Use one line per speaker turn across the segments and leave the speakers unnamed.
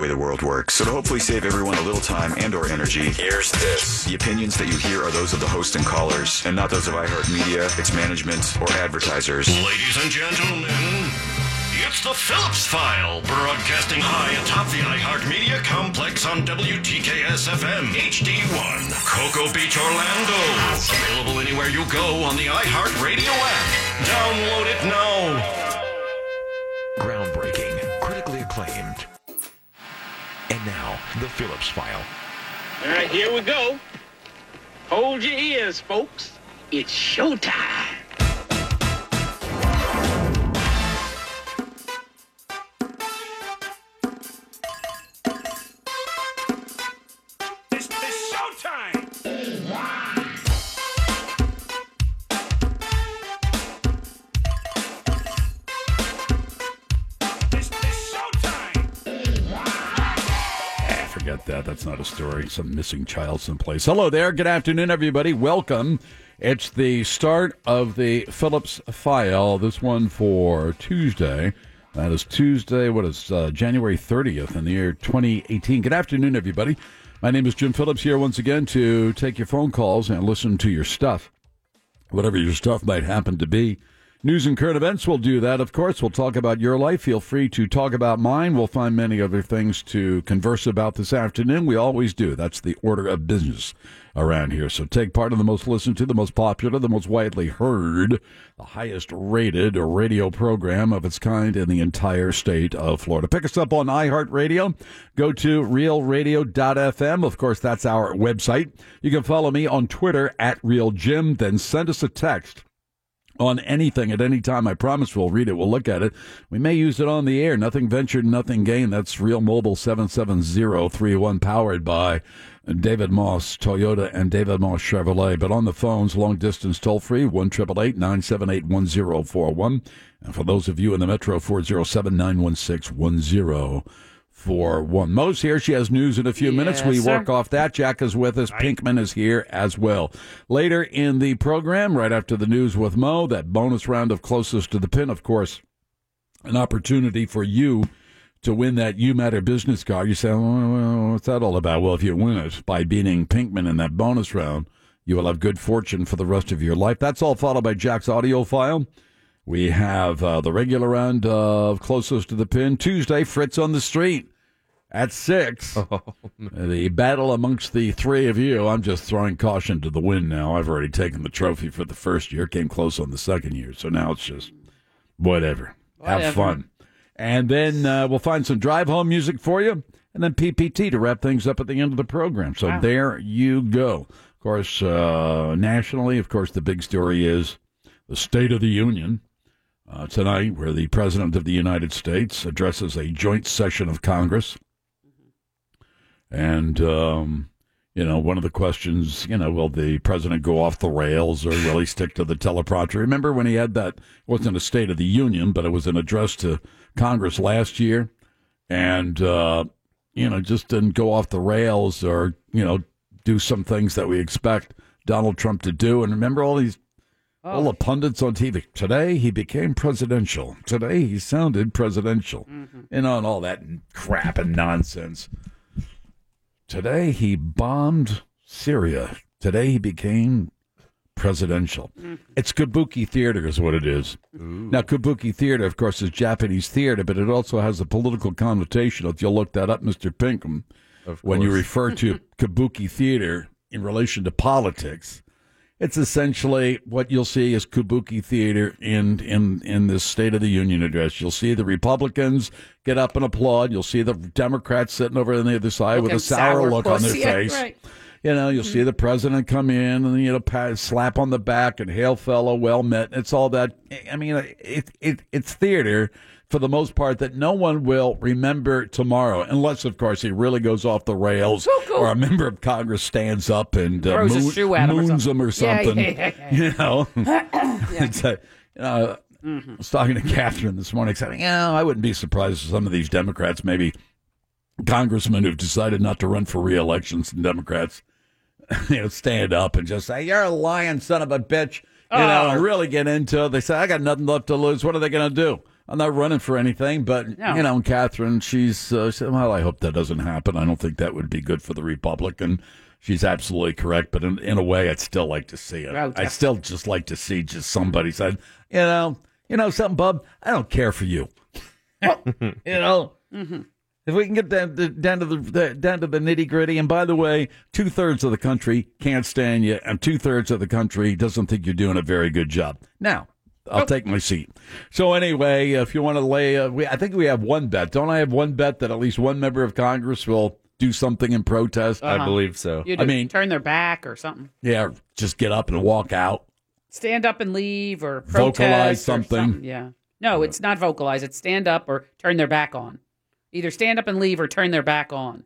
way the world works. So to hopefully save everyone a little time and or energy,
Here's this.
the opinions that you hear are those of the host and callers, and not those of iHeartMedia, its management, or advertisers.
Ladies and gentlemen, it's the Phillips File, broadcasting high atop the iHeartMedia complex on WTKS FM HD1, Cocoa Beach, Orlando. Available anywhere you go on the iHeartRadio app. Download it now.
Groundbreaking, critically acclaimed. And now, the Phillips File.
All right, here we go. Hold your ears, folks. It's showtime.
Ah, forget that. That's not a story. Some missing child someplace. Hello there. Good afternoon, everybody. Welcome. It's the start of the Phillips file. This one for Tuesday. That is Tuesday. What is uh, January 30th in the year 2018? Good afternoon, everybody. My name is Jim Phillips here once again to take your phone calls and listen to your stuff whatever your stuff might happen to be. News and current events will do that, of course. We'll talk about your life. Feel free to talk about mine. We'll find many other things to converse about this afternoon. We always do. That's the order of business around here. So take part in the most listened to, the most popular, the most widely heard, the highest rated radio program of its kind in the entire state of Florida. Pick us up on iHeartRadio. Go to realradio.fm. Of course, that's our website. You can follow me on Twitter at RealJim. Then send us a text on anything at any time. I promise we'll read it. We'll look at it. We may use it on the air. Nothing ventured, nothing gained. That's Real Mobile 77031 powered by David Moss Toyota and David Moss Chevrolet. But on the phones, long distance toll free, 1 978 1041. And for those of you in the metro, 407 916 1041. Mo's here. She has news in a few minutes. We work off off that. Jack is with us. Pinkman is here as well. Later in the program, right after the news with Mo, that bonus round of closest to the pin, of course, an opportunity for you to win that You Matter business card. You say, well, well, what's that all about? Well, if you win it by beating Pinkman in that bonus round, you will have good fortune for the rest of your life. That's all followed by Jack's audio file. We have uh, the regular round of closest to the pin Tuesday. Fritz on the street at six. The battle amongst the three of you. I'm just throwing caution to the wind now. I've already taken the trophy for the first year, came close on the second year. So now it's just whatever. Have fun. And then uh, we'll find some drive home music for you and then PPT to wrap things up at the end of the program. So there you go. Of course, uh, nationally, of course, the big story is the State of the Union uh, tonight, where the President of the United States addresses a joint session of Congress. And, um, you know, one of the questions, you know, will the president go off the rails or will he stick to the teleprompter? Remember when he had that, it wasn't a State of the Union, but it was an address to Congress last year? And, uh, you know, just didn't go off the rails or, you know, do some things that we expect Donald Trump to do. And remember all these all the pundits on TV. Today he became presidential. Today he sounded presidential. You know, and all that crap and nonsense. Today he bombed Syria. Today he became presidential. It's kabuki theater, is what it is. Now, kabuki theater, of course, is Japanese theater, but it also has a political connotation. If you'll look that up, Mr. Pinkham, when you refer to kabuki theater in relation to politics, it's essentially what you'll see is kabuki theater in, in, in this State of the Union address. You'll see the Republicans get up and applaud. You'll see the Democrats sitting over on the other side with a sour, look on their face. You know, you'll see the president come in and you know pat, slap on the back and hail fellow, well met. It's all that. I mean, it, it it's theater for the most part that no one will remember tomorrow, unless of course he really goes off the rails or a member of Congress stands up and uh,
Throws a
moon-
shoe at him or
moons him or
Yeah, yeah,
something.
yeah, yeah.
You know, it's a, you know.
Mm-hmm.
I was talking to Catherine this morning, saying, "You know, I wouldn't be surprised if some of these Democrats, maybe congressmen who've decided not to run for reelection, some Democrats, you know, stand up and just say, "You're a
Oh.
lying son of a bitch." You know, and really get into it. They say, "I got nothing left to lose. What are they going to do? I'm not running for anything, but
No.
you know, and Catherine, she's uh, she said, well. I hope that doesn't happen. I don't think that would be good for the Republican. She's absolutely correct, but in, in a way, I'd still like to see it.
Well,
I would still just like to see just somebody said, you know, you know something, Bub. I don't care for you. you know, if we can get down, to- down to the, the down to the nitty gritty, and by the way, two thirds of the country can't stand you, and two thirds of the country doesn't think you're doing a very good job. Now, I'll take my seat. So anyway, if you want to lay, uh, we, I think we have one bet. Don't I have one bet that at least one member of Congress will do something in protest?
I believe so.
You'd
I mean-
Uh-huh. turn their back or something.
yeah, just get up and walk out.
Stand up and leave or
Vocalize
protest or
something.
Yeah. No, it's not vocalize. It's stand up or turn their back on. Either stand up and leave or turn their back on.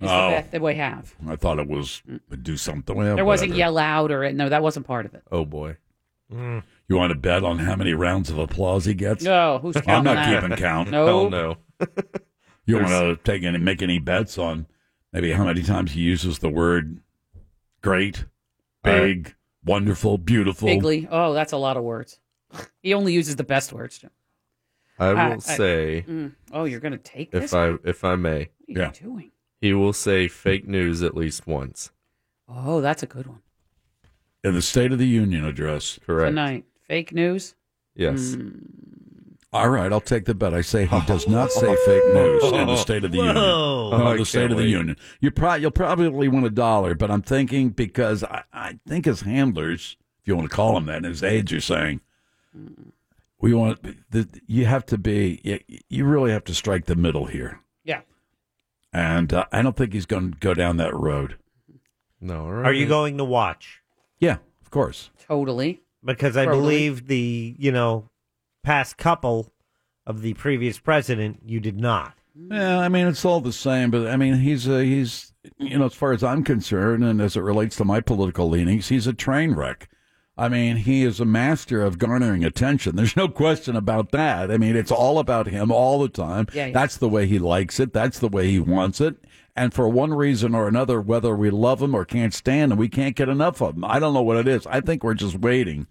Is
Oh.
the bet that we have.
I thought it was do something. Well,
There wasn't
whatever.
yell out or no, that wasn't part of it.
Oh boy. Mm.
You want to bet on how many rounds of applause he gets?
No, who's counting
I'm not
that?
keeping count.
No.
Hell no.
You want to take any make any bets on maybe how many times he uses the word great, big, wonderful, beautiful.
Bigly. Oh, that's a lot of words. He only uses the best words. Jim.
I will
I- I-
say,
Mm. Oh, you're going to take this?
if I if I may,
what are
Yeah.
you doing?
he will say fake news at least once.
Oh, that's a good one.
In the State of the Union address.
Correct.
Tonight. Fake news? Mm.
Yes.
Hmm.
All right, I'll take the bet. I say he does not say fake news in the State of the Union.
Oh, I
the
can't
State of the
wait.
Union. You pro- you'll probably win a dollar, but I'm thinking because I, I think his handlers, if you want to call him that, and his aides are saying, we want, the, you have to be, you, you really have to strike the middle here.
Yeah.
And uh, I don't think he's going to go down that road.
No. all right.
Are you going to watch?
Yeah, of course.
Totally.
Because I
Probably.
believe the, you know, past couple of the previous president, you did not.
Yeah, I mean it's all the same, but I mean he's a, he's you know as far as I'm concerned, and as it relates to my political leanings, he's a train wreck. I mean he is a master of garnering attention. There's no question about that. I mean it's all about him all the time.
Yeah, yeah.
That's the way he likes it. That's the way he wants it. And for one reason or another, whether we love him or can't stand him, we can't get enough of him. I don't know what it is. I think we're just waiting.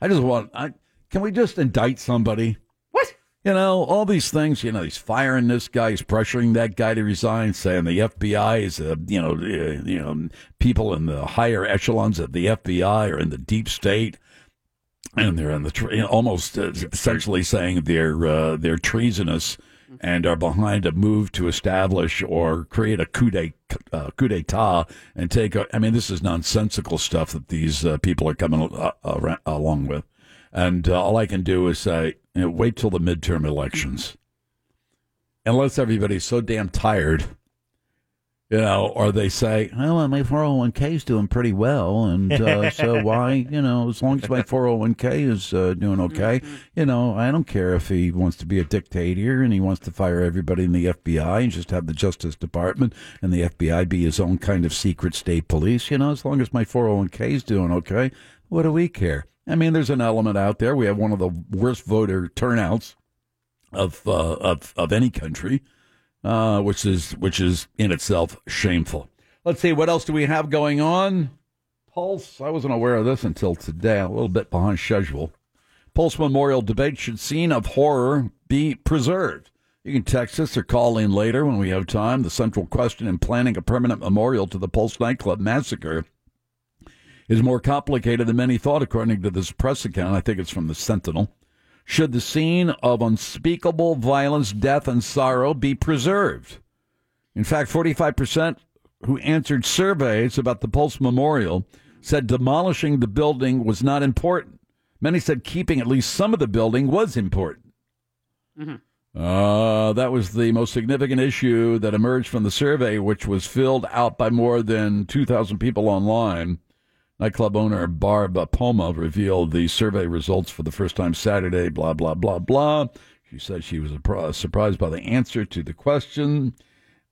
I just want. I, can we just indict somebody?
What?
You know, all these things, you know, he's firing this guy, he's pressuring that guy to resign, saying the FBI is, uh, you know, uh, you know, people in the higher echelons of the FBI are in the deep state. And they're in the tre- you know, almost uh, essentially saying they're uh, they're treasonous and are behind a move to establish or create a coup de uh, coup d'état and take. o- I mean, this is nonsensical stuff that these uh, people are coming uh, ar- along with. And uh, all I can do is say, you know, wait till the midterm elections. Unless everybody's so damn tired, you know, or they say, well, my 401k is doing pretty well. And uh, so why, you know, as long as my 401k is uh, doing okay, you know, I don't care if he wants to be a dictator and he wants to fire everybody in the FBI and just have the Justice Department and the FBI be his own kind of secret state police. You know, as long as my 401k is doing okay, what do we care? I mean, there's an element out there. We have one of the worst voter turnouts of uh, of of any country, uh, which is which is in itself shameful. Let's see what else do we have going on. Pulse. I wasn't aware of this until today. A little bit behind schedule. Pulse Memorial Debate should scene of horror be preserved. You can text us or call in later when we have time. The central question in planning a permanent memorial to the Pulse nightclub massacre is more complicated than many thought, according to this press account. I think it's from the Sentinel. Should the scene of unspeakable violence, death, and sorrow be preserved? In fact, 45% who answered surveys about the Pulse Memorial said demolishing the building was not important. Many said keeping at least some of the building was important. Uh, that was the most significant issue that emerged from the survey, which was filled out by more than 2,000 people online. Nightclub owner Barb Poma revealed the survey results for the first time Saturday, blah, blah, blah, blah. She said she was appra- surprised by the answer to the question.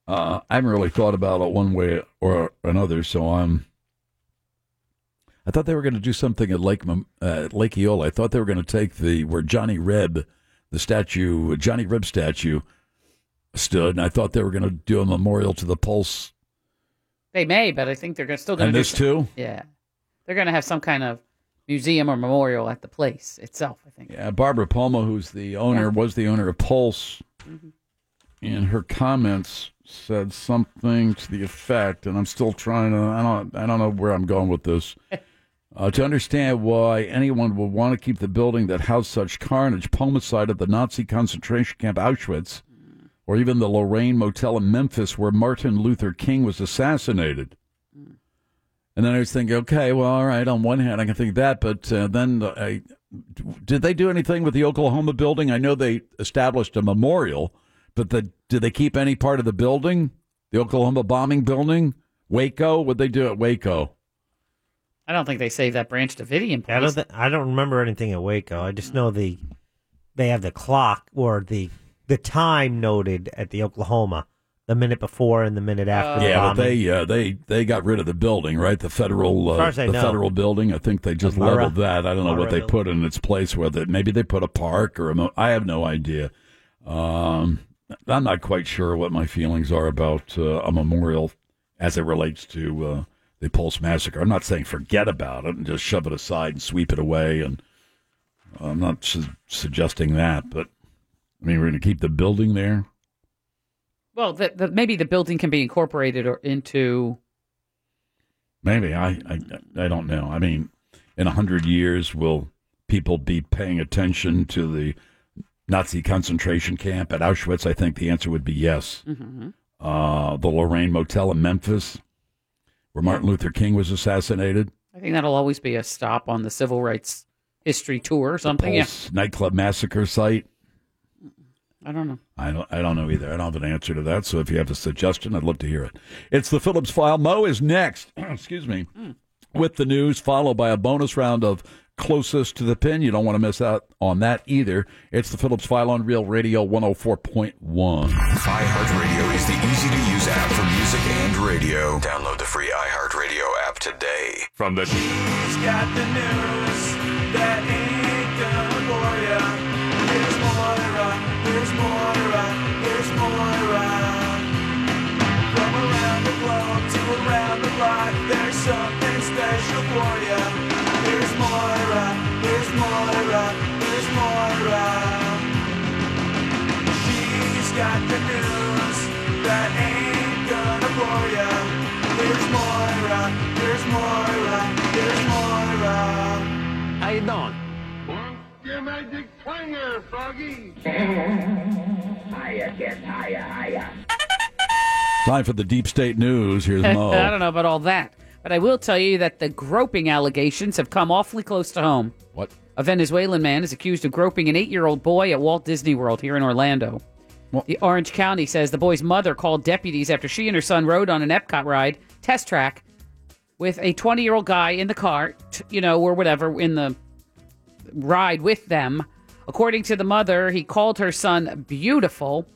Uh, I haven't really thought about it one way or another, so I'm. I thought they were going to do something at Lake Mem- uh, at Lake Eola. I thought they were going to take the where Johnny Reb, the statue, Johnny Reb statue, stood, and I thought they were going to do a memorial to the Pulse
They may, but I think they're gonna, still going
and
to
this too.
Yeah. They're going to have some kind of museum or memorial at the place itself. I think.
Yeah, Barbara Palma, who's the owner, was the owner of Pulse, and her comments said something to the effect, and I'm still trying to. I don't. I don't know where I'm going with this. Uh, to understand why anyone would want to keep the building that housed such carnage, Palma cited the Nazi concentration camp Auschwitz, or even the Lorraine Motel in Memphis, where Martin Luther King was assassinated. And then I was thinking, okay, well, all right. On one hand, I can think that, but uh, then I, did they do anything with the Oklahoma building? I know they established a memorial, but the, did they keep any part of the building? The Oklahoma bombing building, Waco. What they do at Waco?
I don't think they saved that Branch Davidian place.
I don't. Th- I don't remember anything at Waco. I just know the they have the clock or the the time noted at the Oklahoma, the minute before and the minute after. the
yeah, but
bombing.
they uh, they they got rid of the building, right? The federal uh,
As far as I
the
know.
federal building. I think they just
Amara-
leveled that. I don't know what they
Amara
put in its place with it. Maybe they put a park or a. Mo- I have no idea. Um, I'm not quite sure what my feelings are about uh, a memorial as it relates to uh, the Pulse massacre. I'm not saying forget about it and just shove it aside and sweep it away, and I'm not su- suggesting that. But I mean, we're going to keep the building there.
Well, the, the, maybe the building can be incorporated or into.
Maybe I, I I don't know. I mean, in a hundred years, will people be paying attention to the Nazi concentration camp at Auschwitz? I think the answer would be yes. Uh, the Lorraine Motel in Memphis, where Martin Luther King was assassinated.
I think that'll always be a stop on the civil rights history tour or something. Yeah,
Pulse nightclub massacre site.
I don't know.
I don't, I don't know either. I don't have an answer to that. So if you have a suggestion, I'd love to hear it. It's the Phillips File. Mo is next. Excuse me.
Hmm.
With the news, followed by a bonus round of closest to the pin. You don't want to miss out on that either. It's the Phillips File on Real Radio 104.1.
iHeartRadio is the easy to use app for music and radio. Download the free iHeartRadio app today.
From the
How you doing?
Your magic twanger, Froggy.
Time for the Deep State News. Here's
I
Mo.
don't know about all that, but I will tell you that the groping allegations have come awfully close to home.
what?
A Venezuelan man is accused of groping an eight year old boy at Walt Disney World here in Orlando.
What?
The Orange County says the boy's mother called deputies after she and her son rode on an Epcot ride, test track, with a 20 year old guy in the car, t- you know, or whatever, in the ride with them. According to the mother, he called her son beautiful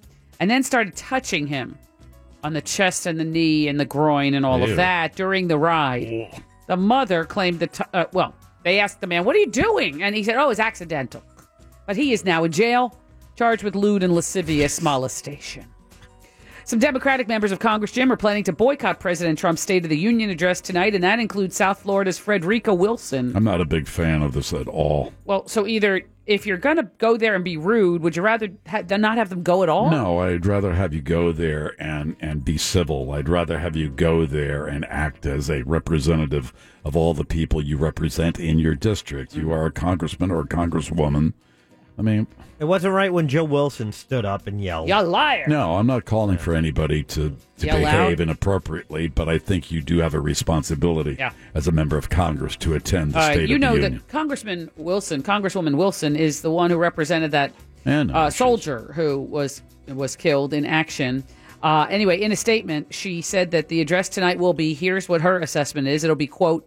and then started touching him on the chest and the knee and the groin and all of that during the ride. The mother claimed the, t- uh, well, they asked the man, What are you doing? And he said, Oh, it's accidental. But he is now in jail, charged with lewd and lascivious molestation. Some Democratic members of Congress, Jim, are planning to boycott President Trump's State of the Union address tonight, and that includes South Florida's Frederica Wilson.
I'm not a big fan of this at all.
Well, so either if you're going to go there and be rude, would you rather ha- than not have them go at all?
No, I'd rather have you go there and, and be civil. I'd rather have you go there and act as a representative of all the people you represent in your district. You are a congressman or a congresswoman. I mean,
It wasn't right when Joe Wilson stood up and yelled.
You liar.
no, I'm not calling for anybody to, to
Yell
behave
out.
inappropriately, but I think you do have a responsibility
Yeah.
as a member of Congress to attend the
All
State
right, Uh, you
of the
know
Union.
that Congressman Wilson, Congresswoman Wilson, is the one who represented that
And
uh, soldier who was was killed in action. Uh, anyway, in a statement, she said that the address tonight will be. Here's what her assessment is. It'll be quote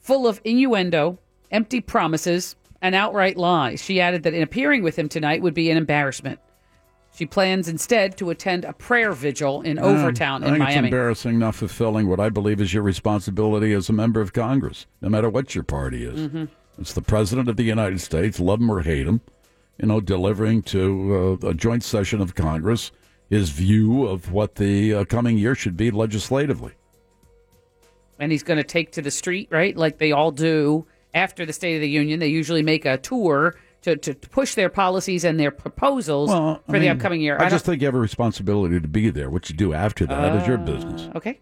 full of innuendo, empty promises, and outright lies. She added that in appearing with him tonight would be an embarrassment. She plans instead to attend a prayer vigil in Overtown
I think
in Miami.
It's embarrassing, not fulfilling what I believe is your responsibility as a member of Congress, no matter what your party is. It's the president of the United States, love him or hate him. You know, delivering to uh, a joint session of Congress his view of what the uh, coming year should be legislatively.
and he's going to take to the street, right? Like they all do after the State of the Union, they usually make a tour to, to push their policies and their proposals
Well, I
for the
mean,
upcoming year.
I,
don't-
just think you have a responsibility to be there. What you do after that is your business.
Okay.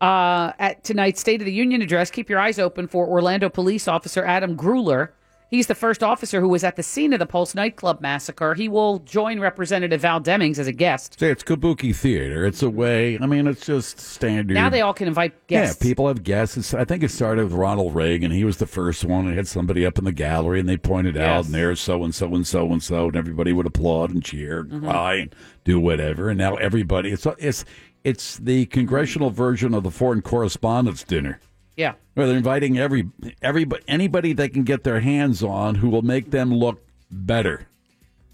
Uh, at tonight's State of the Union address, keep your eyes open for Orlando police officer Adam Gruler. He's the first officer who was at the scene of the Pulse nightclub massacre. He will join Representative Val Demings as a guest.
Say it's kabuki theater. It's a way. I mean, it's just standard.
Now they all can invite guests.
Yeah, people have guests. It's- I think it started with Ronald Reagan. He was the first one. They had somebody up in the gallery, and they pointed out,
Yes.
and there's so and so and so and so, and everybody would applaud and cheer and
Mhm.
cry and do whatever. And now everybody, it's it's it's the congressional version of the foreign correspondents' dinner.
Yeah.
Where they're inviting every everybody anybody they can get their hands on who will make them look better.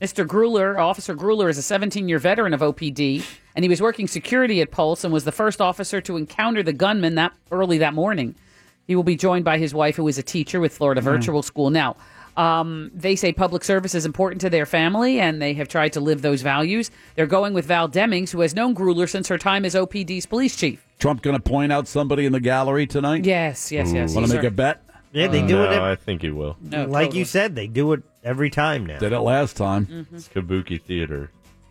Mr. Gruler, Officer Gruler, is a 17 year veteran of OPD, and he was working security at Pulse and was the first officer to encounter the gunman that early that morning. He will be joined by his wife, who is a teacher with
Mm.
Florida
Wow.
Virtual School. Now, um, they say public service is important to their family, and they have tried to live those values. They're going with Val Demings, who has known Gruler since her time as OPD's police chief.
Trump going to point out somebody in the gallery tonight?
Yes, yes, yes.
Want
yes,
to make
sir.
a bet?
Yeah, they
Uh,
do it. ev-
think he will.
No,
like
totally.
you said, they do it every time now.
Did it last time.
Mm-hmm.
It's kabuki theater.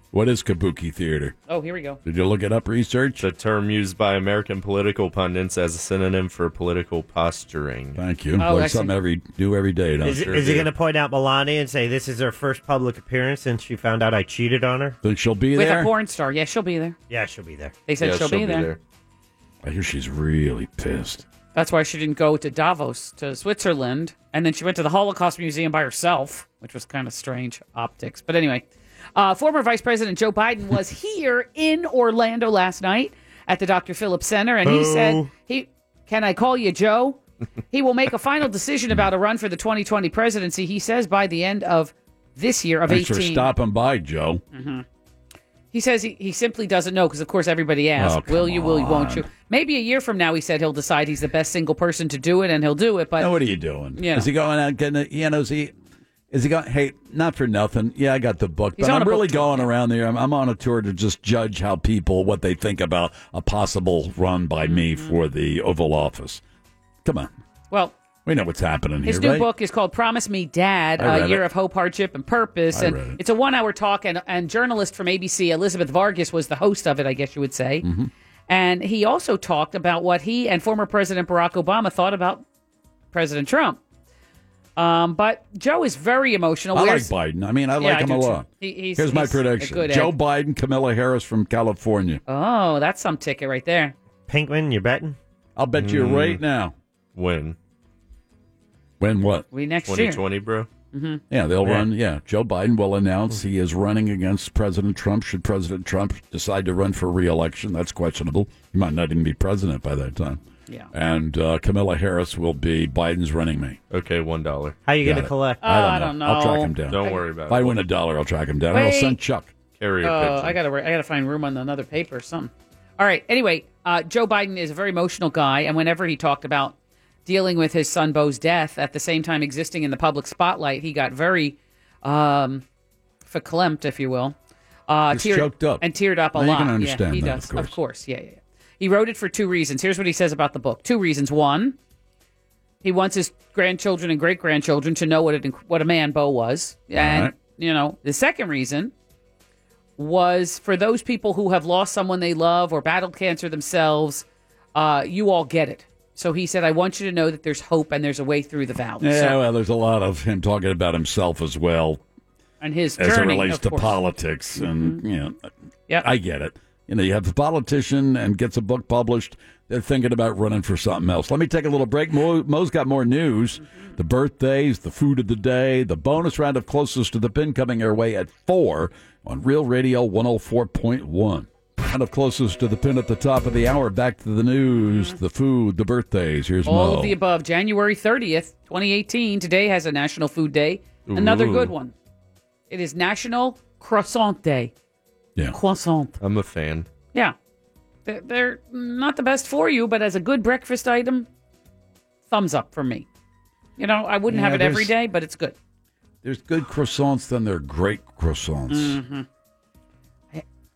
What is kabuki theater?
Oh, here we go.
Did you look it up research?
The term used by American political pundits as a synonym for political posturing.
Thank you.
Oh,
Learn something every do every day. Don't
Is,
you?
is he going to point out Melania and say this is her first public appearance since she found out I cheated on her?
Think she'll be
With
there?
a porn star. Yeah, she'll be there.
Yeah, she'll be there.
They said
Yeah,
she'll,
she'll
be,
be
there.
there. I hear she's really pissed.
That's why she didn't go to Davos, to Switzerland. And then she went to the Holocaust Museum by herself, which was kind of strange optics. But anyway, uh, former Vice President Joe Biden was here in Orlando last night at the Dr. Phillips Center. And he
Boo.
said, he, Can I call you Joe? he will make a final decision about a run for the 2020 presidency, he says, by the end of this year of
Thanks
18.
for stopping by, Joe.
Mhm. He says he, he simply doesn't know because, of course, everybody
Oh,
asks,
come
"Will you? Will you? Won't
on.
you?" Maybe a year from now, he said he'll decide he's the best single person to do it, and he'll do it. But
now, what are you doing?
Yeah.
Is he going out getting? A, you know, is he? Is he going? Hey, not for nothing. Yeah, I got the book,
He's
but
on
I'm
a book
really going around there. I'm, I'm on a tour to just judge how people what they think about a possible run by me for the Oval Office. Come on,
Mm-hmm. well,
we know what's happening
his
here,
new
right?
book is called "Promise Me, Dad:
I
A
read
Year
it.
of Hope, Hardship, and Purpose,"
I
and
read it.
it's a one-hour talk. and And journalist from ABC Elizabeth Vargas was the host of it, I guess you would say.
Mhm.
And he also talked about what he and former President Barack Obama thought about President Trump. Um, but Joe is very emotional.
I like
Where's-
Biden. I mean, I
Yeah,
like
I
him
do
a
too.
lot.
He- he's-
Here's my
he's a
prediction:
good
Joe
egg.
Biden, Camilla Harris from California.
Oh, that's some ticket right there.
Pinkman, you're betting?
I'll bet you
Mm.
right now.
When?
When what?
We next year.
2020, bro.
Mhm.
Yeah, they'll
Yeah.
run. Yeah, Joe Biden will announce he is running against President Trump. Should President Trump decide to run for re-election, that's questionable. He might not even be president by that time.
Yeah.
And uh, Camilla Harris will be Biden's running mate.
Okay, one dollar.
How you
Got
gonna
it.
collect?
I
Oh,
don't,
I
know.
don't
I'll track
know.
him down.
Don't worry about
If I
it.
win a dollar, I'll track him down. I'll
Wait.
send Chuck.
Carrier
Oh,
pigeon.
I gotta, I gotta find room on another paper or something. All right. Anyway, uh, Joe Biden is a very emotional guy, and whenever he talked about dealing with his son Bo's death, at the same time existing in the public spotlight, he got very um, verklempt, if you will. Uh,
He's choked up.
and teared up a
Now you
lot.
can understand
yeah, he
that,
does,
of course.
Yeah, yeah, yeah. He wrote it for two reasons. Here's what he says about the book. Two reasons. One, he wants his grandchildren and great grandchildren to know what it, what a man Bo was, and
right.
you know the second reason was for those people who have lost someone they love or battled cancer themselves. Uh, you all get it. So he said, I want you to know that there's hope and there's a way through the valley.
Yeah,
So-
well, there's a lot of him talking about himself as well
and his
as
journey,
it relates
of
to
course. Mm-hmm.
politics, and you know,
Yep.
I get it. You know, you have the politician and gets a book published. They're thinking about running for something else. Let me take a little break. Mo, Mo's got more news:
Mm-hmm.
the birthdays, the food of the day, the bonus round of closest to the pin coming your way at four on Real Radio 104.1. Round of closest to the pin at the top of the hour. Back to the news, the food, the birthdays. Here's
Mm-hmm. All
Mo.
of the above. January 30th, 2018. Today has a National Food Day. Another
Ooh.
good one. It is National Croissant Day.
Yeah.
Croissant.
I'm a fan.
Yeah. They're, they're not the best for you, but as a good breakfast item, thumbs up for me. You know, I wouldn't
Yeah,
have it every
there's-
day, but it's good.
There's good croissants, then there are great croissants.
Mhm. Mm-hmm.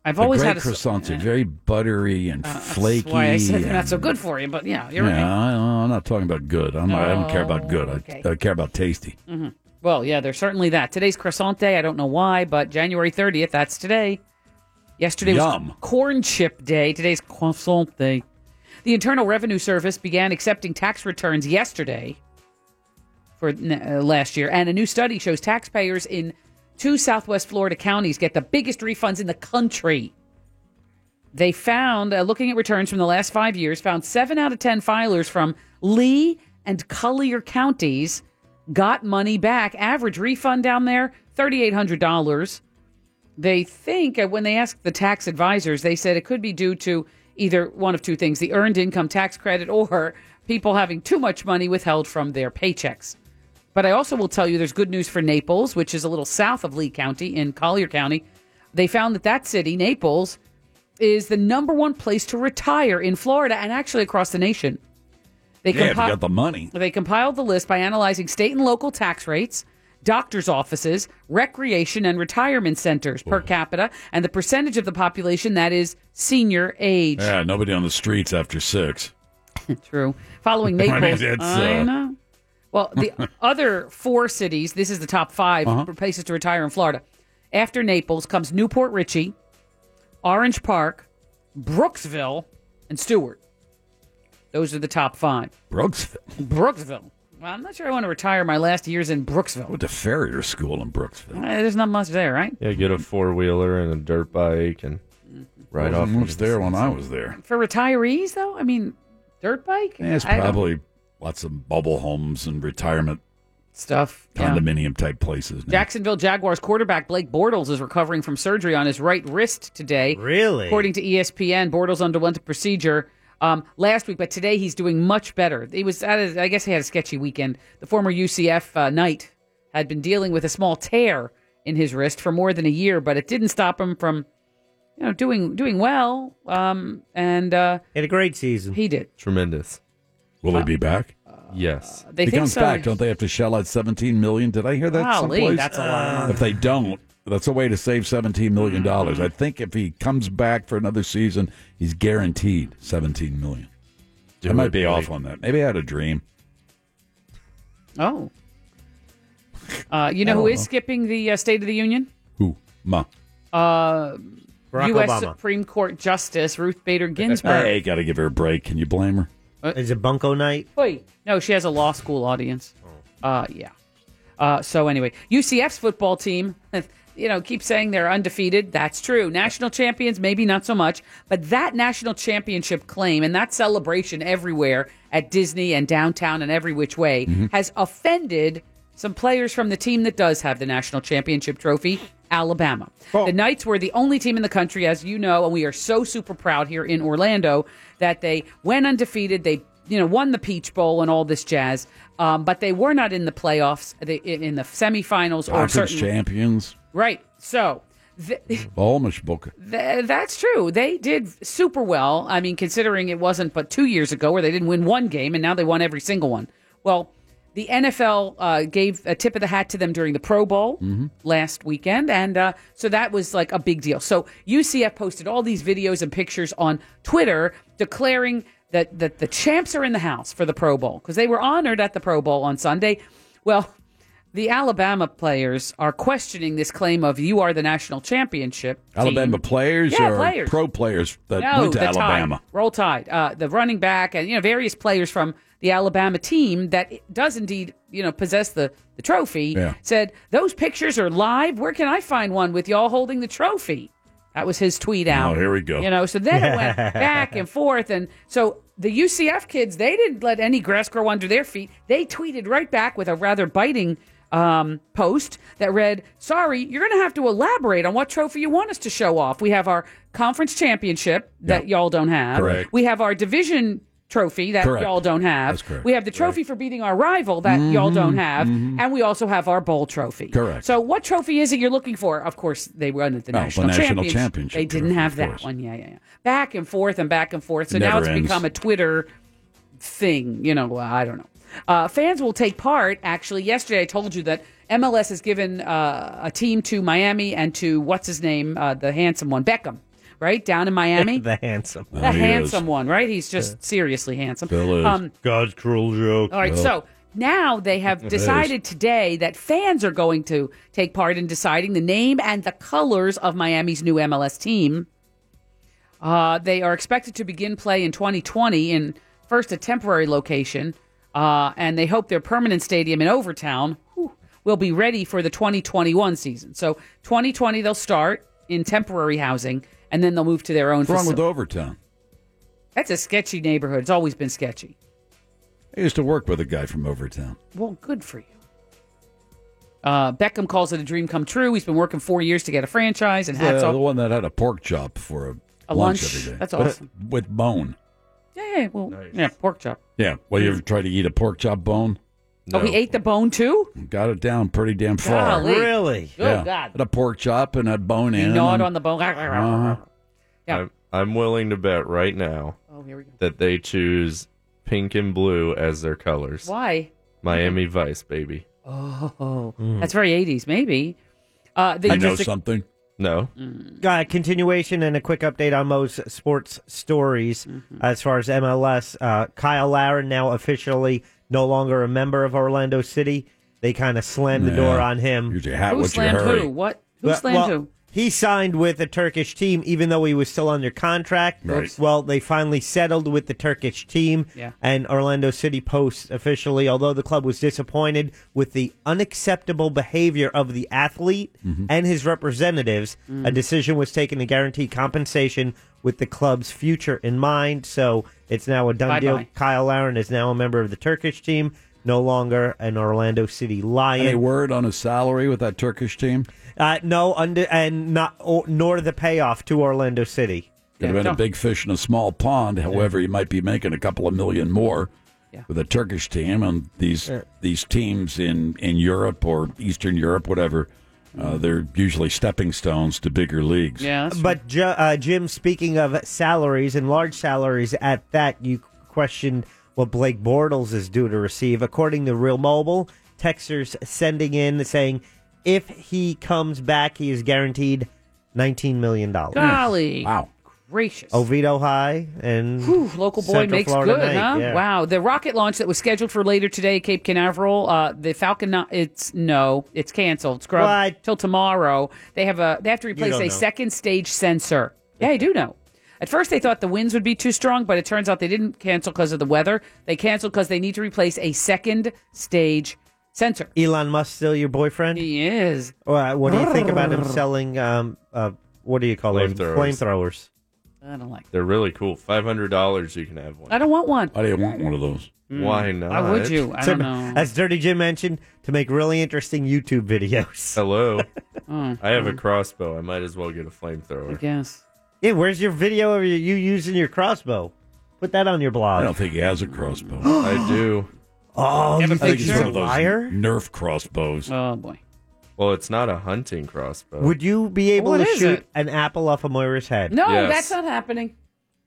I've
The
always
great
had a s- Uh,
croissants are very buttery and flaky.
That's why I said they're
and-
not so good for you, but yeah, you're
yeah,
right. Oh,
I, I'm not talking about good. I'm not, I don't care about good. I,
okay.
I care about tasty.
hmm Well, yeah, there's certainly that. Today's croissant day. I don't know why, but January 30th, that's today. Yesterday
Yum.
was corn chip day. Today's croissant day. The Internal Revenue Service began accepting tax returns yesterday for uh, last year, and a new study shows taxpayers in two Southwest Florida counties get the biggest refunds in the country. They found, uh, looking at returns from the last five years, found seven out of 10 filers from Lee and Collier counties got money back. Average refund down there, $3,800. They think uh, when they asked the tax advisors, they said it could be due to either one of two things the earned income tax credit or people having too much money withheld from their paychecks. But I also will tell you there's good news for Naples, which is a little south of Lee County in Collier County. They found that that city, Naples, is the number one place to retire in Florida and actually across the nation. They
yeah, if you
compi-
got the money.
they compiled the list by analyzing state and local tax rates, doctors' offices, recreation and retirement centers per capita, and the percentage of the population that is senior age.
Yeah, nobody on the streets after six.
True. Following
I mean,
Naples,
it's,
I
uh,
know. Well, the other four cities, this is the top 5
Uh-huh.
places to retire in Florida. After Naples comes Newport Richey, Orange Park, Brooksville, and Stewart. Those are the top five.
Brooksville.
Brooksville. Well, I'm not sure I want to retire my last years in Brooksville.
Went to Farrier School in Brooksville.
Uh, There's not much there, right?
Yeah, get a four wheeler and a dirt bike and
Mm-hmm.
ride
Wasn't
off.
much there when I was there.
For retirees, though, I mean, dirt bike.
Yeah, it's
I don't-
probably lots of bubble homes and retirement
stuff, yeah.
condominium type places. now.
Jacksonville Jaguars quarterback Blake Bortles is recovering from surgery on his right wrist today.
Really?
According to E ESPN, Bortles underwent the procedure um, last week, but today he's doing much better. He was, at a, I guess, he had a sketchy weekend. The former UCF uh, Knight had been dealing with a small tear in his wrist for more than a year, but it didn't stop him from, you know, doing doing well. Um, and uh,
had a great season.
He did.
Tremendous.
Will he be back?
Yes.
uh, They
if he
think
comes
so.
back, don't they have to shell out seventeen million? Did I hear that?
Golly,
someplace?
that's a lot. Mm-hmm.
If they don't, that's a way to save seventeen million dollars. I think if he comes back for another season, he's guaranteed seventeen million. I might be off on that. Maybe I had a dream.
Oh. Uh, you know who is skipping the uh, State of the Union?
Who? Ma.
Uh,
Barack
U.S.
Obama.
Supreme Court Justice Ruth Bader Ginsburg. Uh,
Hey, got to give her a break. Can you blame her?
Is it bunko night? Oh.
Wait, no, she has a law school audience. Uh, yeah. Uh, so anyway, UCF's football team, you know, keep saying they're undefeated. That's true. National champions, maybe not so much, but that national championship claim and that celebration everywhere at Disney and downtown and every which way
Mhm.
has offended some players from the team that does have the national championship trophy, Alabama. The Knights were the only team in the country, as you know, and we are so super proud here in Orlando that they went undefeated. They you know won the Peach Bowl and all this jazz, um, but they were not in the playoffs, they, in in the semifinals or
Conference
certain
champions.
right. So. th-
Almost book.
Th- that's true. They did super well. I mean, considering it wasn't but two years ago where they didn't win one game and now they won every single one. Well, the NFL uh, gave a tip of the hat to them during the Pro Bowl
Mm-hmm.
Mhm.
last weekend. And uh, so that was like a big deal. So UCF posted all these videos and pictures on Twitter declaring that, that the champs are in the house for the Pro Bowl because they were honored at the Pro Bowl on Sunday. Well, the Alabama players are questioning this claim of you are the national championship. team."
Alabama players
Yeah,
or
players.
pro players that
no,
went to
the
Alabama.
Tide, roll Tide, uh, the running back, and you know various players from the Alabama team that does indeed you know possess the the trophy.
Yeah.
Said those pictures are live. Where can I find one with y'all holding the trophy? That was his tweet out.
Oh, here we go.
You know, so then it went back and forth, and so the UCF kids they didn't let any grass grow under their feet. They tweeted right back with a rather biting. Um, post that read, "Sorry, you're going to have to elaborate on what trophy you want us to show off. We have our conference championship that y'all don't have.
Correct.
We have our division trophy that
Correct.
y'all don't have.
That's correct.
We have the trophy for beating our rival that y'all don't
Mhm,
have,
mhm.
and we also have our bowl trophy.
Correct.
So, what trophy is it you're looking for? Of course, they run at the
Oh, the
national,
national
champions.
championship
They didn't
trophy,
have
of
that
course.
one. Yeah, yeah, yeah. Back and forth and back and forth. So
It
now
never
it's
ends.
become a Twitter thing. You know, I don't know. Uh, fans will take part. Actually, yesterday I told you that MLS has given uh, a team to Miami and to what's his name, uh, the handsome one, Beckham. right? Down in Miami.
the handsome
The
one. He is.
handsome one, right? He's just seriously handsome. Um,
God's cruel joke.
all right, so now they
It
have
is.
decided today that fans are going to take part in deciding the name and the colors of Miami's new MLS team. Uh, they are expected to begin play in 2020 in first a temporary location, uh, and they hope their permanent stadium in Overtown whew, will be ready for the 2021 season. So 2020 they'll start in temporary housing, and then they'll move to their own.
What's wrong with
faci-
Overtown?
That's a sketchy neighborhood. It's always been sketchy.
I used to work with a guy from Overtown.
Well, good for you. Uh, Beckham calls it a dream come true. He's been working four years to get a franchise, and hats
the,
off.
the one that had a pork chop for a,
A lunch.
every day.
That's
With-
awesome.
With bone.
Yeah, yeah, well, yeah, pork chop.
Yeah. Well, you ever try to eat a pork chop bone?
Oh, he ate the bone too.
Got it down pretty damn far.
Golly. Really? Oh,
yeah.
God.
Had a pork chop and had bone
He
in.
gnawed
and-
on the bone.
Uh-huh.
Yeah.
I'm, I'm willing to bet right now
Oh, here we go.
that they choose pink and blue as their colors.
Why?
Miami Vice, baby.
Oh,
Mm.
Hmm.
that's very '80s, maybe. Uh, the,
something.
No.
Mm,
Uh, continuation and a quick update on Mo's sports stories
Mm-hmm.
as far as MLS. Uh, Kyle Laren now officially no longer a member of Orlando City. They kind of slammed the door
Yeah.
on him.
Use your hat.
Who
What's your
slammed
hurry?
who? What? Who
Well-
slammed
well,
who?
He signed with a Turkish team, even though he was still under contract.
Right. Oops.
Well, they finally settled with the Turkish team,
Yeah.
and Orlando City Post officially, although the club was disappointed with the unacceptable behavior of the athlete and his representatives, a
Mm.
decision was taken to guarantee compensation with the club's future in mind. So it's now a done deal.
Bye-bye.
Kyle Aaron is now a member of the Turkish team, no longer an Orlando City Lion.
Any word on his salary with that Turkish team?
Uh, no, under and not or, nor the payoff to Orlando City.
Could have been a big fish in a small pond. However, you might be making a couple of million more with a Turkish team and these these teams in in Europe or Eastern Europe, whatever.
Mm-hmm.
Uh, they're usually stepping stones to bigger leagues.
Yeah,
but Ju- uh, Jim, speaking of salaries and large salaries, at that you questioned what Blake Bortles is due to receive, according to Real Mobile. Texters sending in saying if he comes back, he is guaranteed nineteen million dollars.
Golly. Wow. Gracious.
Oviedo High and
Whew, local boy
Central
makes
Florida
good,
Knight,
huh?
yeah.
Wow. The rocket launch that was scheduled for later today, at Cape Canaveral, uh, the Falcon. no- It's no, it's canceled. Scrub
What?
till tomorrow. They have a. They have to replace
don't
a
know.
second stage sensor. Yeah, I do know. At first, they thought the winds would be too strong, but it turns out they didn't cancel because of the weather. They canceled because they need to replace a second stage sensor.
Elon Musk still your boyfriend?
He is.
Uh, what do you think about him selling? Um, uh, what do you call them?
Flamethrowers.
Flamethrowers.
I don't like.
They're really cool. $500 you can have one.
I don't want one.
Why do you want one of those?
Why not?
Why would you? I
Mm. To-
don't know.
As Dirty Jim mentioned, to make really interesting YouTube videos.
Hello.
Oh,
I have a crossbow. I might as well get a flamethrower.
I guess.
Yeah, where's your video of you you using your crossbow? Put that on
I
your blog.
don't think he has a crossbow.
I do.
Oh, you
a
think
picture?
you're a
of those
liar?
Nerf crossbows.
Oh boy.
Well, it's not a hunting crossbow.
Would you be able
What
to
is
shoot
it?
an apple off of Moira's head?
No,
Yes.
that's mm. not happening.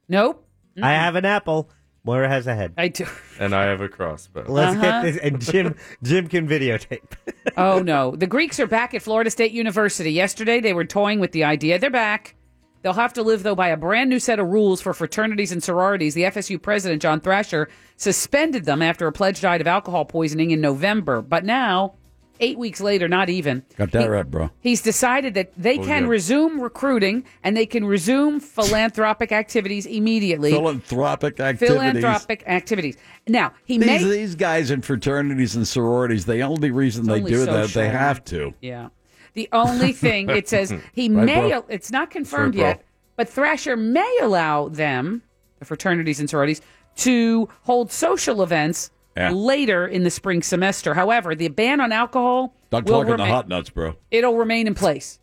Nope.
I have an apple. Moira has a head.
I do.
and I have a crossbow.
Let's
Uh-huh.
get this. And Jim, Jim can videotape.
oh no the greeks are back at florida state university yesterday they were toying with the idea they're back they'll have to live though by a brand new set of rules for fraternities and sororities the fsu president john thrasher suspended them after a pledge died of alcohol poisoning in november but now eight weeks later not even
Got that
he-
right, bro.
He's decided that
Oh,
they can
yeah.
resume recruiting and they can resume philanthropic activities immediately.
Philanthropic activities.
philanthropic activities. Now, he
These,
may
these guys in fraternities and sororities, the only reason they
only
do that, is they
social.
have to.
Yeah. The only thing it says he may
bro?
it's not confirmed
Right, bro?
yet, but Thrasher may allow them, the fraternities and sororities, to hold social events
Yeah.
later in the spring semester. However, the ban on alcohol
Doug
will
Clark and the
remain-
Hot Nuts, bro.
it'll remain in place.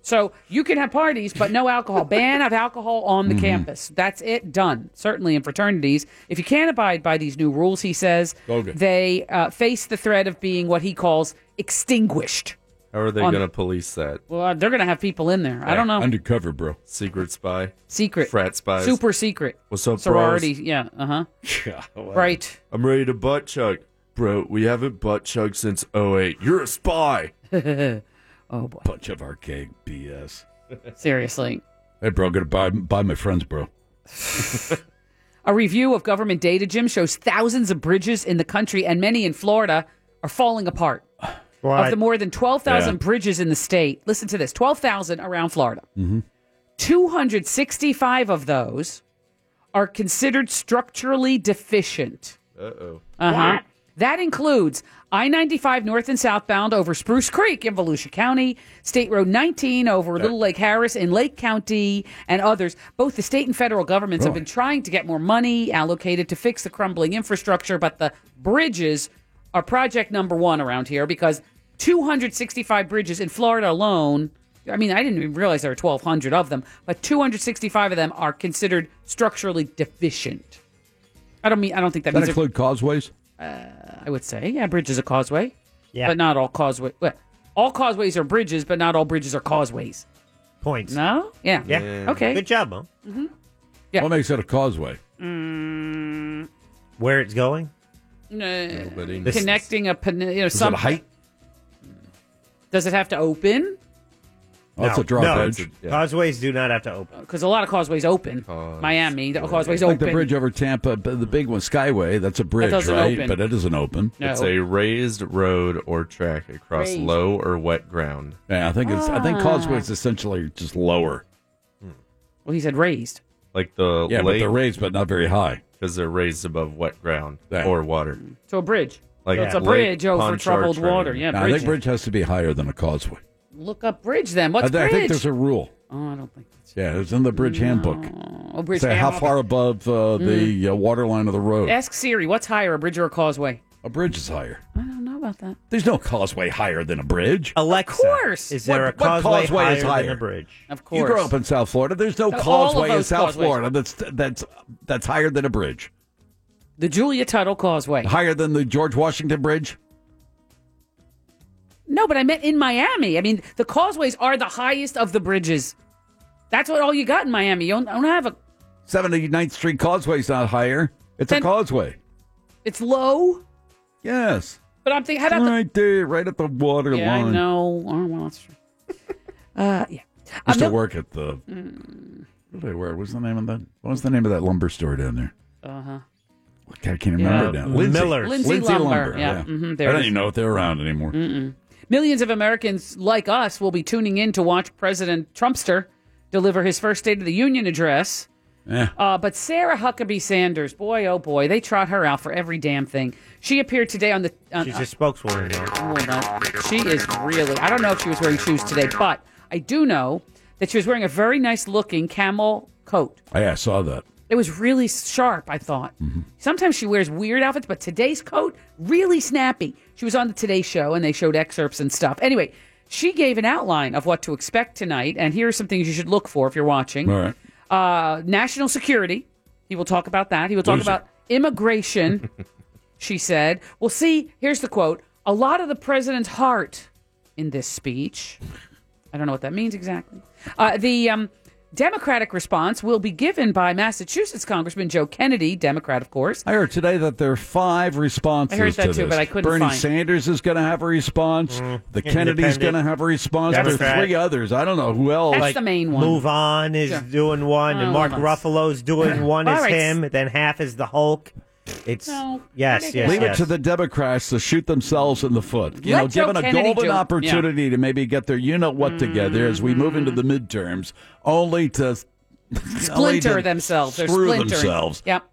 So you can have parties, but no alcohol. Ban of alcohol on
Mm-hmm.
the campus. That's it. Done. Certainly in fraternities. If you can't abide by these new rules, he says,
Okay.
they uh, face the threat of being what he calls extinguished.
How are they
On-
going to police that?
Well, uh, they're going to have people in there. I don't know.
Undercover, bro.
Secret spy?
secret.
Frat spies?
Super secret.
What's up,
Sorority.
bros?
Yeah. Uh huh. Right.
I'm ready to butt chug. Bro, we haven't butt chugged since 08. You're a spy.
Oh, boy.
Bunch of archaic BS.
Seriously.
Hey, bro, gotta buy buy my friends, bro.
A review of government data, Jim, shows thousands of bridges in the country and many in Florida are falling apart. Of the more than 12,000
Yeah.
bridges in the state, listen to this 12,000 around Florida.
Mm-hmm.
265 of those are considered structurally deficient.
Uh oh.
Uh-huh. That includes I 95 north and southbound over Spruce Creek in Volusia County, State Road 19 over Little Lake Harris in Lake County, and others. Both the state and federal governments have
Really?
been trying to get more money allocated to fix the crumbling infrastructure, but the bridges are project number one around here because 265 bridges in Florida alone. I mean, I didn't even realize there were 1,200 of them, but 265 of them are considered structurally deficient. I don't mean I don't think that,
That
means Uh, they're-
include causeways.
I would say. Yeah, bridge is a causeway. Yeah. But not all causeway. well, All causeways are bridges, but not all bridges are causeways.
Points.
No? Yeah.
Yeah.
Okay.
Good job, Mo.
hmm
Yeah. What makes it a causeway?
Mm,
Where it's going?
no.
Nobody knows.
Connecting a, pen- you know,
Is it a
some
height?
Does it have to open?
Oh, it's a drawbridge.
No, Causeways do not have to open.
Because Uh, a lot of causeways open. Miami, the causeways
like
open.
the bridge over Tampa, but the big one, Skyway. That's a bridge,
doesn't
right?
open.
But it isn't open.
No.
It's a raised road or track across
Raised.
low or wet ground.
Yeah, I think it's. I think
Ah.
causeway's essentially just lower.
Well, he said raised.
Like the
Yeah, but
lake,
they're raised, but not very high
because they're raised above wet ground or water.
So a bridge.
Like
So it's a
Lake
bridge over
Ponchartrain.
troubled water. Yeah,
Now, I
bridge.
think bridge has to be higher than a causeway.
Look up bridge then. What's
I, thi- I
bridge?
think there's a rule.
Oh, I don't think.
Yeah, it's in the bridge handbook.
Oh, bridge. Mm.
Say how
handle.
far above uh, the uh, water line of the road.
Ask Siri, what's higher, a bridge or a causeway?
A bridge is higher.
I don't know about that.
There's no causeway higher than a bridge.
Alexa,
Of course.
is there
What-
a
what
causeway,
causeway
higher
is
than
higher?
a bridge?
Of
You grew up in South Florida. There's no
So all of
causeway in
those
South
causeways.
Florida that's that's that's higher than a bridge.
The Julia Tuttle Causeway.
Higher than the George Washington Bridge.
No, but I meant in Miami. I mean, the causeways are the highest of the bridges. That's what all you got in Miami. You don't, don't have a.
79th Street Causeway's not higher. It's a causeway.
It's low.
Yes.
But I'm thinking, how about
right there, right at the water
the? Yeah,
line.
I know. Oh, well, that's true. Uh, yeah.
I used
Um,
to work at the. What did I work? What was the name of that? What was the name of that lumber store down there?
Uh huh.
I can't remember
Yeah.
it now. Lindsay.
Miller's. Lindsay Lumber. Yeah, mhm, there
I
it
don't
is.
even know if they're around anymore.
Mm-mm. Millions of Americans like us will be tuning in to watch President Trumpster deliver his first State of the Union address.
Yeah.
Uh, but Sarah Huckabee Sanders, boy, oh boy, they trot her out for every damn thing. She appeared today on the. On,
She's a spokeswoman. now.
Well, no, she is really. I don't know if she was wearing shoes today, but I do know that she was wearing a very nice looking camel coat.
Oh, yeah, I saw that.
It was really sharp, I thought. Sometimes she wears weird outfits, but today's coat, really snappy. She was on the Today Show and they showed excerpts and stuff. Anyway, she gave an outline of what to expect tonight, and here are some things you should look for if you're watching.
All right.
Uh, national security. He will talk about that. He will talk
Loser.
about immigration, she said. Well, see, here's the quote a lot of the president's heart in this speech. I don't know what that means exactly. Uh, the um, Democratic response will be given by Massachusetts Congressman Joe Kennedy, Democrat, of course.
I heard today that there are five responses.
I heard that
to
too,
this.
but I couldn't
Bernie
find-
Sanders is going to have a response.
Mm-hmm.
The Kennedy's
Independent.
going to have a response. There
Democrat.
are three others. I don't know who else.
That's the main one.
Move on is
Sure.
doing one,
Oh,
and Mark
well,
Ruffalo's doing one.
All
Is
right.
him? Then half is the Hulk. It's yes, yes.
Leave it
yes.
to the Democrats to shoot themselves in the foot. You
Let
know,
Joe
given a
Kennedy
golden
do it.
opportunity to maybe get their you know what together as we move into the midterms, only to only
Mm-hmm. splinter
to
themselves. They're
screw
splintering.
themselves.
Yep.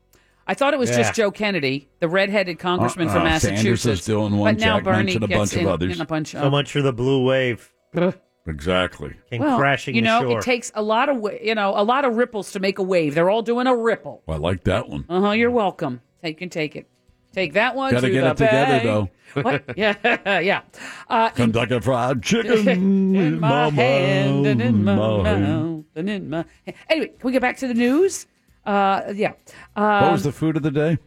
I thought it was
Yeah.
just Joe Kennedy, the redheaded congressman
Uh-uh,
from
Sanders is
Massachusetts.
doing one,
but now
Jack
Bernie
mentioned a
gets
bunch of
in,
others.
in a bunch of
So much for the blue wave
Exactly.
came
well,
crashing
You know,
ashore.
it takes a lot of wa- you know a lot of ripples to make a wave. They're all doing a ripple.
I like that one.
Uh huh. You're welcome. Take can take it. Take that one.
Hmm. Gotta
to
get
the
it together,
bank.
though.
What? Yeah, yeah. Uh,
Kentucky Fried Chicken in
my hand and in my
mouth.
mouth and in my. Anyway, can we get back to the news? Uh, yeah. Um,
What was the food of the day?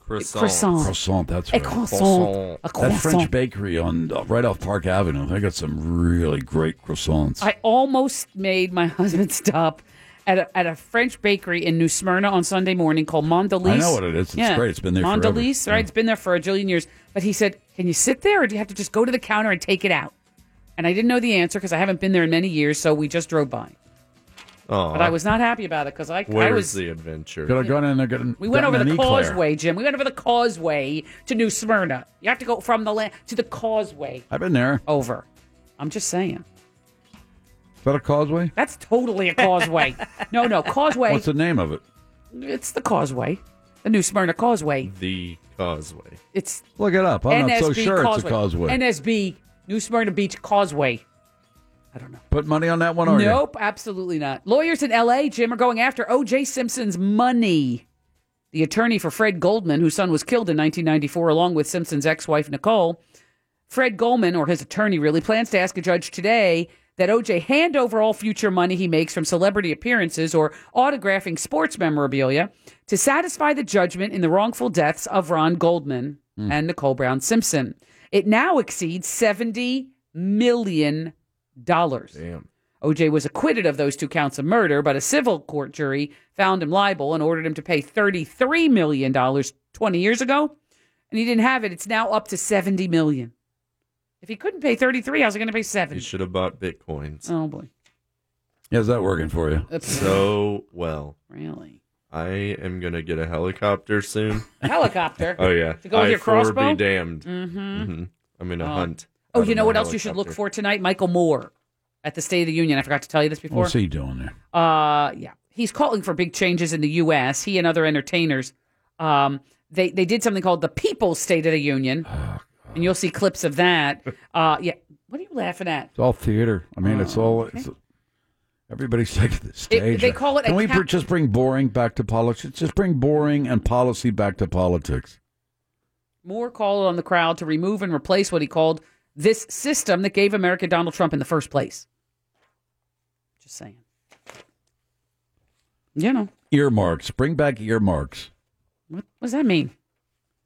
Croissant.
Croissant.
Croissant. That's
A
right.
croissant. A
That
croissant.
French bakery on uh, right off Park Avenue. They got some really great croissants.
Um, I almost made my husband stop at a, at a French bakery in New Smyrna on Sunday morning called Mondelez.
I know what it is. It's great. It's been there forever.
Mondelez, right? It's been there for a jillion years. But he said, "Can you sit there, or do you have to just go to the counter and take it out?" And I didn't know the answer because I haven't been there in many years, so we just drove by.
Aw.
But I was not happy about it because I, I
Where's
was.
the adventure?
Could have gone in there. Gotten,
We went over
gotten
the
an eclair.
causeway, Jim. We went over the causeway to New Smyrna. You have to go from the land to the causeway
I've been there.
over. I'm just saying.
Is that a causeway?
That's totally a causeway. no, no, causeway.
What's the name of it?
It's the causeway, the New Smyrna Causeway.
The causeway.
It's
Look it up. I'm
NSB
not so sure
Causeway.
it's a causeway.
NSB New Smyrna Beach Causeway.
Put money on that one, are you?
nope, absolutely not. Lawyers in LA, Jim, are going after O.J. Simpson's money. The attorney for Fred Goldman, whose son was killed in 1994 along with Simpson's ex wife, Nicole, Fred Goldman, or his attorney really, plans to ask a judge today that O.J. hand over all future money he makes from celebrity appearances or autographing sports memorabilia to satisfy the judgment in the wrongful deaths of Ron Goldman
Hmm.
and Nicole Brown Simpson. It now exceeds $70 million.
Damn.
OJ was acquitted of those two counts of murder, but a civil court jury found him liable and ordered him to pay $33 million 20 years ago, and he didn't have it. It's now up to $70 million. If he couldn't pay 33, how's he going to pay
You
70?
should have bought bitcoins
Oh, boy.
How's that working for you?
That's
so well.
really?
I am gonna get a helicopter soon.
A helicopter.
Oh yeah,
To go with
I
your
for
crossbow?
Be damned. Mm-hmm. I'm gonna hunt.
Oh,
out
you
of
know
my
what else you should look
helicopter.
for tonight? Michael Moore at the State of the Union. I forgot to tell you this before.
What's he doing there?
Uh, yeah, he's calling for big changes in the U.S. He and other entertainers, um, they they did something called the People's State of the Union,
Oh,
and you'll see clips of that. Uh, yeah, what are you laughing at?
It's all theater. I mean, it's all. It's, everybody's taking the stage.
they call Oh, it a
Can we
cap-
br- just bring boring back to politics? Just bring boring and policy back to politics.
Moore called on the crowd to remove and replace what he called this system that gave America Donald Trump in the first place. Just saying, you know
Earmarks. Bring back earmarks.
what, what does that mean?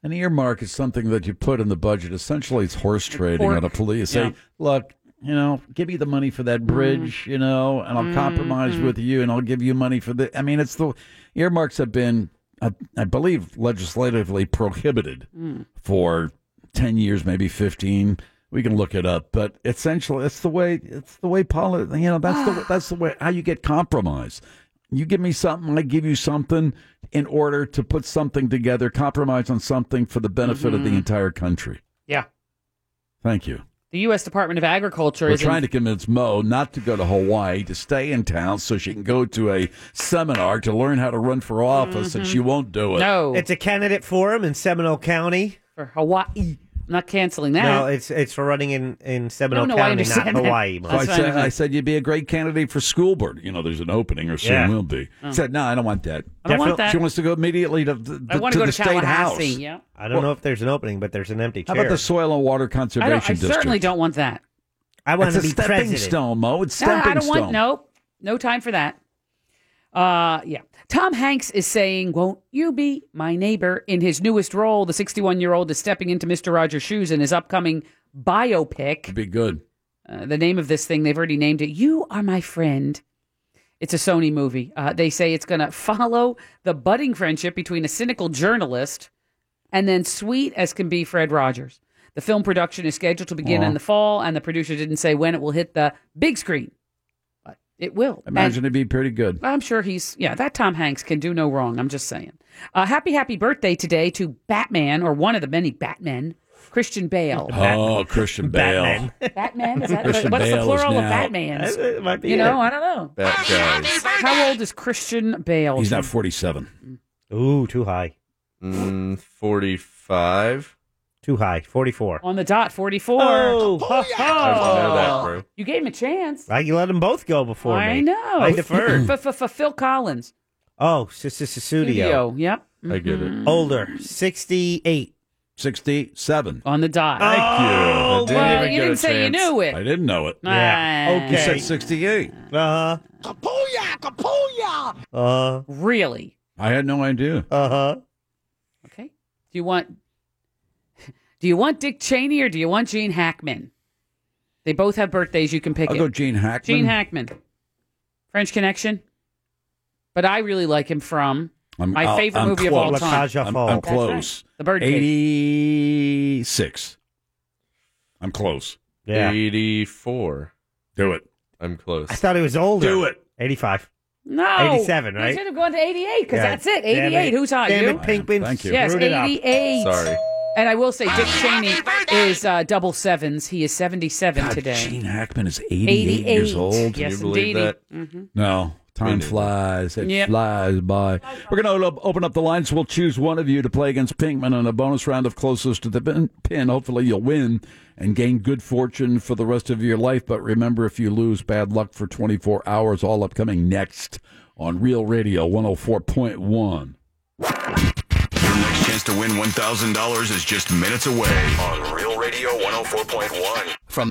An earmark is something that you put in the budget. Essentially, it's horse trading
pork.
on a police.
Yeah.
Say, look, you know, give me the money for that bridge, you know, and I'll compromise
Mm-hmm.
with you, and I'll give you money for the. I mean, it's the earmarks have been, I, I believe, legislatively prohibited for ten years, maybe fifteen. We can look it up, but essentially, it's the way it's the way poli- You know, that's the that's the way how you get compromise. You give me something, I give you something in order to put something together, compromise on something for the benefit of the entire country.
Yeah,
Thank you.
the U.S. Department of Agriculture
We're
is in-
trying to convince Mo not to go to Hawaii, to stay in town so she can go to a seminar to learn how to run for office, and she won't do it.
Mm-hmm. no
It's a candidate forum in Seminole County.
for Hawaii. I'm not canceling that.
No, it's it's for running in in Seminole
No, no, I
County, not
understand that.
Hawaii.
So
Mike.
I
That's
said,
fine.
I said, you'd be a great candidate for school board. You know, there's an opening, or soon
Yeah.
will be. He said, no, I don't want that.
Oh. I don't want
Definitely-
that.
She wants to go immediately to the,
I want to
to
go
the
to
state house.
Tallahassee. Yeah.
I don't know if there's an opening, but there's an empty
How
chair.
about the Soil and Water
I,
Conservation
don't, I
District?
certainly don't want that.
I want
It's
to
a
be
stepping
president.
stone, Mo. It's
No,
stepping
I don't
stone.
want nope. No time for that. Uh yeah. Tom Hanks is saying, Won't you be my neighbor? In his newest role, the sixty one year old is stepping into Mr. Rogers' shoes in his upcoming biopic.
It'd be good.
Uh, the name of this thing, they've already named it You Are My Friend. It's a Sony movie. Uh, they say it's going to follow the budding friendship between a cynical journalist and then sweet as can be Fred Rogers. The film production is scheduled to begin in the fall, and the producer didn't say when it will hit the big screen, but it will.
Imagine
And-
it'd be pretty good.
I'm sure he's, yeah, that Tom Hanks can do no wrong. I'm just saying. Uh, happy, happy birthday today to Batman, or one of the many Batmen, Christian Bale.
Oh, Christian Bale.
Batman.
Batman? Is that
Christian
what's the
Bale is
plural of
now-
Batmans?
It might be
You know,
it.
I don't know.
That guy's
How old is Christian Bale?
He's not 47.
Ooh, too high.
mm, 45.
Too high. 44.
on the dot, 44.
Oh,
I
ho, ho.
didn't know that, bro.
You gave him a chance.
I, you let them both go before me.
I know.
I deferred.
Phil Collins.
oh, Susudio.
Studio. Yep. Mm-hmm.
I get it.
Older, 68.
67.
On the dot.
Thank
Oh,
you. I didn't
well,
even
you
get
didn't
a
say you
chance.
knew it.
I didn't know it.
Yeah.
Ah,
You
Okay.
said 68.
Uh-huh. Kapuya! Kapuya! Uh,
Really?
I had no idea.
uh-huh.
Okay. Do you want Do you want Dick Cheney or do you want Gene Hackman? They both have birthdays. You can pick
I'll
it.
go Gene Hackman.
Gene Hackman, French Connection. But I really like him from
I'm-
my
I'll-
favorite
I'm
movie
close.
of all
La
time.
Caja
I'm,
Fall.
I'm
That's right.
close.
The Bird Cage.
86. I'm close.
Yeah.
84.
Do it.
I'm close.
I thought he was older.
Do it.
85.
No.
87,
You
right?
should have gone to 88 because
Yeah.
that's it.
Damn
88. Who's hot?
Damn
you?
it, Pinkman.
Thank you.
Yes,
Screwed it up.
88.
Sorry.
And I will say, Dick Cheney is uh, double sevens. He is 77 today.
Gene Hackman is 88, years old.
Yes,
you believe
indeedy.
that?
No. Time
neither.
flies. It
Yep.
flies by. We're going to open up the lines. We'll choose one of you to play against Pinkman in a bonus round of closest to the pin- pin. Hopefully, you'll win and gain good fortune for the rest of your life. But remember, if you lose, bad luck for 24 hours. All upcoming next on Real Radio 104.1.
Your next chance to win $1,000 is just minutes away on Real Radio 104.1.
from.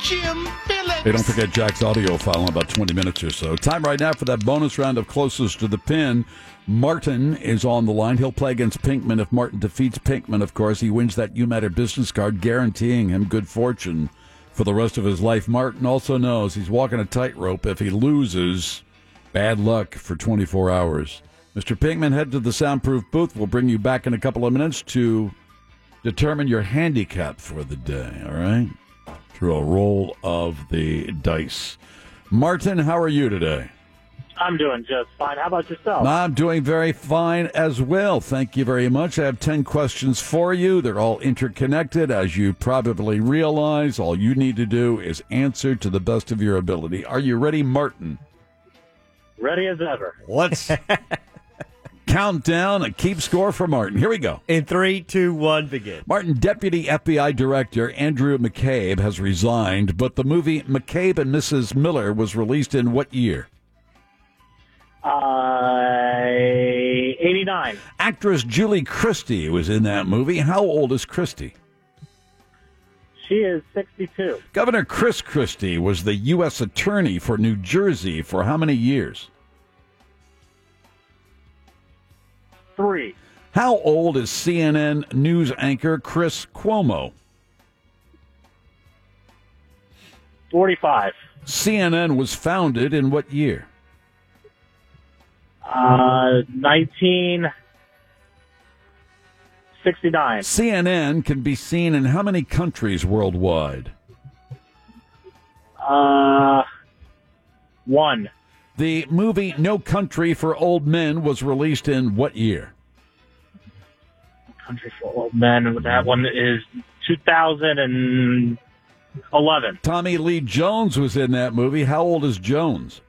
Jim Phillips.
Hey, don't forget Jack's audio file in about 20 minutes or so. Time right now for that bonus round of closest to the pin. Martin is on the line. He'll play against Pinkman. If Martin defeats Pinkman, of course, he wins that You Matter business card, guaranteeing him good fortune for the rest of his life. Martin also knows he's walking a tightrope. If he loses, bad luck for 24 hours. Mr. Pinkman, head to the soundproof booth. We'll bring you back in a couple of minutes to determine your handicap for the day, all right? through a roll of the dice. Martin, how are you today?
I'm doing just fine. How about
Oh.
yourself?
I'm doing very fine as well. Thank you very much. I have 10 questions for you. They're all interconnected, as you probably realize. All you need to do is answer to the best of your ability. Are you ready, Martin?
Ready as ever.
Let's count down and keep score for Martin. Here we go.
In three, two, one, begin.
Martin, Deputy FBI Director Andrew McCabe has resigned, but the movie McCabe and Mrs. Miller was released in what year?
Uh, 89.
Actress Julie Christie was in that movie. How old is Christie?
She is 62.
Governor Chris Christie was the U.S. Attorney for New Jersey for how many years?
Three.
How old is CNN news anchor Chris Cuomo?
45.
CNN was founded in what year?
Uh, 1969.
CNN can be seen in how many countries worldwide?
Uh, one.
The movie No Country for Old Men was released in what year?
Country for Old Men. That one is 2011.
Tommy Lee Jones was in that movie. How old is Jones?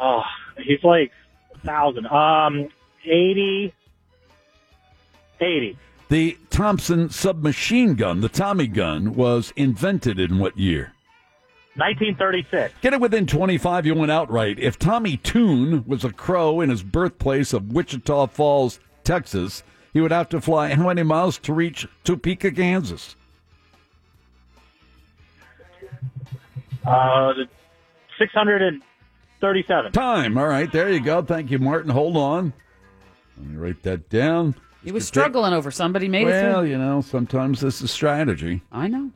Oh, he's like a thousand. Um, 80. 80.
The Thompson submachine gun, the Tommy gun, was invented in what year?
1936.
Get it within 25, you went outright. If Tommy Toon was a crow in his birthplace of Wichita Falls, Texas, he would have to fly how many miles to reach Topeka, Kansas?
Uh, 637.
Time. All right, there you go. Thank you, Martin. Hold on. Let me write that down.
He was struggling over somebody. Made it
Well,
through.
you know, sometimes this is strategy.
I know.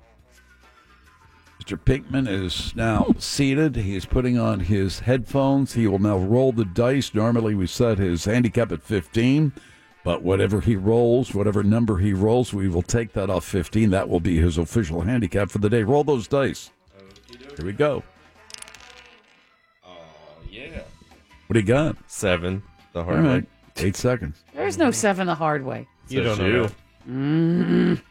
Mr. Pinkman is now seated. He is putting on his headphones. He will now roll the dice. Normally, we set his handicap at 15, but whatever he rolls, whatever number he rolls, we will take that off 15. That will be his official handicap for the day. Roll those dice. Here we go.
Yeah.
What do you got?
Seven. The
All
hard
right.
one.
Eight seconds.
There's no seven the hard way. Mm-hmm.
You
don't know that.
Mm.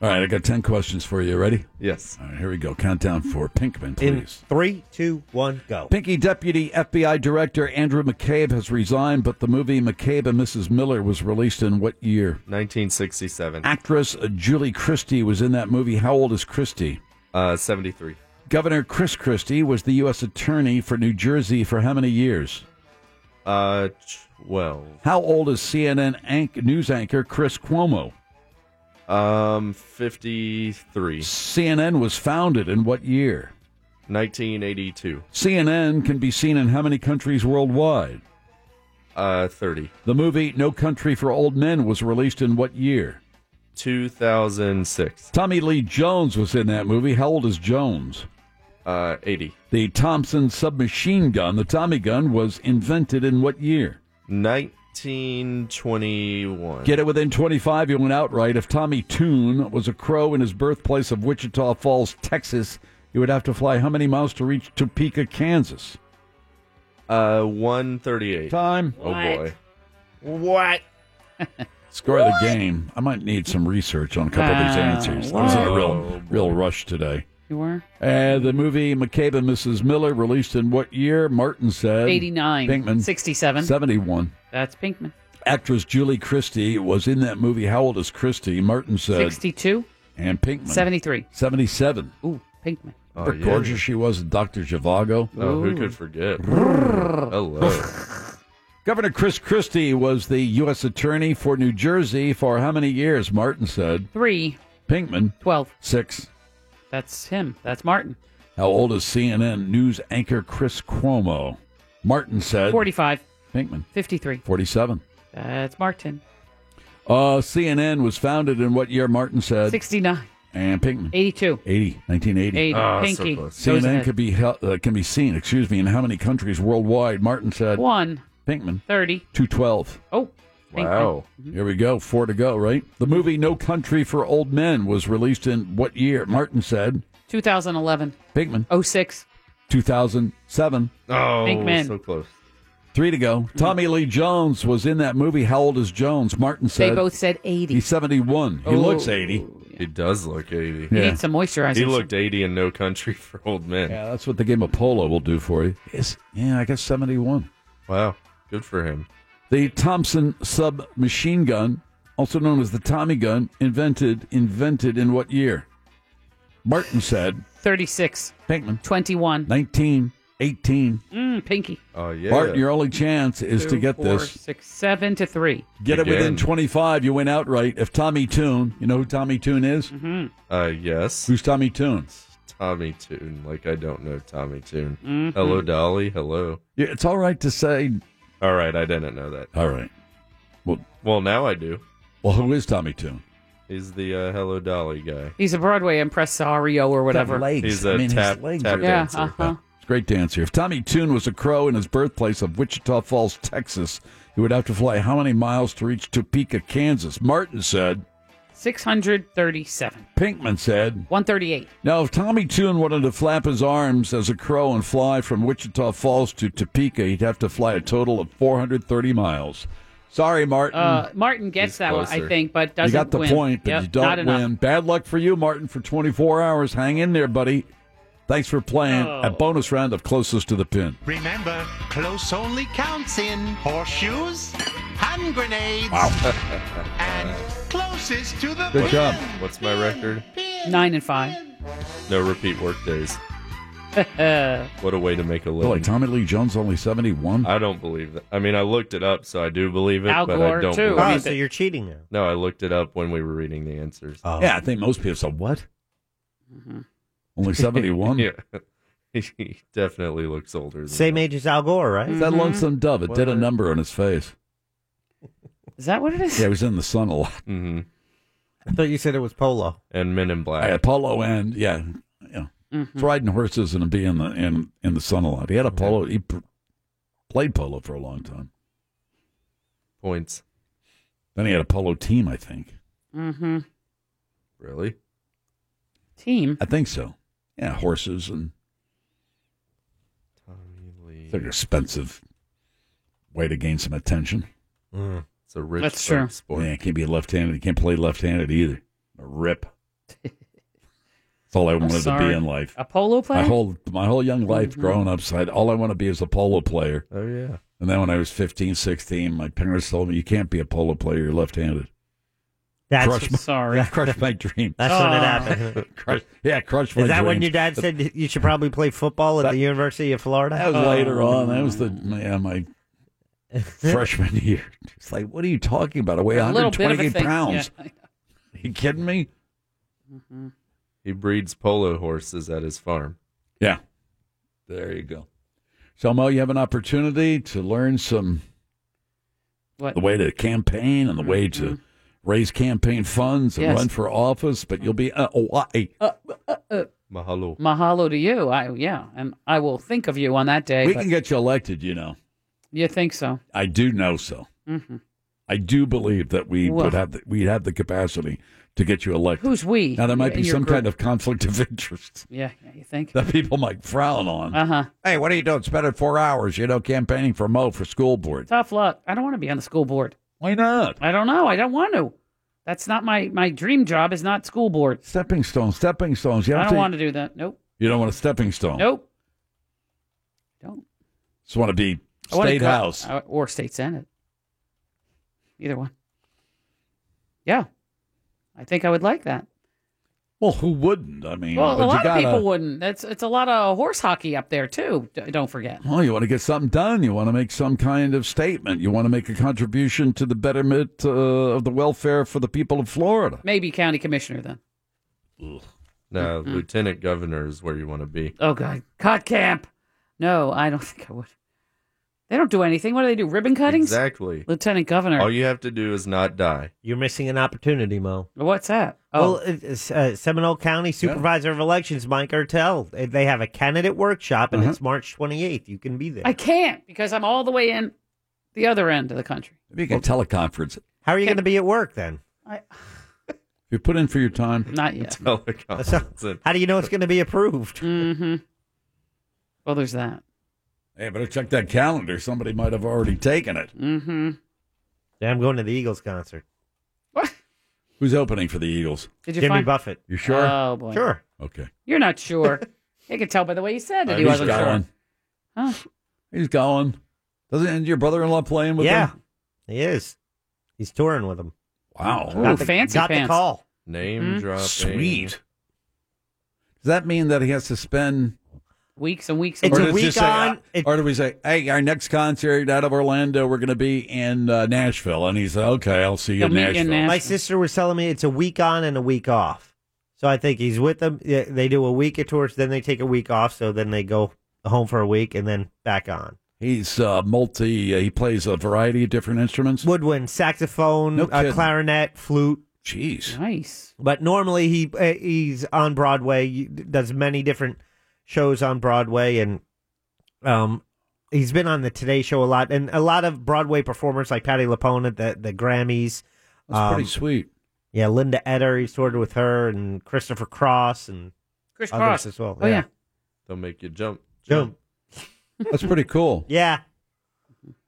All right, I got 10 questions for you. Ready?
Yes.
All right, here we go. Countdown for Pinkman,
In
please.
three, two, one, go.
Pinky Deputy FBI Director Andrew McCabe has resigned, but the movie McCabe and Mrs. Miller was released in what year?
1967.
Actress uh, Julie Christie was in that movie. How old is Christie?
Uh, 73.
Governor Chris Christie was the U.S. Attorney for New Jersey for how many years?
Uh, 12.
How old is CNN anch- news anchor Chris Cuomo?
Um, 53.
CNN was founded in what year?
1982.
CNN can be seen in how many countries worldwide?
Uh, 30.
The movie No Country for Old Men was released in what year?
2006.
Tommy Lee Jones was in that movie. How old is Jones?
Uh, 80.
The Thompson submachine gun, the Tommy gun, was invented in what year?
1921.
Get it within 25, you went outright. If Tommy Toon was a crow in his birthplace of Wichita Falls, Texas, you would have to fly how many miles to reach Topeka, Kansas?
Uh, 138.
Time.
Oh, boy.
What?
Score the game. I might need some research on a couple of these
Ah,
answers. I was in a
what?
real, real rush today.
You were?
Uh, the movie McCabe and Mrs. Miller released in what year? Martin said
89.
Pinkman
67.
71.
That's Pinkman.
Actress Julie Christie was in that movie. How old is Christie? Martin said
62.
and Pinkman
73.
77.
Ooh, Pinkman.
Remember
Oh, yeah.
gorgeous she was, in Dr. Zhivago.
Oh, who could forget? Hello.
Governor Chris Christie was the U.S. Attorney for New Jersey for how many years? Martin said
3.
Pinkman
12.
six.
That's him. That's Martin.
How old is CNN news anchor Chris Cuomo? Martin said
45.
Pinkman
53.
47.
That's Martin.
Uh, CNN was founded in what year? Martin said
69.
and Pinkman
82.
80, 1980.
80.
Ah, so
Pinky.
close.
Goes
CNN
ahead.
could be hel- uh, can be seen, excuse me, in how many countries worldwide? Martin said
1.
Pinkman
30.
212.
Oh. Pinkman. Mm-hmm.
Wow.
Here we go, four to go, right? The movie No Country for Old Men was released in what year? Martin said
2011.
Pinkman
06.
2007.
Oh,
Pinkman. Mm-hmm.
so close.
Three to go. Tommy Lee Jones was in that movie. How old is Jones? Martin
They
said
both said 80.
he's 71. He
Oh.
looks 80.
He does look 80.
He
Yeah.
needs some moisturizer.
He looked 80 in No Country for Old Men.
Yeah, that's what the game of polo will do for you. Is yeah, I guess 71.
Wow. Good for him.
The Thompson submachine gun, also known as the Tommy gun, invented invented in what year? Martin said
36.
Pinkman
21.
19 18.
Mm, Pinky.
Oh, yeah.
Martin, your only chance is
Two,
to get
four,
this.
six, seven to three.
Get it within
Again.
25, you win outright. If Tommy Toon, you know who Tommy Toon is?
Uh, yes.
Who's Tommy Toon?
Tommy Toon. Like, I don't know Tommy Toon.
Mm-hmm.
Hello, Dolly. Hello.
Yeah, It's all right to say.
All right. I didn't know that.
All right. Well,
Well, now I do.
well, who is Tommy Toon?
He's the uh, Hello, Dolly guy.
He's a Broadway impresario or whatever.
legs.
He's a tap, tap
Yeah,
dancer.
uh huh.
It's a great dancer. If Tommy Toon was a crow in his birthplace of Wichita Falls, Texas, he would have to fly how many miles to reach Topeka, Kansas? Martin said.
637.
Pinkman said.
138.
Now, if Tommy Toon wanted to flap his arms as a crow and fly from Wichita Falls to Topeka, he'd have to fly a total of 430 miles. Sorry, Martin.
Uh, Martin gets
Mm. He's
that one, I
closer.
think, but
you
doesn't
got the
win.
point, but
Yep,
you
not
don't
enough.
win. Bad luck for you, Martin, for 24 hours. Hang in there, buddy. Thanks for playing
Oh.
a bonus round of Closest to the Pin.
Remember, close only counts in horseshoes, hand grenades, and closest to the
Good job.
pin.
What's my record?
Pin.
Nine and five.
No repeat work days. What a way to make a living.
Really, Tommy Lee Jones only 71?
I don't believe that. I mean, I looked it up, so I do believe it,
Al
but
Gore,
I don't.
too.
believe-
Oh,
Right.
so you're cheating now.
No, I looked it up when we were reading the answers.
Oh.
yeah, I think most people said, what? Only 71?
Yeah, he definitely looks older. Than
Same
that.
age as Al Gore, right?
That lonesome dove, it did a
What?
number on his face.
Is that what it is?
Yeah, he was in the sun a lot.
hmm
I thought you said it was polo.
And Men in Black.
Hey, Apollo and yeah, yeah, it's riding horses and being in the in in the sun a lot. He had a polo. He pr- played polo for a long time.
Points.
Then he had a polo team, I think.
Mm-hmm.
Really?
Team.
I think so. Yeah, horses and
Tommy
it's
Lee.
an expensive way to gain some attention.
Mm, It's a rich
That's
folk
true.
sport.
yeah, he can't be left-handed. He can't play left-handed either. A rip. That's all I wanted to be
sorry.
in life.
A polo player? Mm-hmm.
My whole my whole young life growing up, so I'd- all I want to be is a polo player.
Oh yeah.
And then when I was 15, 16, my parents told me you can't be a polo player. You're left-handed.
That's
Crush my-
Sorry.
crushed my dream.
that's when
Ah.
it
Oh.
happened.
Crushed, yeah, crushed my
Is that when
dreams.
your dad said you should probably play football at the University of Florida?
That
Um,
was later
Oh.
on. That was the yeah, my freshman year. It's like, what are you talking about? I weigh
a little bit of a
128
thing.
pounds.
Yeah.
you kidding me?
He breeds polo horses at his farm.
Yeah. There you go. So, Mo, you have an opportunity to learn some
What? Mm-hmm.
the way to campaign and the way to raise campaign funds and
Yes. uh,
run for office, but you'll be uh, Hawaii.
Mahalo.
Mahalo to you. I yeah, and I will think of you on that day.
we
but
can get you elected, you know.
you think so?
I do know so.
hmm
I do believe that we
Well-
would have the, we'd have the capacity to get you elected.
Who's we?
Now there might be
In your
some
group?
kind of conflict of interest
Yeah, yeah, you think?
that people might frown on.
Uh huh.
Hey, what are you doing? Spending four hours, you know, campaigning for Mo for school board.
Tough luck. I don't want to be on the school board.
Why not?
I don't know. I don't want to. That's not my my dream job. Is not school board.
Stepping stones, stepping stones. You
I
have
don't
to- Oh.
want to do that. Nope.
You don't want a stepping stone.
Nope.
Just want to be
I wanna
state
go-
house.
uh, or state senate. Either one. Yeah, I think I would like that.
Well, who wouldn't? I mean,
Well,
but
a
you
lot of
gotta-
people wouldn't. That's it's a lot of horse hockey up there too. d- Don't forget.
Well, you want to get something done. You want to make some kind of statement. You want to make a contribution to the betterment uh, of the welfare for the people of Florida.
Maybe county commissioner then.
No, lieutenant governor is where you want to be.
Mm-hmm. Oh God, cut camp. No, I don't think I would. They don't do anything. What do they do? Ribbon cuttings?
Exactly.
Lieutenant
Oh,
governor.
All you have to do is not die.
You're missing an opportunity, Mo.
What's that? Oh,
Well, it- it's, uh, Seminole County Supervisor of Elections, Mike Ertel, eh, they have a candidate workshop,
Uh-huh.
and it's March 28th. You can be there.
I can't because I'm all the way in the other end of the country.
Maybe you can teleconference. it.
How are you going to be at work then?
If you put in for your time,
Not yet.
Teleconference.
How do you know it's going to be approved?
mm-hmm. Well, there's that.
hey, better check that calendar. Somebody might have already taken it.
Mm-hmm.
Yeah, I'm going to the Eagles concert.
What?
Who's opening for the Eagles?
Did you
Jimmy
find?
Buffett.
You sure?
Oh boy.
Sure.
okay. Uh,
You're not sure. you can tell by the way you said it. He
He's
wasn't sure.
going.
Huh?
He's going. Doesn't your brother-in-law playing with
yeah,
them?
he is. He's touring with them.
Wow.
Ooh, fancy
got
pants.
the call.
Name
Mhm.
dropping.
Sweet. Does that mean that he has to spend?
Weeks and weeks. And
It's
or
a
does he
week
say, uh,
on. It,
or do we say, "Hey, our next concert out of Orlando, we're going to be in uh, Nashville," and he said, "Okay, I'll see you in
He'll meet you
Nashville."
in
my
Nashville.
sister was telling me it's a week on and a week off. So I think he's with them. Yeah, They do a week at tours, then they take a week off. So then they go home for a week and then back on.
He's uh, multi. Uh, he plays a variety of different instruments.
Woodwind, saxophone,
No
uh,
kidding.
clarinet, flute.
Jeez,
Nice.
But normally he uh, he's on Broadway, he does many different shows on Broadway, and um, he's been on the Today Show a lot, and a lot of Broadway performers like Patti LuPone at the the Grammys.
that's
Um,
pretty sweet.
Yeah, Linda Etter, he's toured with her, and Christopher Cross, and
Chris
others
Cross.
as well.
Oh yeah.
They'll make you jump.
Jump.
That's pretty cool.
Yeah,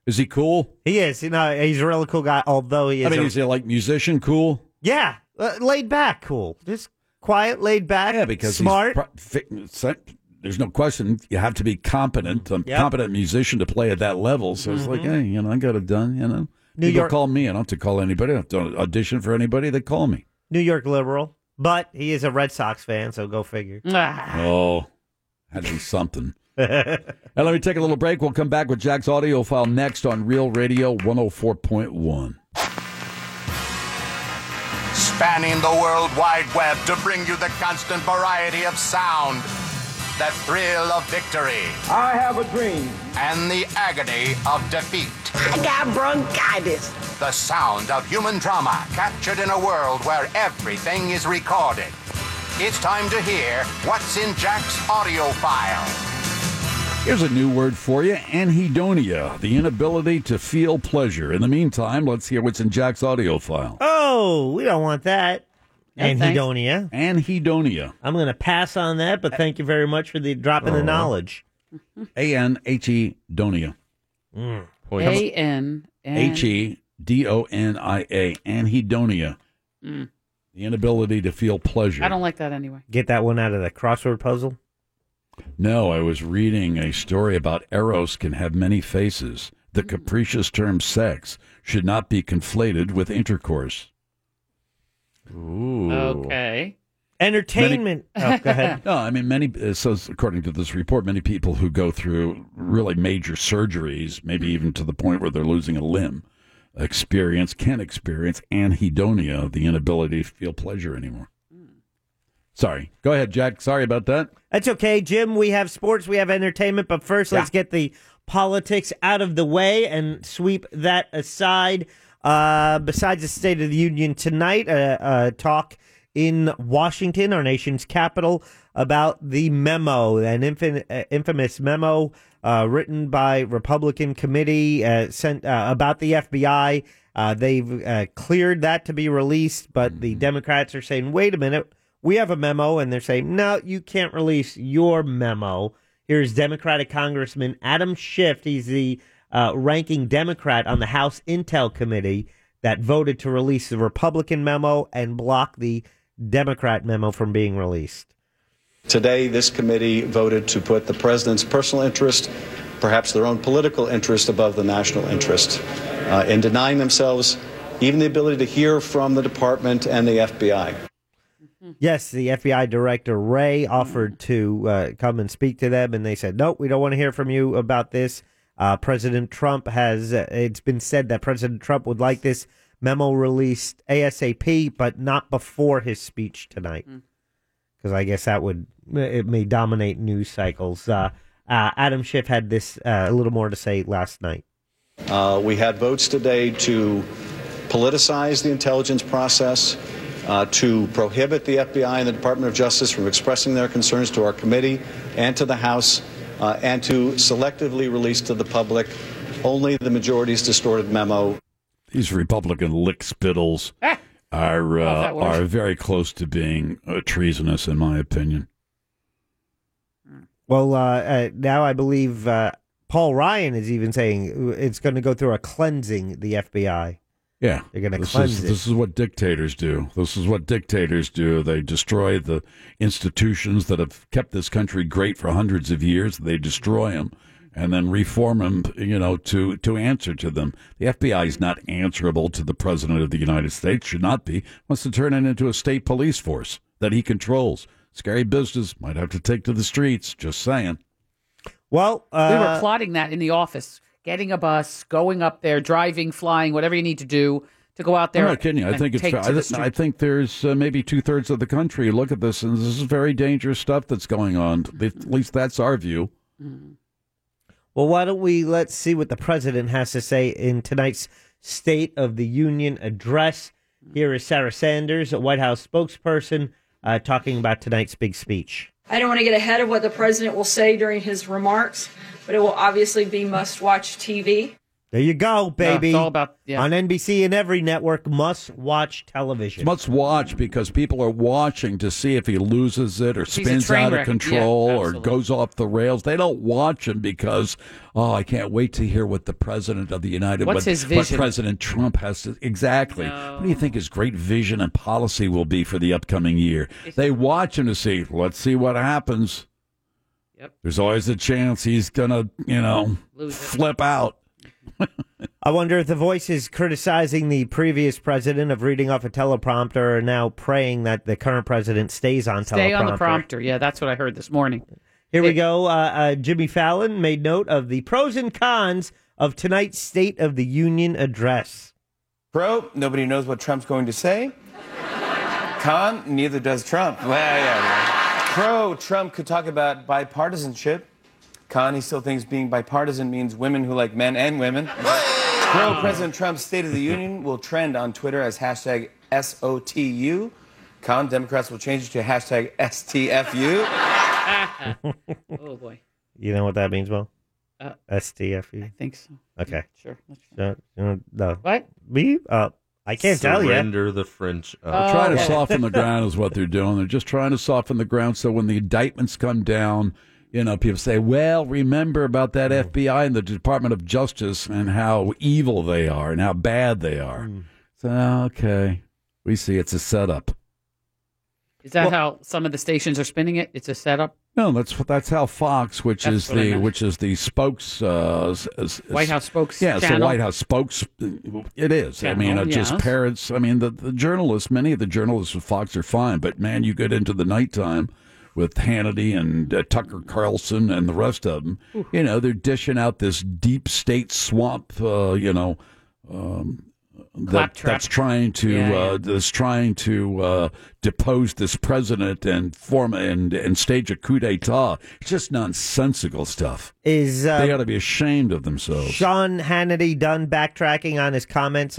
Is he cool?
he is. You know, he's a really cool guy. Although he is,
I mean,
a-
is he like musician cool?
yeah, uh, laid back, cool, just quiet, laid back.
Yeah, because he's
smart.
pro- fi- se- there's no question. You have to be competent, a
Yep. Mm-hmm.
competent musician to play at that level. So it's like, hey, you know, I got it done. You know,
New
people
York-
call me. I don't have to call anybody. I don't have to audition for anybody. They call me.
New York liberal, but he is a Red Sox fan, so go figure.
Ah.
Oh, had to be something. and let me take a little break. We'll come back with Jack's audio file next on Real Radio 104.1.
spanning the World Wide Web to bring you the constant variety of sound, the thrill of victory,
I have a dream.
and the agony of defeat.
I got bronchitis.
The sound of human drama captured in a world where everything is recorded. It's time to hear what's in Jack's audio file.
Here's a new word for you anhedonia, the inability to feel pleasure. In the meantime, let's hear what's in Jack's audio file.
oh, we don't want that.
No,
and
thanks.
hedonia.
Anhedonia,
I'm going to pass on that,
Uh,
but thank you very much for the dropping the knowledge.
A N H E donia.
Point.
Mm. A N N-
H E D O N I A, anhedonia. The inability to feel pleasure.
Mm. I don't like that anyway.
Get that one out of the crossword puzzle.
No, I was reading a story about Eros can have many faces.
Hmm.
The capricious term sex should not be conflated with intercourse.
Ooh.
Okay.
Entertainment. Oh, go ahead.
No, I mean, many, uh, so according to this report, many people who go through really major surgeries, maybe even to the point where they're losing a limb, experience, can experience anhedonia, the inability to feel pleasure anymore. Sorry. Go ahead, Jack. Sorry about that.
That's okay, Jim. We have sports, we have entertainment, but first let's get the politics out of the way and sweep that aside. Uh, besides the State of the Union tonight, a uh, talk in Washington, our nation's capital, about the memo, an infin- uh, infamous memo uh, written by Republican committee uh, sent uh, about the FBI. Uh, they've uh, cleared that to be released, but the Democrats are saying, "Wait a minute, we have a memo," and they're saying, "No, you can't release your memo." Here's Democratic Congressman Adam Schiff. He's the uh, ranking Democrat on the House Intel Committee that voted to release the Republican memo and block the Democrat memo from being released.
Today, this committee voted to put the president's personal interest, perhaps their own political interest, above the national interest, uh, in denying themselves even the ability to hear from the department and the FBI.
Yes, the FBI director Ray offered to uh, come and speak to them, and they said, "No, we don't want to hear from you about this." Uh, President Trump has. Uh, it's been said that President Trump would like this memo released ASAP, but not before his speech tonight, because I guess that would uh, it may dominate news cycles. Uh, uh, Adam Schiff had this uh, a little more to say last night.
Uh, we had votes today to politicize the intelligence process, uh, to prohibit the FBI and the Department of Justice from expressing their concerns to our committee and to the House, uh, and to selectively release to the public only the majority's distorted memo.
These Republican lickspittles
Ah!
are
Love
uh,
that word.
are very close to being uh, treasonous, in my opinion.
Well, uh, uh, now I believe uh, Paul Ryan is even saying uh, it's going to go through a cleansing. The FBI.
Yeah,
They're gonna
this
cleanse
is,
it.
This is what dictators do. This is what dictators do. They destroy the institutions that have kept this country great for hundreds of years. They destroy them and then reform them. You know, to to answer to them. The FBI is not answerable to the president of the United States. Should not be. Wants to turn it into a state police force that he controls. Scary business. Might have to take to the streets. Just saying.
Well, uh,
we were plotting that in the office, getting a bus, going up there, driving, flying, whatever you need to do to go out there.
I'm not kidding you. I
and
think it's.
take
fair.
to
I,
the
th- I
street.
think there's uh, maybe two thirds of the country look at this, and this is very dangerous stuff that's going on. At least that's our view.
Well, why don't we let's see what the president has to say in tonight's State of the Union address? Here is Sarah Sanders, a White House spokesperson, uh, talking about tonight's big speech.
I don't want to get ahead of what the president will say during his remarks, but it will obviously be must watch TV.
There you go, baby.
it's all about- yeah.
On NBC and every network, must watch television.
Must watch because people are watching to see if he loses it or
a
spins
train
out of
wreck. Yeah,
control or goes off the rails. They don't watch him because oh, I can't wait to hear what the president of the United
What's
what,
his
what
vision?
President Trump has to exactly. What do you think his great vision and policy will be for the upcoming year? They watch him to see. Let's see what happens. There's always a chance he's gonna, you know, flip out.
I wonder if the voices criticizing the previous president of reading off a teleprompter are now praying that the current president stays on
Stay
teleprompter.
on the prompter. Yeah, that's what I heard this morning.
Here we go. Uh, uh, Jimmy Fallon made note of the pros and cons of tonight's State of the Union address.
Pro, nobody knows what Trump's going to say. Con, neither does Trump. Well, yeah, yeah. Pro, Trump could talk about bipartisanship. Con, he still thinks being bipartisan means women who like men and women. Pro, President Trump's State of the Union will trend on Twitter as hashtag SOTU. Con, Democrats will change it to hashtag STFU.
oh boy.
You know what that means, Mo?
Uh,
STFU. I
think so.
E? Okay.
Sure. Let's-
No, no, no.
What?
Me? Uh, I can't tell you.
Surrender the French.
Oh,
up.
Uh, They're trying to soften the ground is what they're doing. They're just trying to soften the ground so when the indictments come down, you know, people say, "Well, remember about
Mm.
that FBI and the Department of Justice and how evil they are and how bad they are."
Mm.
So okay, we see it's a setup.
Is that how some of the stations are spinning it? It's a setup.
No, that's that's how Fox, which
That's
is
what I
the
meant.
which is the spokes uh, s- s-
White House spokes
Yeah, it's the
channel.
White House spokes. It is. I mean,
Channel,
it just
yes.
parrots. I mean, the, the journalists, many of the journalists of Fox are fine, but man, you get into the nighttime with Hannity and uh, Tucker Carlson and the rest of them. You know, they're dishing out this deep state swamp. Uh, you know, um, that,
Claptrap.
that's trying to
Yeah,
uh, that's trying to uh, depose this president and form and and stage a coup d'état. It's just nonsensical stuff.
Is uh,
they ought to be ashamed of themselves.
Sean Hannity done backtracking on his comments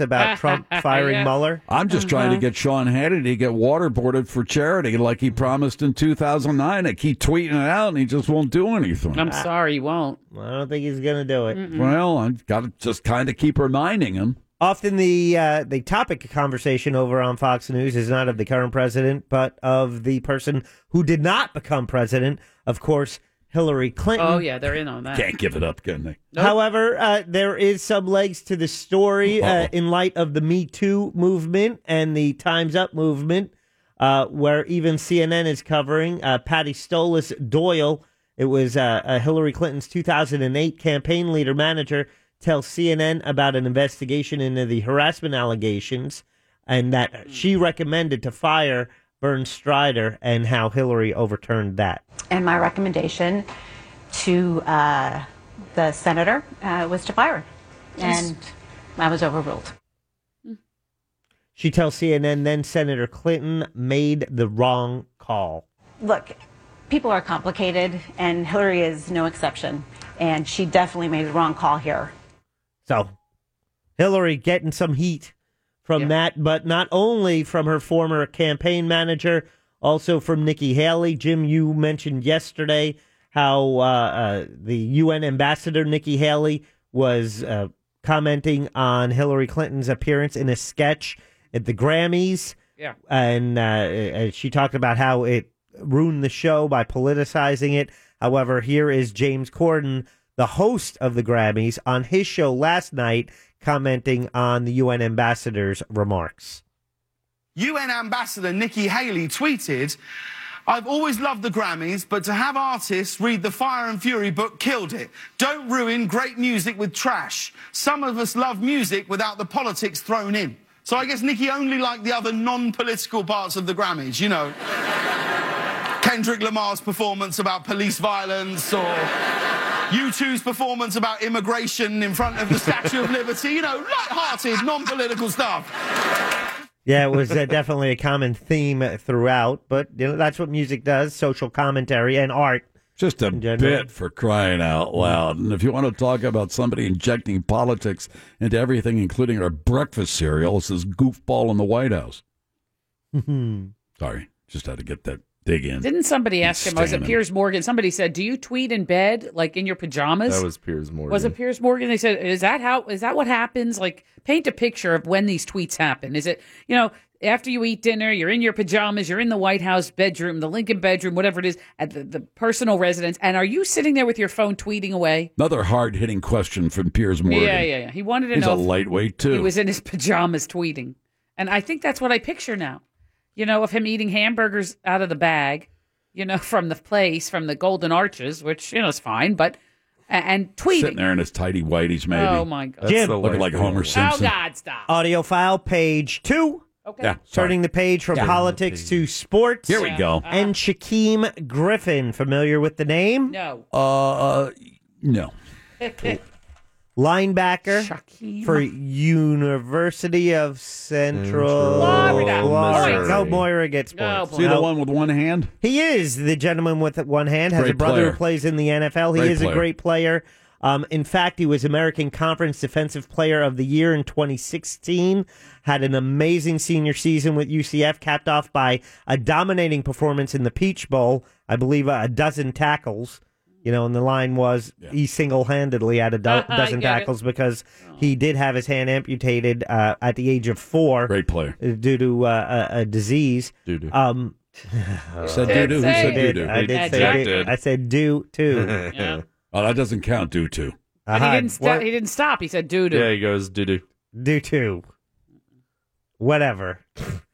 about Trump firing
Yeah.
Mueller?
Uh-huh.
I'm just trying to get Sean Hannity to get waterboarded for charity, like he promised in 2009. I keep tweeting it out, and he just won't do anything. Uh,
I'm sorry, you won't.
Ah. I don't think he's going to do it.
Well, I've got to just kind of keep reminding him.
Often the uh, the topic of conversation over on Fox News is not of the current president, but of the person who did not become president. Of course, Hillary Clinton.
Oh yeah, they're in on that.
Can't give it up, can they?
However, uh, there is some legs to the story uh,
Uh-oh.
in light of the Me Too movement and the Time's Up movement, uh, where even CNN is covering uh, Patty Stolis Doyle. It was uh, uh, Hillary Clinton's 2008 campaign leader manager tells CNN about an investigation into the harassment allegations and that she recommended to fire Bern Strider and how Hillary overturned that.
And my recommendation to uh, the senator uh, was to fire him.
Yes.
And I was overruled.
She tells CNN then Senator Clinton made the wrong call.
Look, people are complicated, and Hillary is no exception. And she definitely made the wrong call here.
So Hillary getting some heat from that, but not only from her former campaign manager, also from Nikki Haley. Jim, you mentioned yesterday how uh, uh, the UN ambassador Nikki Haley was uh, commenting on Hillary Clinton's appearance in a sketch at the Grammys.
Yeah.
And uh, uh, she talked about how it ruined the show by politicizing it. However, here is James Corden, the host of the Grammys, on his show last night, commenting on the UN ambassador's remarks.
UN Ambassador Nikki Haley tweeted, I've always loved the Grammys, but to have artists read the Fire and Fury book killed it. Don't ruin great music with trash. Some of us love music without the politics thrown in. So I guess Nikki only liked the other non political parts of the Grammys, you know. Kendrick Lamar's performance about police violence or U2's performance about immigration in front of the Statue of Liberty, you know, light-hearted, non-political stuff.
Yeah, it was uh, definitely a common theme throughout, but you know, that's what music does social commentary and art.
Just a bit for crying out loud. And if you want to talk about somebody injecting politics into everything, including our breakfast cereal, it's this goofball in the White House. Sorry, just had to get that dig in.
Didn't somebody ask him? Was it
Stamina.
Piers Morgan? Somebody said, "Do you tweet in bed, like in your pajamas?"
That was Piers Morgan.
Was it Piers Morgan? They said, "Is that how? Is that what happens? Like, paint a picture of when these tweets happen. Is it you know after you eat dinner, you're in your pajamas, you're in the White House bedroom, the Lincoln bedroom, whatever it is, at the, the personal residence, and are you sitting there with your phone tweeting away?
Another hard hitting question from Piers Morgan.
Yeah, yeah, yeah. He wanted to
He's
know
a
if
lightweight, too.
He was in his pajamas tweeting, and I think that's what I picture now. You know, of him eating hamburgers out of the bag, you know, from the place, from the Golden Arches, which you know is fine, but a- and tweeting.
Sitting there in his tidy whities, maybe.
Oh, my God. That's
Jim.
the
Looking like
lightweight.
Homer Simpson.
Oh God, stop!
Audio file page two.
Okay.
Yeah, sorry.
Turning the page from
Yeah.
politics to sports.
Here we Yeah. go.
And Shaquem Griffin, familiar with the name?
No.
Uh, no.
Linebacker for University of Central Florida.
Missouri.
No, Moira gets
No,
points.
See the one with one hand?
He is the gentleman with one hand. Has
Great
a brother
player.
who plays in the NFL. He
Great
is a
player.
great player. Um, in fact, he was American Conference Defensive Player of the Year in 2016. Had an amazing senior season with UCF, capped off by a dominating performance in the Peach Bowl. I believe uh, a dozen tackles. You know, and the line was he single handedly had a do-
I
dozen
get it.
tackles because he did have his hand amputated uh, at the age of four. Great
player.
Due to uh, a, a disease.
Doo-doo.
Um,
Said doo-doo. Who said
I did-
doo-doo?
I
Yeah, Jack
did say doo.
did.
I said do too.
Oh, that doesn't count, due
And
to.
he
Uh-huh.
didn't. St- he didn't stop. He said, "Doo doo."
he goes doo doo.
Do too. Whatever.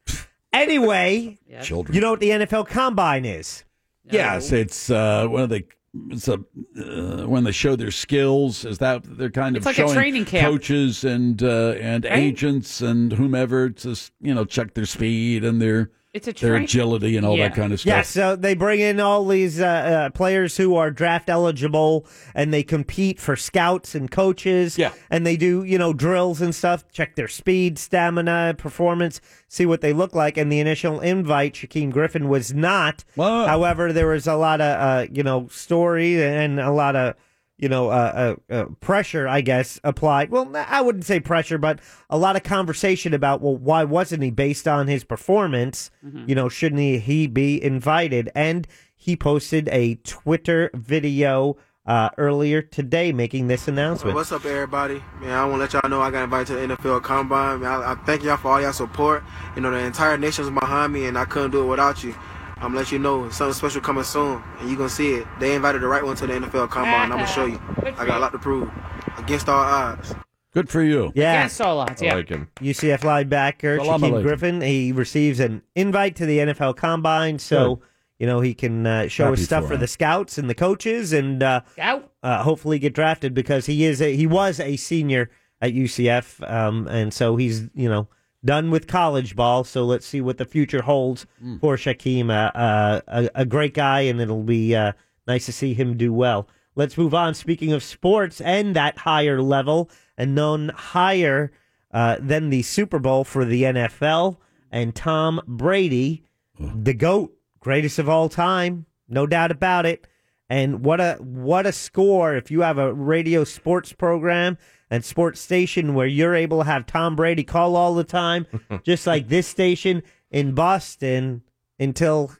anyway,
Children.
you know what the NFL Combine is?
Yes, it's uh, one of the it's a uh, when they show their skills. Is that they're kind
It's
of
like a
showing
training camp.
coaches and uh, and agents and whomever to s- you know check their speed and their
It's a
their
train.
agility and all that kind of stuff.
Yeah, so they bring in all these uh, uh, players who are draft eligible, and they compete for scouts and coaches. Yeah, and they do you know drills and stuff, check their speed, stamina, performance, see what they look like. And the initial invite, Shaquem Griffin was not. However, there was a lot of uh, you know story and a lot of you know, uh, uh, uh, pressure, I guess, applied. Well, I wouldn't say pressure, but a lot of conversation about, well, why wasn't he based on his performance? You know, shouldn't he, he be invited? And he posted a Twitter video uh, earlier today making this announcement.
What's up, everybody? Man, I want to let y'all know I got invited to the NFL Combine. Man, I, I thank y'all for all y'all support. You know, the entire nation's behind me, and I couldn't do it without you. I'm gonna let you know something special coming soon, and you gonna see it. They invited the right one to the NFL Combine. and I'm gonna show you. I got a lot to prove. Against all odds.
Good for you.
Yeah.
Against all odds, I yeah. like
him.
UCF linebacker
Salam
Shaquem
alaikum.
Griffin. He receives an invite to the NFL Combine, so
Good.
you know he can uh, show
Happy
his stuff
for
for
him.
the scouts and the coaches, and uh,
Scout.
uh, hopefully get drafted because he is a, he was a senior at UCF, um, and so he's you know done with college ball. So let's see what the future holds
Hmm.
for Shaquem. Uh, uh, a, a great guy, and it'll be uh, nice to see him do well. Let's move on. Speaking of sports and that higher level, and none higher uh, than the Super Bowl for the NFL and Tom Brady, Mm. the goat, greatest of all time, no doubt about it. And what a what a score if you have a radio sports program and sports station where you're able to have Tom Brady call all the time, just like this station in Boston until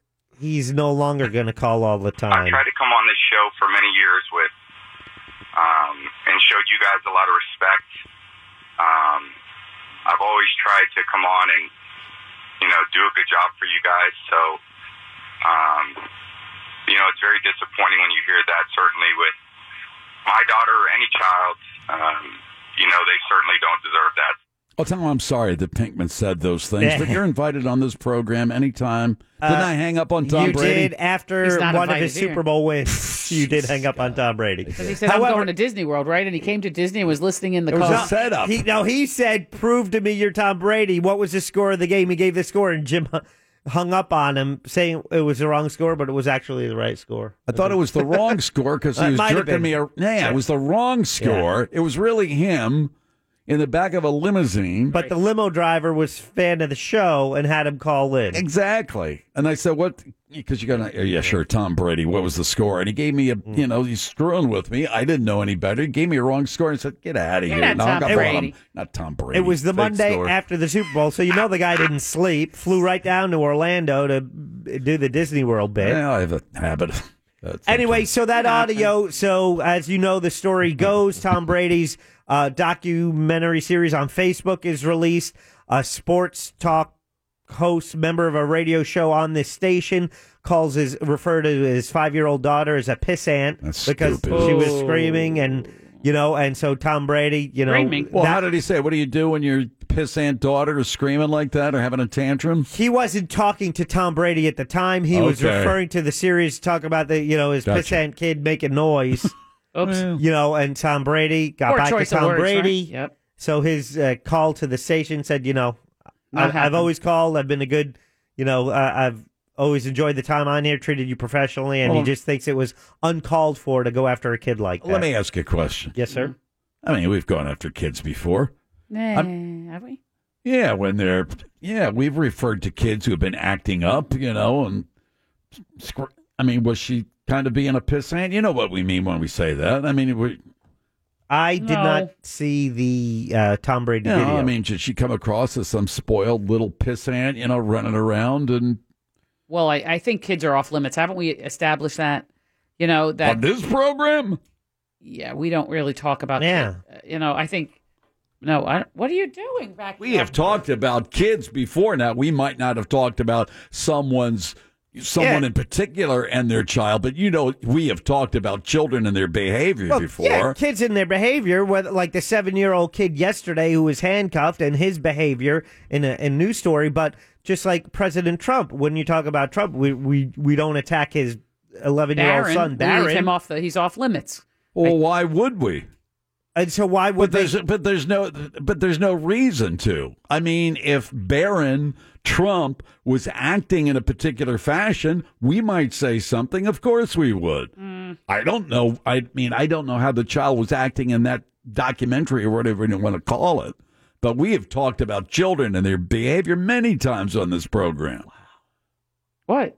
he's no longer going to call all the
I
time.
tried to come on this show for many years with, um, and showed you guys a lot of respect. Um, I've always tried to come on and, you know, do a good job for you guys. So, um, you know, it's very disappointing when you hear that, certainly with my daughter or any child. Um, you know, they certainly don't deserve that.
Oh, tell him I'm sorry that Pinkman said those things, but you're invited on this program anytime. Didn't
Uh,
I hang up on Tom
you
Brady?
did after
He's not
one of
invited
his
here.
Super Bowl wins. you did hang up on Tom Brady.
He said, I'm going to Disney World, right? And he came to Disney and was listening in the car.
He, no, he said, "Prove to me you're Tom Brady." What was the score of the game? He gave the score, and Jim hu- hung up on him, saying it was the wrong score, but it was actually the right score.
I thought it was the wrong score because
It
he was
might have
jerking
been.
me. Ar- yeah, it was the wrong score. It was really him in the back of a limousine.
But the limo driver was fan of the show and had him call in.
Exactly. And I said, "What?" Because you got, to, yeah, sure, Tom Brady. What was the score? And he gave me a,
Mm.
you know, he's screwing with me. I didn't know any better. He gave me a wrong score and said, "Get out of
You're
here."
not
And I hung up
Tom
on him.
Brady.
Not Tom Brady.
It was the
Fake
Monday
score.
after the Super Bowl, so you know the guy didn't sleep. Flew right down to Orlando to do the Disney World bit.
Yeah, I have a habit. That's
Anyway, so that audio. So as you know, the story goes. Tom Brady's uh, documentary series on Facebook is released. A sports talk host, member of a radio show on this station, calls his refer to his five year old daughter as a pissant because
stupid.
she was
Oh.
screaming and. You know, and so Tom Brady, you know,
Well,
that-
how did he say? it? What do you do when your pissant daughter is screaming like that or having a tantrum?
he wasn't talking to Tom Brady at the time. He was
Okay.
referring to the series, talk about the you know his
Gotcha.
pissant kid making noise.
Oops.
You know, and Tom Brady got
Poor
back to
choice of
Tom
words,
Brady.
right? Yep.
So his uh, call to the station said, you know,
Not
I, I've
happening.
always called. I've been a good, you know, uh, I've always enjoyed the time on here, treated you professionally, and
Well-
he just thinks it was uncalled for to go after a kid like that.
Let me ask you a question.
Yes, sir.
I mean, we've gone after kids before.
Nah, have we?
Yeah, when they're yeah, we've referred to kids who have been acting up, you know, and squ- I mean, was she kind of being a pissant? You know what we mean when we say that. I mean, we,
I did
No.
not see the uh, Tom Brady
you know,
video.
I mean, did she come across as some spoiled little pissant, you know, running around and
Well, I, I think kids are off limits. Haven't we established that? You know that
on this program?
Yeah, we don't really talk about.
Yeah.
uh, you know, I think. No, I, what are you doing back
We have talked about kids before now. We might not have talked about someone's someone
Yeah.
in particular and their child, but you know, we have talked about children and their behavior before.
Yeah, kids and their behavior, whether like the seven-year-old kid yesterday who was handcuffed and his behavior in a, in news story. But just like President Trump, when you talk about Trump, we we, we don't attack his eleven-year-old
Barron,
son
we leave
Barron.
him off the. He's off limits.
Well, why would we?
And so why
would but there's, But there's no, but there's no reason to. I mean, if Barron Trump was acting in a particular fashion, we might say something. Of course, we would. I don't know. I mean, I don't know how the child was acting in that documentary or whatever you want to call it. But we have talked about children and their behavior many times on this program.
What?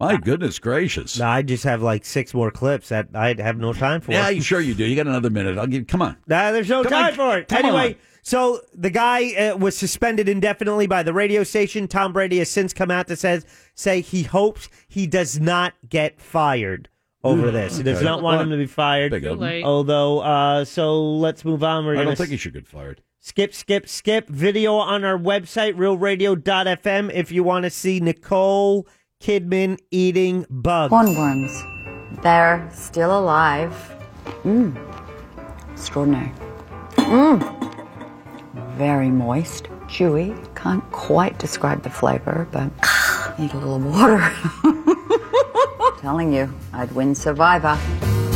My goodness gracious!
No, I just have like six more clips that I have no time for.
Yeah, you sure you do? You got another minute? I'll give. Come on.
Nah, there's no
Come
time
on,
for it.
come
Anyway,
on.
so the guy uh, was suspended indefinitely by the radio station. Tom Brady has since come out to says say he hopes he does not get fired over
Mm,
this. He does
okay.
not want him to be fired.
Big of him. Too late.
Although, uh, so let's move on. We're
I
gonna
don't think he should get fired.
Skip, skip, skip. Video on our website, realradio.fm, if you want to see Nicole Kidman eating bugs. Hornworms.
They're still alive. Mmm. Extraordinary. Mmm. Very moist, chewy. Can't quite describe the flavor, but need a little water. Telling you, I'd win Survivor.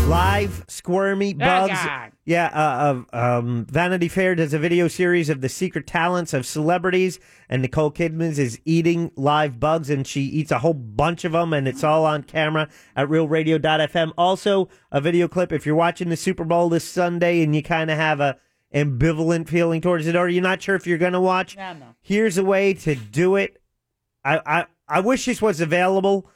Live squirmy bugs.
God.
Yeah, uh, uh, um, Vanity Fair does a video series of the secret talents of celebrities, and Nicole Kidman is eating live bugs, and she eats a whole bunch of them, and it's all on camera at realradio.fm. Also, a video clip if you're watching the Super Bowl this Sunday and you kind of have a ambivalent feeling towards it, or you're not sure if you're going to watch.
Yeah, no.
Here's a way to do it. I, I I wish this was available,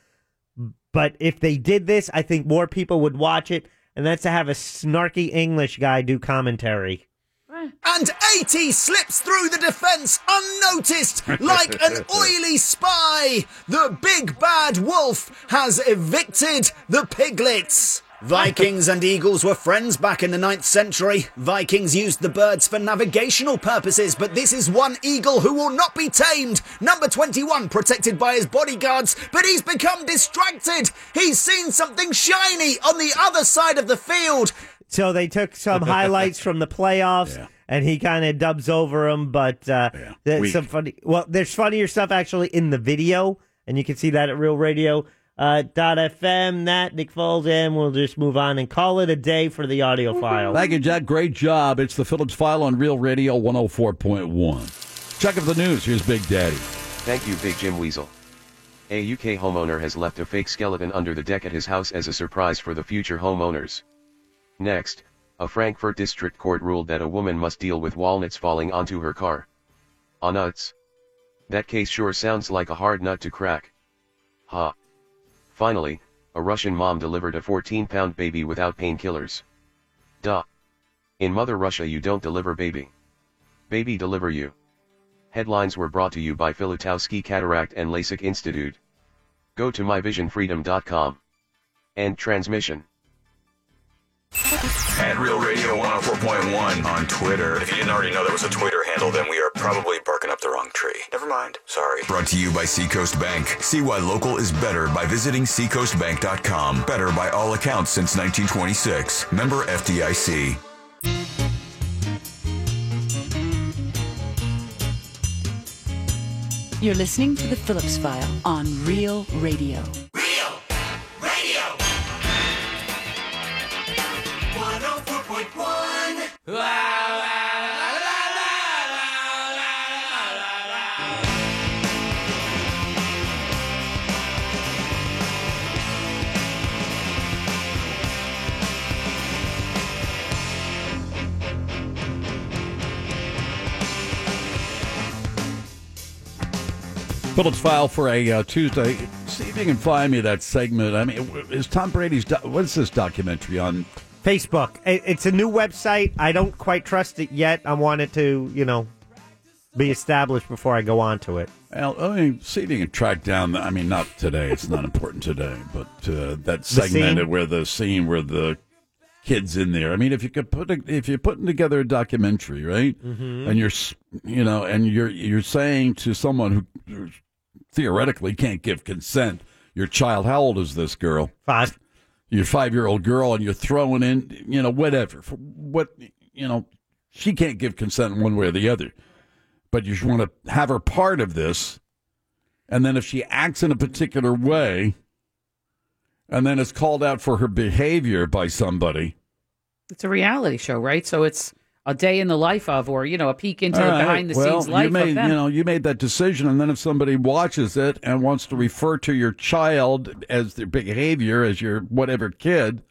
but if they did this, I think more people would watch it. And that's to have a snarky English guy do commentary.
And 80 slips through the defense unnoticed like an oily spy. The big bad wolf has evicted the piglets. Vikings and eagles were friends back in the 9th century. Vikings used the birds for navigational purposes, but this is one eagle who will not be tamed. Number 21, protected by his bodyguards, but he's become distracted. He's seen something shiny on the other side of the field.
So they took some highlights from the playoffs, and he kind of dubs over them. But uh, there's
Weak.
some funny. Well, there's funnier stuff actually in the video, and you can see that at Real Radio. Uh, dot FM, that Nick Foles, and we'll just move on and call it a day for the audio file.
Thank you, Jack. Great job. It's the Phillips File on Real Radio 104.1. Check of the news. Here's Big Daddy.
Thank you, Big Jim Weasel. A UK homeowner has left a fake skeleton under the deck at his house as a surprise for the future homeowners. Next, a Frankfurt district court ruled that a woman must deal with walnuts falling onto her car. On nuts. That case sure sounds like a hard nut to crack. Ha. Finally, a Russian mom delivered a 14 pound baby without painkillers. Duh. In Mother Russia, you don't deliver baby. Baby deliver you. Headlines were brought to you by Filutowski Cataract and LASIK Institute. Go to myvisionfreedom.com. End transmission.
At Real Radio 104.1 on Twitter. If you didn't already know there was a Twitter handle, then we are probably barking up the wrong tree. Never mind. Sorry. Brought to you by Seacoast Bank. See why local is better by visiting seacoastbank.com. Better by all accounts since 1926. Member FDIC.
You're listening to The Phillips File on Real Radio.
Phillips file for a uh, Tuesday. See if you can find me that segment. I mean, is Tom Brady's do- what's this documentary on?
Facebook. It- It's a new website. I don't quite trust it yet. I want it to, you know, be established before I go on to it.
Well, I mean, see if you can track down. The, I mean, not today. It's not important today, but uh, that segment
scene?
where the scene where the kids in there. I mean, if you could put a, if you're putting together a documentary, right,
Mhm.
and you're s- you know, and you're you're saying to someone who theoretically can't give consent, your child. How old is this girl?
Five.
Your five year old girl, and you're throwing in, you know, whatever. For what you know, she can't give consent one way or the other. But you want to have her part of this, and then if she acts in a particular way, and then is called out for her behavior by somebody,
It's a reality show, right? So it's a day in the life of, or you know, a peek into
All
the
right,
behind the
well,
scenes life
you made,
of them.
You know, you made that decision, and then if somebody watches it and wants to refer to your child as their behavior as your whatever kid,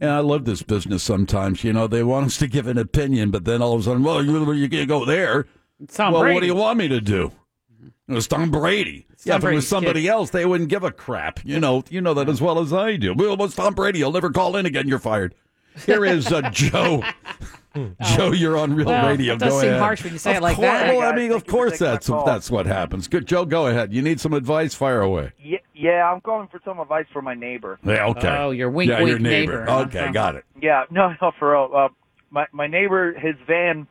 and I love this business sometimes. You know, they want us to give an opinion, but then all of a sudden, well, you, you can't go there.
Tom
well,
Brady.
what do you want me to do? It was Tom Brady.
It's
yeah,
Tom
if it
Brady's
was somebody
kid.
else, they wouldn't give a crap. You know, you know that as well as I do. Well, it was Tom Brady. He'll never call in again. You're fired. Here is uh, Joe. Joe, you're on real
Oh. Well,
radio.
it does
go
seem
ahead.
harsh when you say
Of
it like
course-
that.
Well,
Hey,
I
guys,
mean, of course that's that's what happens. Good, Joe. Go ahead. You need some advice. Fire away.
Yeah, yeah, I'm calling for some advice for my neighbor.
Yeah. Okay.
Oh,
yeah, your neighbor. Okay, got it.
Yeah, no, no, for real. Uh, my my neighbor, his van,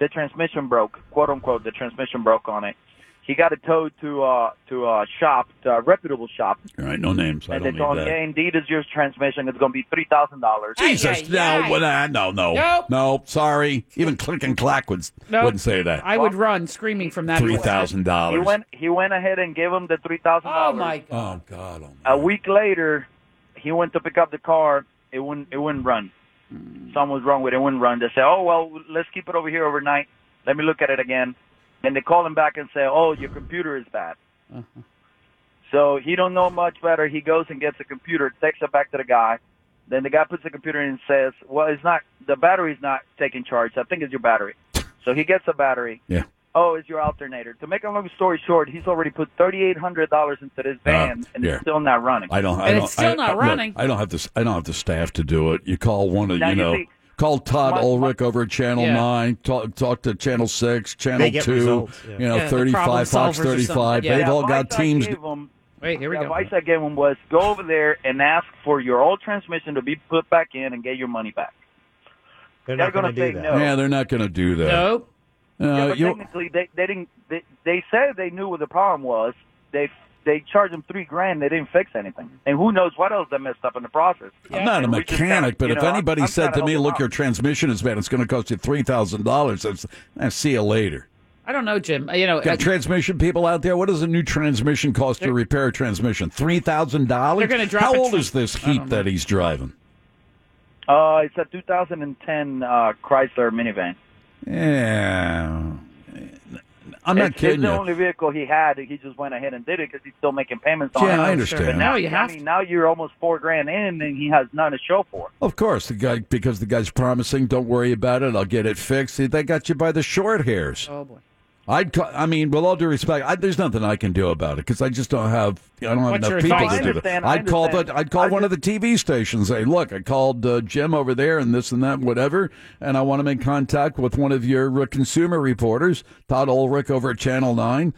the transmission broke, quote unquote, the transmission broke on it. He got it towed to uh to a shop, to a reputable shop,
All right, no names. I
and
don't
they
need
told him,
that.
"Yeah, indeed, is your transmission. It's going to be three thousand dollars."
Jesus, no, well, nah, no, no,
Nope.
no. Sorry, even Click and Clack would
Nope.
wouldn't say that.
I would run screaming from that.
Three thousand
He
dollars.
went he went ahead and gave him the three thousand dollars.
Oh my
Oh God. oh.
A week later, he went to pick up the car. It wouldn't. It wouldn't run.
Hmm.
Something was wrong with it. It wouldn't run. They said, "Oh well, let's keep it over here overnight. Let me look at it again." Then they call him back and say, "Oh, your computer is bad." So he don't know much better. He goes and gets a computer, takes it back to the guy. Then the guy puts the computer in and says, "Well, it's not. The battery's not taking charge. I think it's your battery." So he gets a battery.
Yeah.
Oh, it's your alternator. To make a long story short, he's already put thirty eight hundred dollars into this van, and
Uh, yeah.
it's still not running.
I don't. I don't, I, I, look, I don't have the. I don't have the staff to do it. You call one of
Now,
you
you
know.
see-
call Todd Ulrich over at Channel
Yeah.
Nine. Talk talk to Channel Six, Channel
get
Two.
results, yeah.
You know,
Yeah, the
thirty
problem
five, Fox
solvers or
thirty five.
something. Yeah.
They've all
The
got
advice I
teams.
gave him-
Wait, here we
the
go.
advice I gave him was go over there and ask for your old transmission to be put back in and get your money back.
They're
not
gonna
going to say no.
Yeah, they're not going to do that.
Nope.
Uh,
Yeah, but
you-
technically, they, they didn't. They, they said they knew what the problem was. They they charged them three grand. They didn't fix anything. And who knows what else they messed up in the process.
I'm not a
And we just
mechanic,
kinda-
but
you
if
know, I'm-
anybody
I'm
said
kinda
to me,
helping
"Look,
out.
your transmission is bad. It's going to cost you three thousand dollars," I see you later.
I don't know, Jim. You know,
Got
uh,
transmission people out there. What does a new transmission cost to repair a transmission? Three thousand dollars.
They're gonna drop
How
a
old
tr-
is this heap that he's driving?
Uh, it's a 2010 uh, Chrysler minivan.
Yeah, I'm not
it's,
kidding
It's the
you.
only vehicle he had. He just went ahead and did it because he's still making payments on
Yeah,
it.
I understand.
But now
No, you have
I mean, now you're almost four grand in, and he has none to show for. it.
Of course, the guy because the guy's promising, "Don't worry about it. I'll get it fixed." See, They got you by the short hairs.
Oh boy.
I'd. Call, I mean, with all due respect, I, there's nothing I can do about it because I just don't have. I don't have
What's your
enough people
advice? I
to do that.
understand, I
I'd call
understand.
the. I'd call one of the TV stations. Say, look, I called uh, Jim over there and this and that, whatever, and I want to make contact with one of your uh, consumer reporters, Todd Ulrich over at Channel Nine.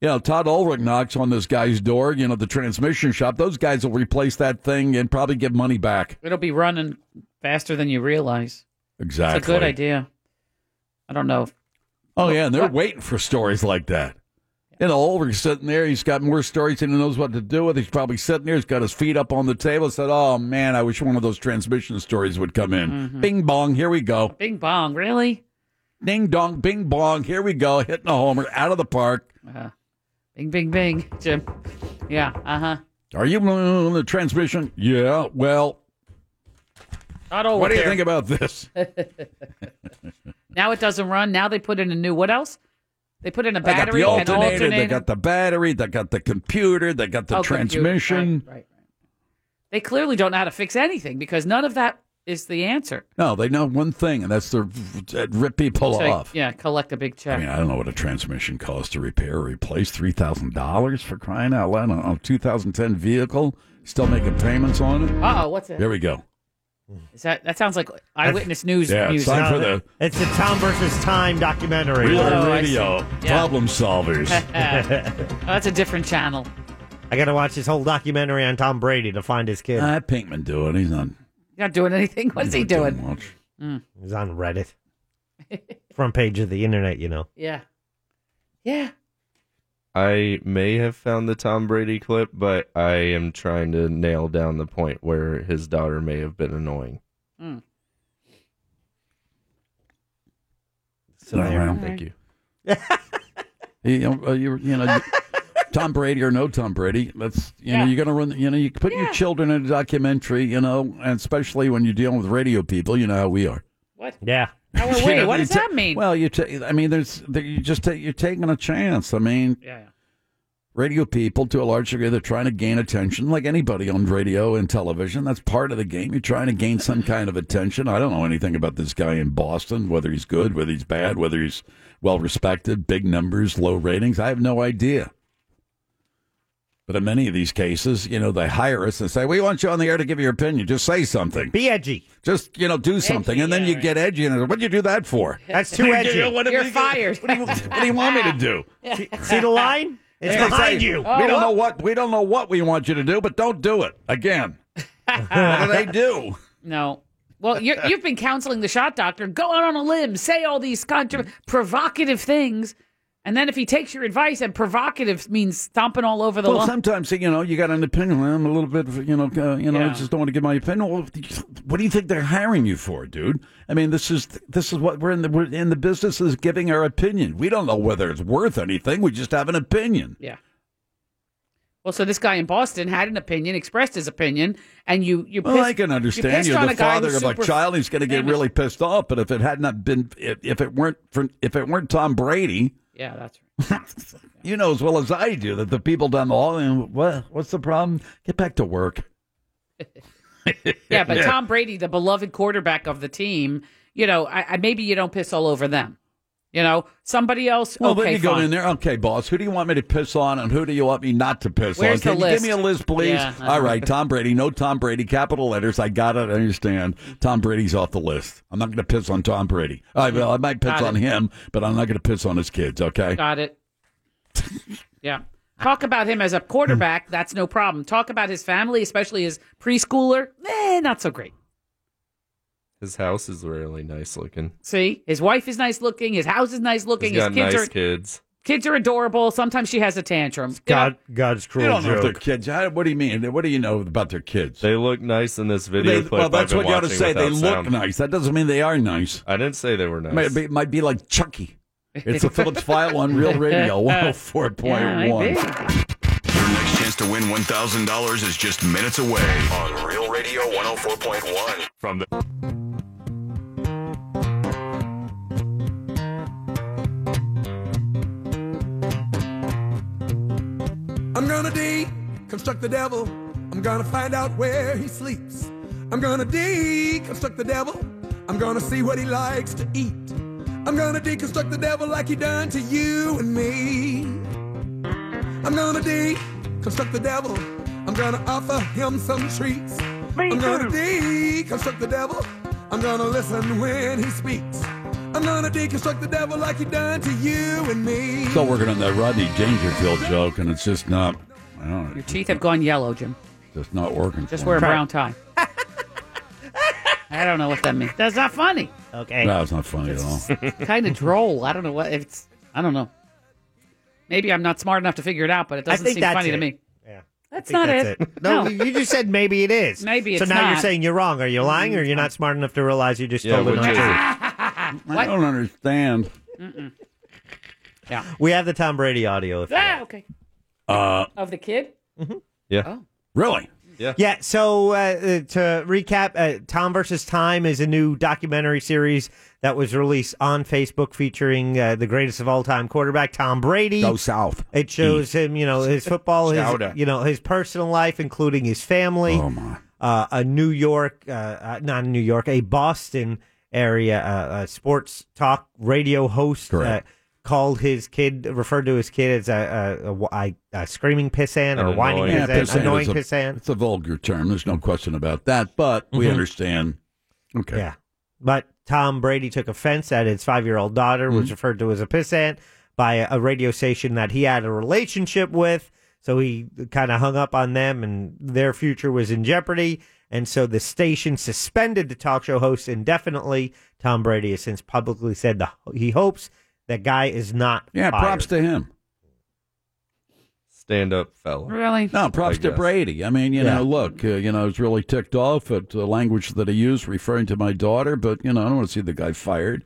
You know, Todd Ulrich knocks on this guy's door. You know, the transmission shop. Those guys will replace that thing and probably give money back.
it'll be running faster than you realize.
Exactly.
It's a good idea. I don't know.
Oh yeah, and they're waiting for stories like that. You know, Ulrich's sitting there. He's got more stories than he knows what to do with. He's probably sitting there. He's got his feet up on the table. Said, "Oh man, I wish one of those transmission stories would come in." Bing bong, here we go.
Mm-hmm. Bing bong, really?
Ding dong, bing bong, here we go. Hitting a homer out of the park.
Uh, bing, bing, bing, Jim. Yeah. Uh huh.
Are you on the transmission? Yeah. Well,
Not over
what do you
there.
think about this?
now it doesn't run. Now they put in a new. What else? They put in a
They got
battery,
the
and
alternator,
alternator.
They got the battery. They got the computer. They got the
Oh, computer,
transmission.
Right, right, right. They clearly don't know how to fix anything because none of that is the answer.
No, they know one thing, and that's to rip people
So,
off.
Yeah, collect a big check.
I mean, I don't know what a transmission costs to repair or replace. Three thousand dollars for crying out loud on a 2010 vehicle, still making payments on it.
Uh oh, what's it?
There we go.
Is that that sounds like eyewitness news
Yeah, it's
music.
time for the-
It's the Tom versus Time documentary.
Real radio problem solvers.
Oh, that's a different channel.
I got to watch this whole documentary on Tom Brady to find his kid.
Uh, Pinkman do it. He's on.
You're not doing anything. What is he doing? Mm,
He's on Reddit, front page of the internet. You know.
yeah, yeah.
I may have found the Tom Brady clip, but I am trying to nail down the point where his daughter may have been annoying.
Mm.
So
All right.
thank you.
You know, uh, you, you know you- Tom Brady or no Tom Brady, that's you know you're going to run. You know you put your children in a documentary. You know, and especially when you're dealing with radio people, you know how we are.
What?
Yeah.
Oh, well,
You
wait,
know,
what
you
does
ta-
that mean?
Well, you. Ta- I mean, there's there, you just ta- you're taking a chance. I mean,
yeah,
radio people to a large degree they're trying to gain attention, like anybody on radio and television. That's part of the game. You're trying to gain some kind of attention. I don't know anything about this guy in Boston, whether he's good, whether he's bad, whether he's well respected, big numbers, low ratings. I have no idea. But in many of these cases, you know, they hire us and say, "We want you on the air to give your opinion. Just say something.
Be edgy.
Just you know, do something." and then you get edgy, and what do you do that for?
That's too edgy.
What do
You're
you-
fired.
What do, you, what do you want me to do?
See, see the line? It's
Yeah,
behind
exactly.
you.
we don't know what we don't know what we want you to do, but don't do it again. what do they do?
No. Well, you you've been counseling the shot doctor. Go out on a limb, say all these contra- provocative things, and then if he takes your advice, and provocative means stomping all over the
Well,
lawn.
sometimes you know you got an opinion. well, I'm a little bit, you know, uh, you know, I
Yeah.
just don't want to give my opinion. Well, what do you think they're hiring you for, dude? I mean, this is this is what we're in the we're in the business is giving our opinion. We don't know whether it's worth anything. We just have an opinion.
Yeah. Well, so this guy in Boston had an opinion, expressed his opinion, and you you.
Well,
pissed,
I can
you
understand
pissed
you're
on
the
a guy
father
who's
of a
super
child. He's going to get
famous.
really pissed off. But if it had not been, if, if it weren't for, if it weren't Tom Brady,
Yeah, that's right.
you know as well as I do that the people down the hall. And what what's the problem? Get back to work.
Yeah, but Tom Brady, the beloved quarterback of the team, you know, I, I maybe you don't piss all over them. You know, somebody else.
Well,
okay,
then you
fine.
go in there. Okay, boss, who do you want me to piss on, and who do you want me not to piss
Where's
on?
the
Can you
list?
give me a list, please?
Yeah.
All right, Tom Brady. No Tom Brady. Capital letters. I got it. I understand. Tom Brady's off the list. I'm not going to piss on Tom Brady. I, well, I might piss
Got
on
it.
him, but I'm not going to piss on his kids. Okay.
Got it. yeah. Talk about him as a quarterback. That's no problem. Talk about his family, especially his preschooler. Eh, not so great.
His house is really nice looking.
See, his wife is nice looking. His house is nice
He's
looking. His
got
kids
nice
are
kids.
kids are adorable. Sometimes she has a tantrum.
God, God's
You don't know if they're kids. How- What do you mean? What do you know about their kids?
They look nice in this video
They-
clip.
well, that's
I've
what
been
you ought to
watching
say. They
without
look
sound.
nice. That doesn't mean they are nice.
I didn't say they were nice.
Might be, might be like Chucky. It's a Phillips file on Real Radio 104.1.
Your next chance to win $1,000 is just minutes away on Real Radio 104.1. From the.
I'm gonna deconstruct the devil. I'm gonna find out where he sleeps. I'm gonna deconstruct the devil. I'm gonna see what he likes to eat. I'm gonna deconstruct the devil like he done to you and me. I'm gonna deconstruct the devil. I'm gonna offer him some treats. I'm gonna deconstruct the devil. I'm gonna listen when he speaks. I'm gonna deconstruct the devil like he done to you and me.
Still working on that Rodney Dangerfield joke, and it's just not. I don't know,
Your teeth have gone yellow, Jim.
just not working.
Just
for
wear a
me.
brown tie. I don't know what that means. That's not funny. Okay.
No, it's not funny at all.
kind of droll. I don't know what if it's. I don't know. Maybe I'm not smart enough to figure it out, but it doesn't
think
seem
that's
funny
it.
to me.
Yeah,
that's
think
not
that's
it.
it. No, you just said maybe it is.
Maybe
so
it's
now you're
not. Mm-hmm.
saying you're wrong. Are you lying, or you're not smart enough to realize you just
Yeah,
told
which
an
is
untruth?
Ah,
I don't understand.
Oh. We have the Tom Brady audio. If
Ah, okay.
Oh, Uh, mm-hmm.
Of the kid.
yeah.
Really?
Yeah.
Yeah. So uh, uh, to recap, uh, Tom versus Time is a new documentary series that was released on Facebook featuring uh, the greatest of all time quarterback Tom Brady.
Go south.
It shows him, you know, his football,
Chowder.
his you know, his personal life, including his family. Oh my. Uh, a New York, uh, uh, not a New York, a Boston area uh, uh, sports talk radio host.
Correct.
Uh, Called his kid, referred to his kid as a, a, a, a, a screaming pissant or whining
Yeah,
pissant,
pissant
annoying
is a-
pissant.
It's a vulgar term. There's no question about that, but we
Mm-hmm.
Mhm.
understand. Okay.
Yeah. But Tom Brady took offense that his five year old daughter
Mm-hmm.
was referred to as a pissant by a, a radio station that he had a relationship with. So he kind of hung up on them and their future was in jeopardy. And so the station suspended the talk show host indefinitely. Tom Brady has since publicly said the, he hopes that guy is not.
Yeah,
fired.
props to him.
Stand up fella.
Really?
No, props
I
to
guess.
Brady. I mean, you
Yeah.
know, look, uh, you know, I was really ticked off at the language that he used referring to my daughter, but, you know, I don't want to see the guy fired.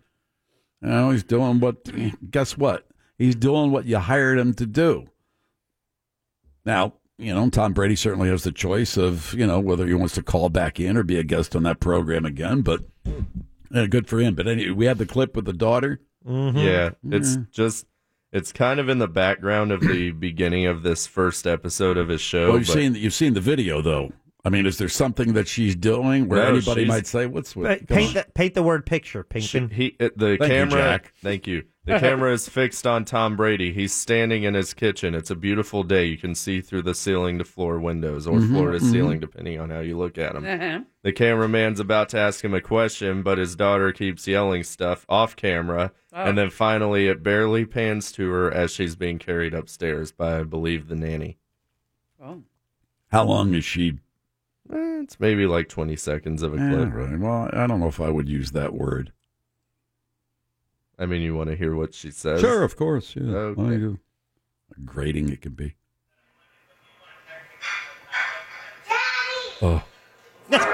You know, he's doing what, guess what? He's doing what you hired him to do. Now, you know, Tom Brady certainly has the choice of, you know, whether he wants to call back in or be a guest on that program again, but uh, good for him. But anyway, we had the clip with the daughter. Mm-hmm.
Yeah, it's just it's kind of in the background of the beginning of this first episode of his show.
well, you've
but-
seen, you've seen the video, though. I mean, is there something that she's doing where
No,
anybody
she's-
might say, what's with
But paint the, paint the word picture, Pinkton.
He, uh, the
Thank you,
camera.
Jack.
Thank you. The camera is fixed on Tom Brady. He's standing in his kitchen. It's a beautiful day. You can see through the ceiling to floor windows or
Mhm,
floor to
mhm.
ceiling, depending on how you look at him.
Uh-huh.
The cameraman's about to ask him a question, but his daughter keeps yelling stuff off camera.
Oh.
And then finally, it barely pans to her as she's being carried upstairs by, I believe, the nanny.
Oh.
How long is she?
Eh, It's maybe like 20 seconds of a
Yeah,
clip.
right. Well, I don't know if I would use that word.
I mean, you want to hear what she says?
Sure, of course. Yeah.
Okay.
Well, you- Grating it can be. Oh.
Let me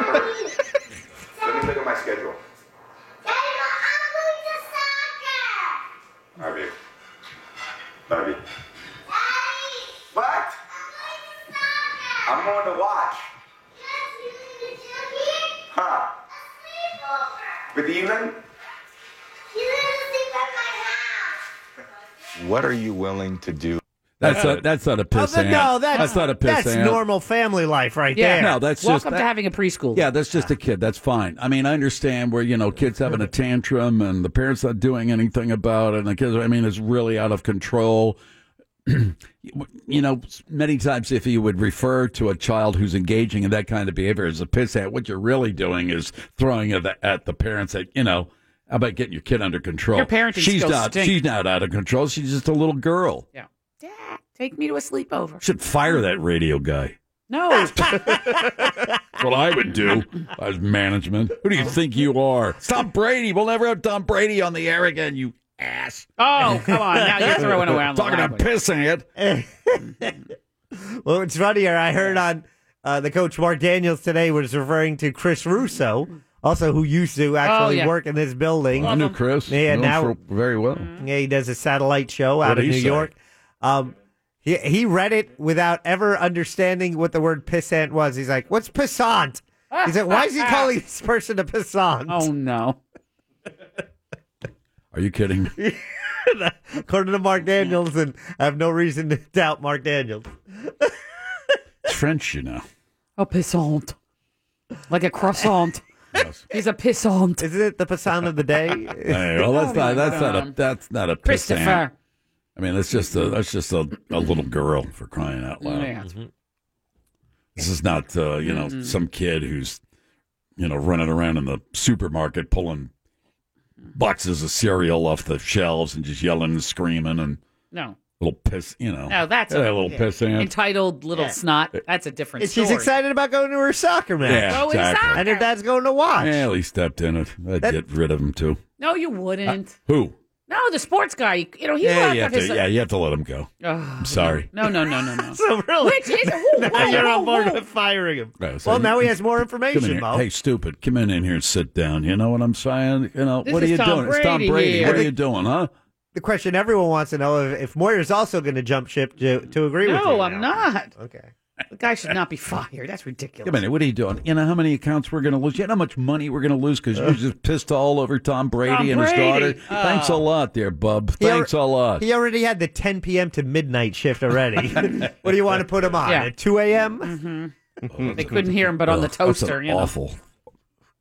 look at my schedule.
Love you. Love you. What? I'm going to watch. Huh? With the evening?
What are you willing to do?
That's not, that's not a piss.
Oh, but no,
ant.
that's,
not a piss.
That's
ant.
normal family life right
Yeah.
there.
No, that's just- Welcome to that- having
a preschool.
Yeah, that's just a kid. That's fine. I mean, I understand where you know kids having a tantrum and the parents not doing anything about it, and the kids. I mean, it's really out of control. you know, many times if you would refer to a child who's engaging in that kind of behavior as a piss at, what you're really doing is throwing it at the parents that you know. How about getting your kid under control?
Your parenting
she's
skills
not.
stink.
She's not out of control. She's just a little girl.
Yeah. Dad, Oh. take me to a sleepover.
Should fire that radio guy.
Ah,
No.
That's what I would do as management. Who do you think you are? Stop Brady. We'll never have Tom Brady on the air again, you ass.
Oh, come on. Now you're throwing around the
Talking about
language.
pissing it.
Well, it's funnier. I heard on uh, the coach Mark Daniels today was referring to Chris Russo, also who used to actually
yeah.
work in this building.
I knew Chris. Knew
Yeah,
him
now
for very well.
Mm,
yeah, he does a satellite show out
What'd
of
he
New
say?
York. Um, he he read it without ever understanding what the word pissant was. He's like, "What's pissant?" He said, "Why is he calling this person a pissant?" Oh
no!
Are you kidding? me?
According to Mark Daniels, and I have no reason to doubt Mark Daniels.
It's French, you know.
A pissant. Like a croissant. He's a pissant.
Isn't it the pissant of the day?
Hey, well, that's not that's not a
Um,
that's not a pissant.
Christopher.
I mean, that's just a that's just a, a little girl for crying out loud.
Yeah.
This is not uh, you know
Mhm.
some kid who's you know running around in the supermarket pulling boxes of cereal off the shelves and just yelling and screaming and
No.
little piss. You know,
No, that's
Yeah, a little piss ant.
Entitled little
Yeah.
snot. That's a different
And
story.
she's excited about going to her soccer match.
Yeah, Going exactly. soccer.
And her dad's going to watch.
Yeah, he stepped in it. I'd
That-
get rid of him too.
No, you wouldn't.
Who?
no, the sports guy. You know, he's
Uh, yeah,
allowed
you
to have
have to,
his.
yeah, you have to let him go.
Ugh.
I'm sorry.
No, no, no, no, no.
so really,
Which is whoa,
Now
whoa,
you're on
whoa,
board
whoa.
with firing him.
Right, so
well,
you-
now he has
Come
more
in
information,
here.
Mo.
Hey, stupid, come in, in here and sit down. You know what I'm saying? You know,
This
what are
is
you
Tom
doing? it's Tom
Brady
Brady.
here.
What are
The-
you doing, huh?
The question everyone wants to know if, if Moyer's also going to jump ship to, to agree with you.
No, I'm
now.
not.
Okay.
The guy should not be fired. That's ridiculous.
Come in here. What are you doing? You know how many accounts we're going to lose? You know how much money we're going to lose because you're just pissed all over Tom Brady
Tom
and his daughter?
Brady.
Thanks a
Oh.
lot, there, bub.
He al-
Thanks a lot.
He already had the 10 p.m. to midnight shift already. what do you want to put him on?
Yeah.
At 2 a.m.?
Mm-hmm. They couldn't hear him, but on the
Ugh, that's an
toaster, you know.
awful.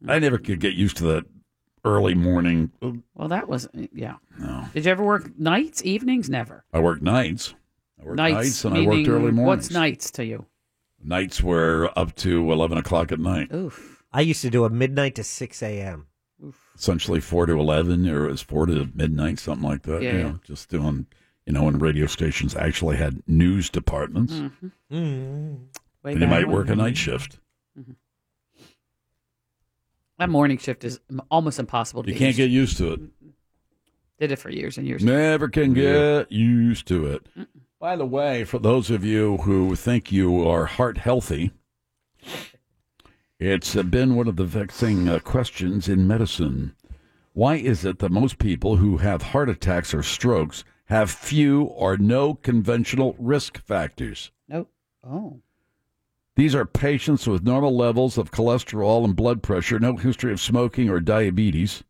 I never could get used to that early morning.
Well, that was yeah. Did you ever work nights, evenings? Never.
I worked nights. I worked nights, and I worked
meaning
early mornings.
What's nights to you?
Nights were up to 11 o'clock at night.
Oof.
I used to do a midnight to 6 a.m.
essentially four to eleven, or it was four to midnight, something like that.
Yeah,
you
yeah.
know, just doing, you know, when radio stations actually had news departments,
Way
and you
back
might
when.
work a night shift.
That morning shift is m- almost impossible. To
You
get
can't
used
get used to it.
to. Did it for years and years.
Never can get used to it. By the way, for those of you who think you are heart healthy, it's uh, been one of the vexing uh, questions in medicine. Why is it that most people who have heart attacks or strokes have few or no conventional risk factors.
Nope. Oh.
These are patients with normal levels of cholesterol and blood pressure, no history of smoking or diabetes,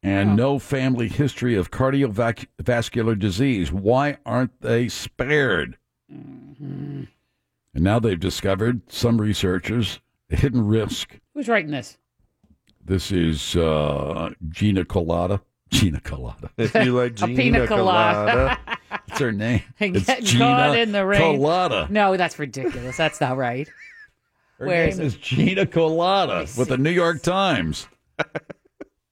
and no family history of cardiovascular disease. Why aren't they spared?
Mm-hmm.
And now they've discovered, some researchers, a hidden risk.
Who's writing this?
This is uh, Gina Colada. Gina Colada.
If you like A pina Gina colada. colada.
it's her name. It's
Getting
Gina
caught in the rain.
Colada.
No, that's ridiculous. That's not right.
Her
Where
name
is
is,
it?
Gina Colada with the New York Times.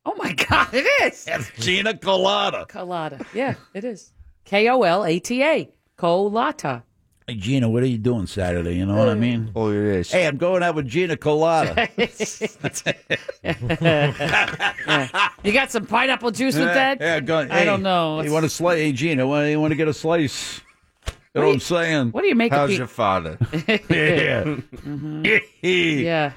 Oh my God, it is.
Gina Colada.
Colada. Yeah, it is. K O L A T A. Colata.
Hey, Gina, what are you doing Saturday? You know what I
Hmm.
mean?
Oh, yes.
Hey, I'm going out with Gina Colada.
You got some pineapple juice with that?
Yeah, going,
I don't know.
You want to slice? Hey, Gina, why, you want to get a slice? You know what I'm saying?
what do you make of How's pe- your
father?
yeah.
Mm-hmm. yeah.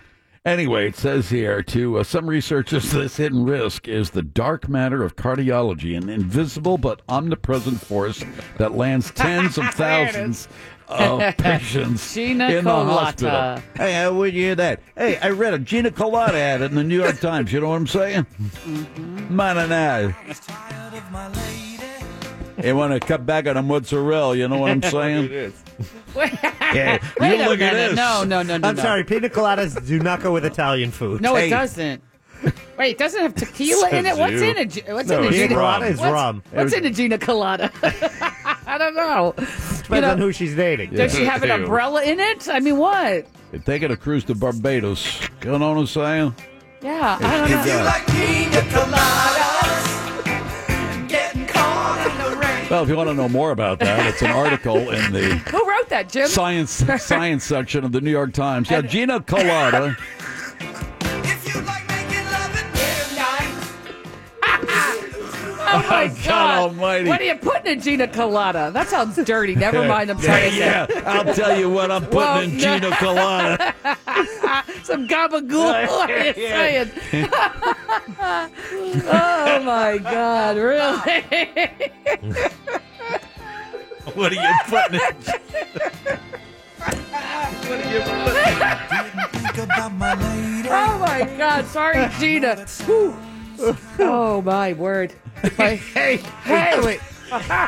Anyway, it says here to uh, some researchers, this hidden risk is the dark matter of cardiology, an invisible but omnipresent force that lands tens of
There it
thousands of patients
Gina
in the
Colata.
hospital.
Hey, how would you hear that? Hey, I read a Gina Colada ad in the New York Times. You know what I'm saying? Man and I. You want to cut back on a mozzarella? You know what I'm saying? Yeah,
Wait
you
a
look at
minute.
this.
No, Oh, no, no, no.
I'm
no.
sorry, pina coladas do not go with Italian food.
No, it doesn't. Wait, it doesn't have tequila in it?
Says
What's
you.
in a gi- What's
No,
in a
it's
Gina
rum. It's
what's,
rum.
What's in a Gina Colada? I don't know.
Depends
You know,
on who she's dating.
Does she have an umbrella in it? I mean, what?
If they get a cruise to Barbados, you know what I'm saying?
Yeah, I don't know.
If you like
Gina
Well, if you want to know more about that, it's an article in the
Who wrote that, Jim?
science science section of the New York Times. Yeah, Gina Colada.
Oh my
God
God!
almighty.
What are you putting in Gina Colada? That sounds dirty. Never mind. I'm sorry.
yeah, yeah, I'll tell you what I'm putting
Well,
in
no.
Gina Colada.
Ah, Some gabagool. What are you
Yeah.
saying? oh my God! Really?
What are you putting in?
oh my God! Sorry, Gina. Whew. Oh my word! My- hey, hey,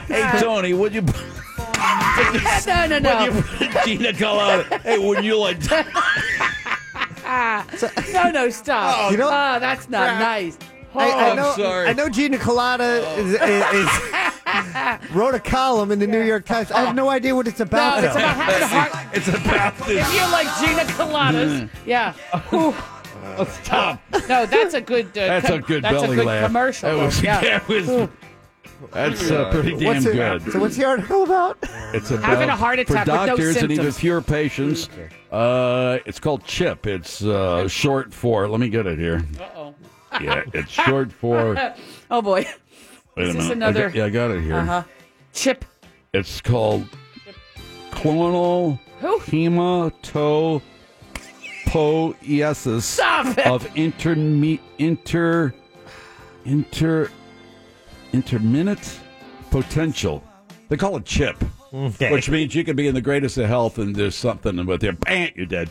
Hey, Tony, would you?
no, no, no.
Would you put Gina Colada? Hey, would you like?
Ah, no, no, stop.
Oh, You know-
Ah, that's not
Crap.
nice. Oh.
I, I know, I know Gina Colada is,
Oh.
is, is- wrote a column in the New York Times. I have no idea what it's about.
No, it's
though.
about having a heart.
It's about
If you like Gina
Mm.
Coladas, yeah.
Uh,
Whew.
Stop.
No, that's a good. Uh,
Um, That's
com-
a good
that's
belly
a good
laugh.
commercial.
That was-
though, yeah.
that was-
Ooh.
That's uh, pretty damn
What's it-
good.
So what's the article about?
It's about
Having a heart attack
for
with no
doctors and even
symptoms.
fewer patients. Uh, it's called CHIP. It's uh, short for. Let me get it here.
Uh-oh.
Yeah, it's short for. Wait
oh boy.
a
this
minute. I
another?
got- yeah, I got it here.
Uh-huh. Chip.
It's called clonal
Who?
hematopoiesis
Stop it.
of interme- inter inter intermittent potential. They call it chip,
Okay.
which means you can be in the greatest of health and there's something with you. Bam, you're dead.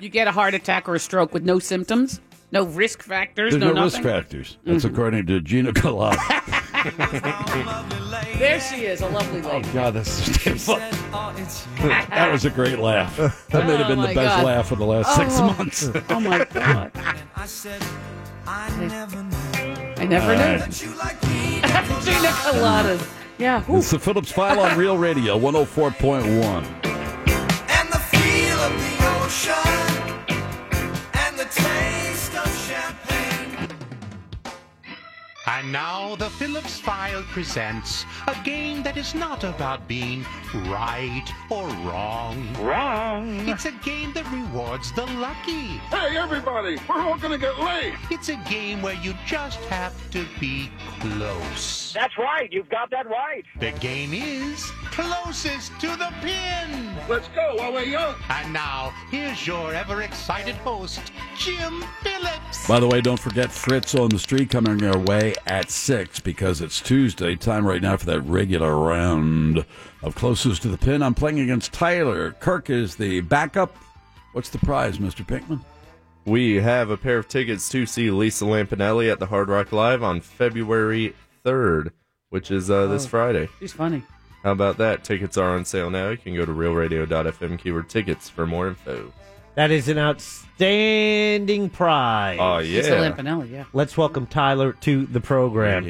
You get a heart attack or a stroke with no symptoms, no risk factors,
There's, no, risk
nothing. Mm-hmm.
factors. That's according to Gina Collada.
There she is, a lovely lady.
Oh, God, that's that was a great laugh. That may have been
Oh,
the
my
best
God.
laugh of the last six
Oh.
months.
Oh my god! I never
All
knew.
right.
Gina Coladas. Yeah.
It's the Phillips File on Real Radio 104.1.
And now the Phillips File presents a game that is not about being right or wrong. Wrong. It's a game that rewards the lucky. Hey, everybody, we're all gonna get late. It's a game where you just have to be close. That's right. You've got that right. The game is closest to the pin. Let's go while we're young. And now, here's your ever excited host, Jim Phillips.
By the way, don't forget Fritz on the street coming your way at 6 because it's Tuesday. Time right now for that regular round of closest to the pin. I'm playing against Tyler. Kirk is the backup. What's the prize, Mr. Pinkman?
We have a pair of tickets to see Lisa Lampanelli at the Hard Rock Live on February 3rd, which is uh, this
Oh.
Friday.
She's funny.
How about that? Tickets are on sale now. You can go to realradio.fm keyword tickets for more info.
That is an outstanding prize.
Oh, yeah. It's a
Lampanelli, yeah.
Let's welcome Tyler to the program.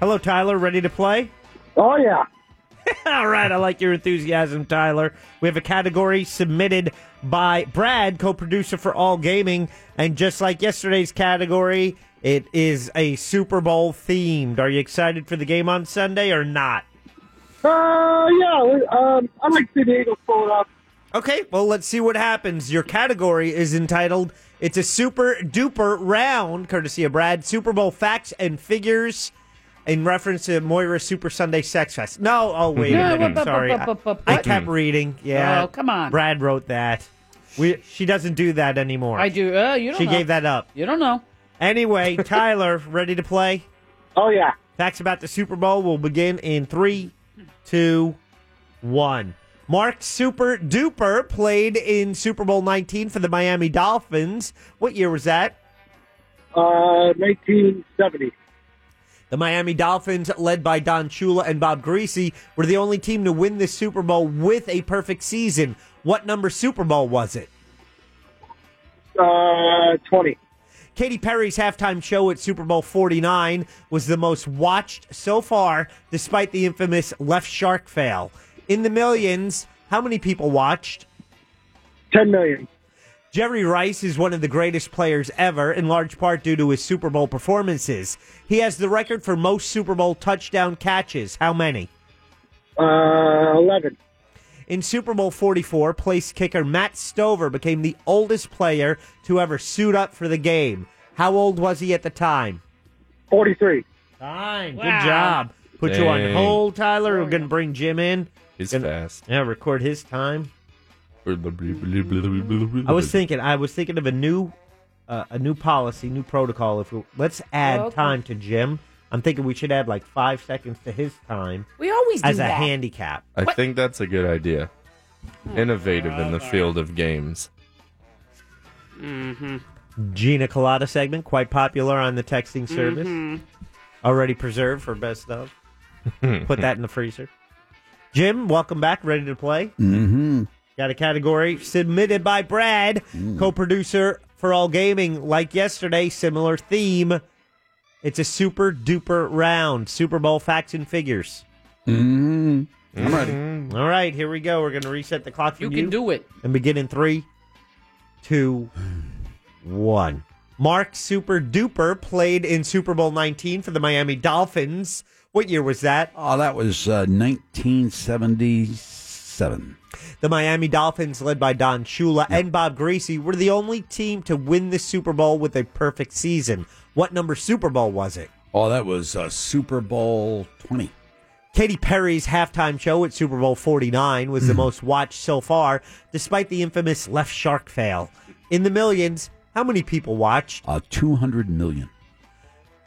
Hello, Tyler. Ready to play?
Oh, yeah.
All right. I like your enthusiasm, Tyler. We have a category submitted by Brad, co producer for All Gaming. And just like yesterday's category, it is a Super Bowl themed. Are you excited for the game on Sunday or not?
Uh, yeah, we- um, I like to see the Eagles pull it up.
Okay, well, let's see what happens. Your category is entitled It's a Super Duper Round, courtesy of Brad. Super Bowl Facts and Figures in reference to Moira's Super Sunday Sex Fest. No, oh, wait
No,
a minute.
bu- bu-
Sorry.
bu- bu-
I,
bu- bu-
I kept reading. Yeah.
Oh, come on.
Brad wrote that. We, she doesn't do that anymore.
I do. Uh, you don't
She
know.
gave that up.
You don't know.
Anyway, Tyler, ready to play?
Oh, yeah.
Facts about the Super Bowl will begin in three, two, one. Mark Super Duper played in Super Bowl 19 for the Miami Dolphins. What year was that?
Uh, 1970.
The Miami Dolphins, led by Don Shula and Bob Greasy, were the only team to win this Super Bowl with a perfect season. What number Super Bowl was it?
Uh, 20.
Katy Perry's halftime show at Super Bowl 49 was the most watched so far, despite the infamous left shark fail. In the millions, how many people watched?
10 million.
Jerry Rice is one of the greatest players ever, in large part due to his Super Bowl performances. He has the record for most Super Bowl touchdown catches. How many?
Uh, 11.
In Super Bowl 44, place kicker Matt Stover became the oldest player to ever suit up for the game. How old was he at the time?
43.
Fine.
Wow.
Good job. Put you on
Dang.
hold, Tyler.
Oh,
We're going to bring Jim in.
He's fast.
Yeah, record his time. I was thinking. I was thinking of a new, uh, a new policy, new protocol. If we, let's add
Okay.
time to Jim. I'm thinking we should add like five seconds to his time.
We always do
as a
that.
handicap.
I think that's a good idea. Innovative in the
Uh,
field of games.
Mm-hmm.
Gina Colada segment, quite popular on the texting service.
Mhm.
Already preserved for best of. Put that in the freezer. Jim, welcome back. Ready to play?
Mm-hmm.
Got a category submitted by Brad, co producer for All Gaming. Like yesterday, similar theme. It's a super duper round Super Bowl facts and figures.
Mm-hmm. I'm
ready. Mm-hmm. All right, here we go. We're going to reset the clock for you.
You can do it.
And begin in three, two, one. Mark Super Duper played in Super Bowl 19 for the Miami Dolphins. What year was that?
Oh, that was uh, 1977.
The Miami Dolphins, led by Don Shula and Bob Greasy, were the only team to win the Super Bowl with a perfect season. What number Super Bowl was it?
Oh, that was uh, Super Bowl 20.
Katy Perry's halftime show at Super Bowl 49 was
Mm.
the most watched so far, despite the infamous left shark fail. In the millions, how many people watched?
Uh, 200 million.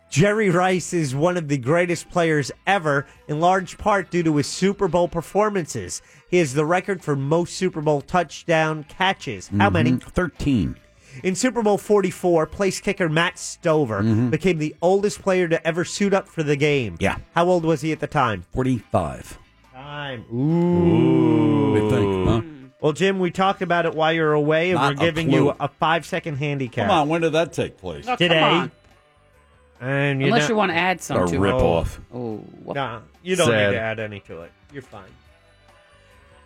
Jerry Rice is one of the greatest players ever, in large part due to his Super Bowl performances. He has the record for most Super Bowl touchdown catches. How many?
Mhm. 13.
In Super Bowl 44, place kicker Matt Stover became the oldest player to ever suit up for the game.
Mm-hmm. Yeah.
How old was he at the time?
45.
Time. Ooh.
We think, huh?
Hmm.
Well, Jim, we talked about it while you're away, and
Not
we're
a
giving
clue.
you a five second handicap.
Come on, when did that take place?
Oh,
Today.
Come on.
And
Unless
know-
you want to add some
A
to it.
rip-off.
Oh,
Nah, you don't
Sad.
need to add any to it. You're fine.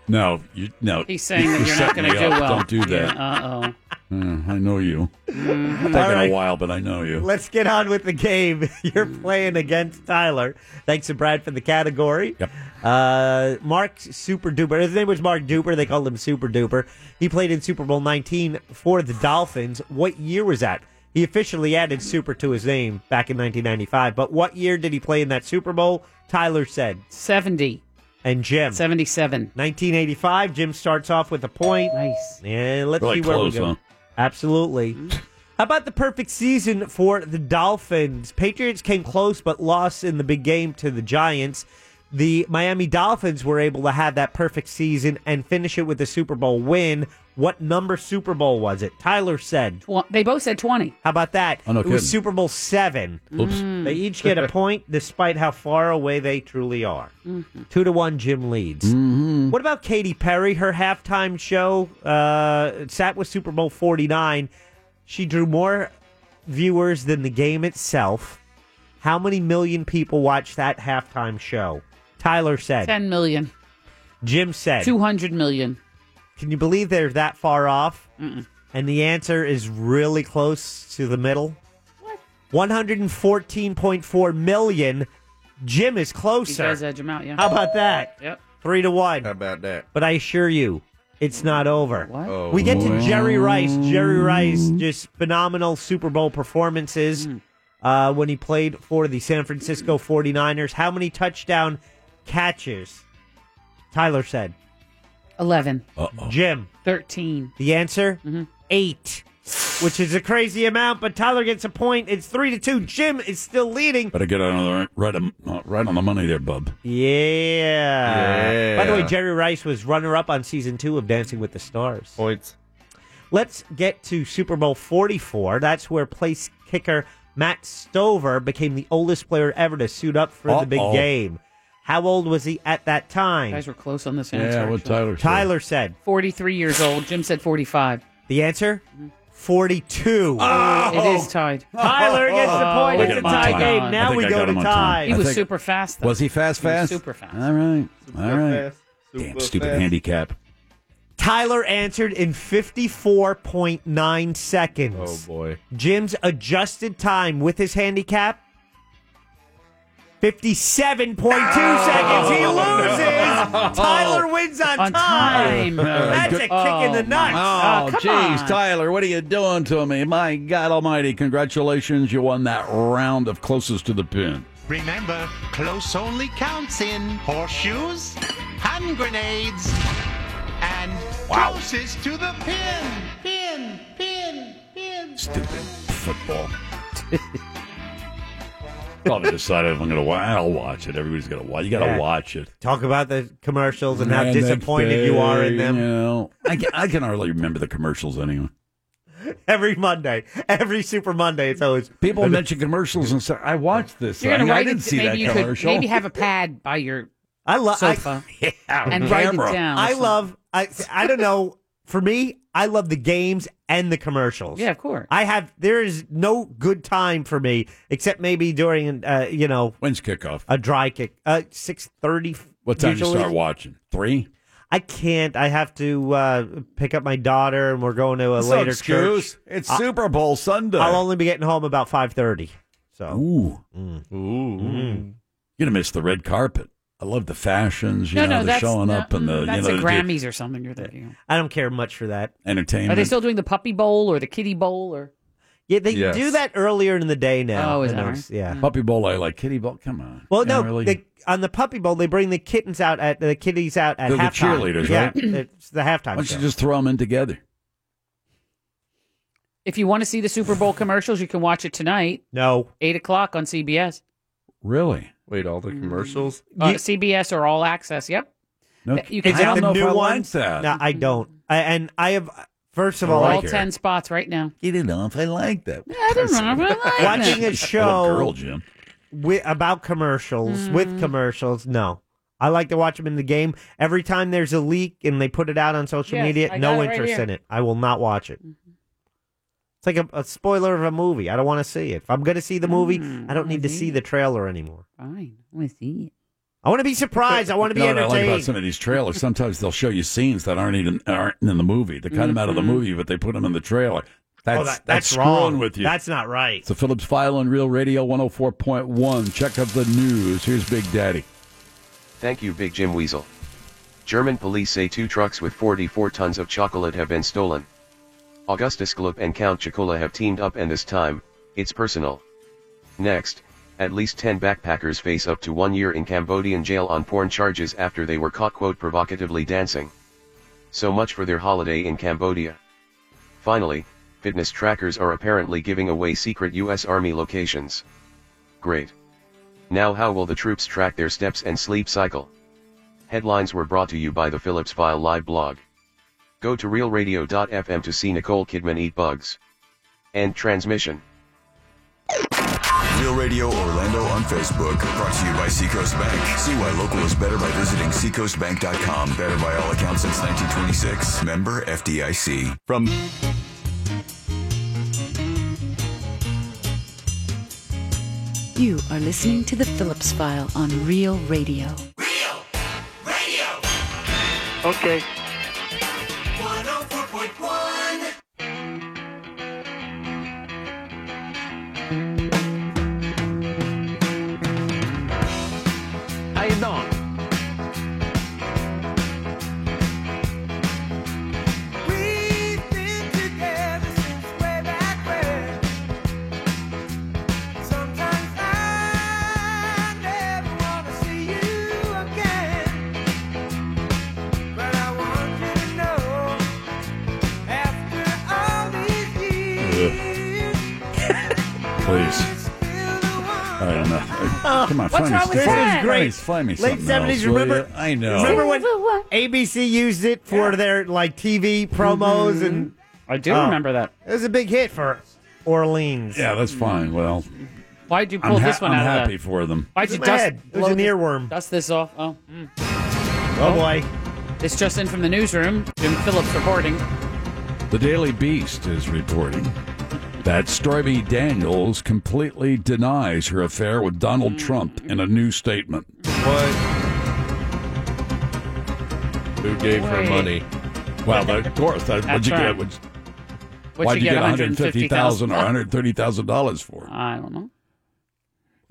No, you, no.
He's saying that
You
you're not
set
going to
me
do
up.
well.
Don't do that.
Uh
Mm, I know you.
Mhm.
Taking
All right.
a while, but I know you.
Let's get on with the game. You're playing against Tyler. Thanks to Brad for the category. Yep. Uh, Mark Super Duper. His name was Mark Duper. They called him Super Duper. He played in Super Bowl 19 for the Dolphins. What year was that? He officially added Super to his name back in 1995. But what year did he play in that Super Bowl? Tyler said
70.
and Jim.
77.
1985. Jim starts off with a point.
Nice.
Yeah, let's
Really
see where
close,
we go.
huh?
Absolutely. How about the perfect season for the Dolphins? Patriots came close but lost in the big game to the Giants. The Miami Dolphins were able to have that perfect season and finish it with a Super Bowl win. What number Super Bowl was it? Tyler said.
they both said 20.
How about that?
Oh, no
it was
kidding.
Super Bowl 7.
Oops. Mm.
They each get a point despite how far away they truly are.
Mm. Mm-hmm.
Two to one, Jim leads.
Mm-hmm.
What about Katy Perry? Her halftime show uh, sat with Super Bowl 49. She drew more viewers than the game itself. How many million people watched that halftime show? Tyler said.
10 million.
Jim said.
200 million.
Can you believe they're that far off? And the answer is really close to the middle. What? 114.4 million. Jim is
You
closer.
guys edge them out, yeah.
How about that?
Yep.
Three to one.
How about that?
But I assure you, it's not over.
Oh,
we get to
boy.
Jerry Rice. Jerry Rice, just phenomenal Super Bowl performances uh, when he played for the San Francisco 49ers. How many touchdown catches? Tyler said
11.
Jim.
13.
The answer? Eight. Which is a crazy amount, but Tyler gets a point. It's three to two. Jim is still leading.
Better get another right, um, uh, right on the money there, bub.
Yeah. By the way,
Yeah.
Jerry Rice was runner up on season two of Dancing with the Stars. Points. Let's get to Super Bowl 44. That's where place kicker Matt Stover became the oldest player ever to suit up for the big
Uh-oh.
game. How old was he at that time?
guys were close on this answer. actually.
Tyler said.
43 years old. Jim said 45.
The answer? 42.
It is tied.
Tyler gets the point.
Oh,
It's a tie
my
game.
God.
Now we go to tie.
He was super fast. Though.
Was he fast,
He was
fast?
super fast.
All right. All right.
fast,
Damn stupid
fast.
handicap.
Tyler answered in 54.9 seconds.
Oh, boy.
Jim's adjusted time with his handicap 57.2
Oh.
seconds. He loses. Tyler wins on,
On
time.
time.
That's a kick in the nuts.
Oh, jeez, Tyler, what are you doing to me? My God Almighty, congratulations. You won that round of closest to the pin.
Remember, close only counts in horseshoes, hand grenades, and closest to the pin. Pin, pin, pin.
Stupid football. Probably decided if I'm going to watch I'll watch it. Everybody's going to watch You got to
Yeah.
watch it.
Talk about the commercials and how
Man,
disappointed you are in
they-
them.
you know, I, can, I can hardly remember the commercials anyway.
Every Monday, every Super Monday, it's always
People mention commercials and say, I watched this.
You're
I,
gonna
mean, I
write
didn't
it.
see
maybe
that
you
commercial.
Could maybe have a pad by your
I love
sofa.
I,
And write it camera. down or
I
something.
love. I I don't know. For me, I love the games and the commercials.
Yeah, of course.
I have. There is no good time for me except maybe during uh, you know
when's kickoff?
A dry kick. Uh, six thirty.
What time
usually.
you start watching? Three?
I can't. I have to uh, pick up my daughter, and we're going to a
That's no
later
excuse.
church.
It's
I-
Super Bowl Sunday.
I'll only be getting home about five thirty. So
Ooh.
Mm.
Ooh.
Mm-hmm.
You're going to miss the red carpet. I love the fashions, you
no,
know,
no,
the
that's
showing
no,
up and the,
mm, that's
you know,
a
the
Grammys or something. You're thinking. of.
I don't care much for that.
entertainment.
Are they still doing the puppy bowl or the kitty bowl or?
Yeah, they
Yes.
do that earlier in the day now.
Oh, is
And
that
it's-
right?
Yeah.
Puppy bowl, I like kitty bowl. Come on.
Well,
You
no,
know, really?
they, on the puppy bowl, they bring the kittens out at the kitties out at
They're the
halftime.
cheerleaders,
yeah,
right?
It's the
Why
halftime.
don't
show.
you just throw them in together?
If you want to see the Super Bowl commercials, you can watch it tonight,
no.
eight o'clock on CBS,
Really?
Wait, all the commercials?
uh, CBS or All Access. Yep. You can
Is it
I don't
the
know if
new
I
one?
like that.
No, I don't. I, and I have first of
all
all,
ten spots right now.
Get it off. I like that.
I don't know. if I like
watching
that.
a show
girl, Jim.
With, about commercials
Mm.
with commercials. No, I like to watch them in the game. Every time there's a leak and they put it out on social
Yes,
media,
I
no
got it right
interest
here. Mm-hmm.
in it. I will not watch it. It's like a, a spoiler of a movie. I don't want to see it. If I'm going to see the movie,
Mm,
I don't need to see the trailer anymore.
Fine, I want to see it.
I want to be surprised. I want to be
No, what I
entertained.
like about some of these trailers, sometimes they'll show you scenes that aren't even aren't in the movie. They cut them out of the
Mhm.
movie, but they put them in the trailer. That's
Oh, that-
that's,
that's
screwing
wrong.
with you.
That's not right.
It's a Phillips File on Real Radio 104.1. Check out the news. Here's Big Daddy.
Thank you, Big Jim Weasel. German police say two trucks with 44 tons of chocolate have been stolen. Augustus Gloop and Count Chocula have teamed up, and this time, it's personal. Next, At least 10 backpackers face up to one year in Cambodian jail on porn charges after they were caught quote provocatively dancing. So much for their holiday in Cambodia. Finally, fitness trackers are apparently giving away secret US Army locations. Great. Now how will the troops track their steps and sleep cycle? Headlines were brought to you by the Phillips File live blog. Go to realradio.fm to see Nicole Kidman eat bugs. End transmission.
Real Radio Orlando on Facebook. Brought to you by Seacoast Bank. See why local is better by visiting seacoastbank.com. Better by all accounts since 1926. Member FDIC. From
You are listening to The Phillips File on Real Radio.
Okay.
104.1.
How you doing?
We've been together since way back when. Sometimes I never wanna see you again, but I want you to know after all these years,
Please. I don't know.
Oh,
Come on,
what's
find me
wrong
something.
with that?
Please, find me
Late
something else,
seventies.
will
Remember?
you? I know.
Remember when ABC used it for their like TV promos
Mhm.
and. Oh.
I do remember that.
It was a big hit for Orleans.
Yeah, that's fine. Well,
Why'd you pull
I'm, ha-
this one
I'm
out
happy
of that?
for them.
Why'd you
It's
dust?
mad. It was an earworm.
Dust this off. Oh.
Oh boy.
This just in from the newsroom. Jim Phillips reporting.
The Daily Beast is reporting that Stormy Daniels completely denies her affair with Donald Trump in a new statement. What?
Who gave her Wait. money?
Well, of course. That, what'd
That's
you
right.
get? What'd-
What'd
why'd
you
you
get,
get 150000 or
150,000?
$130,000 for?
I don't know.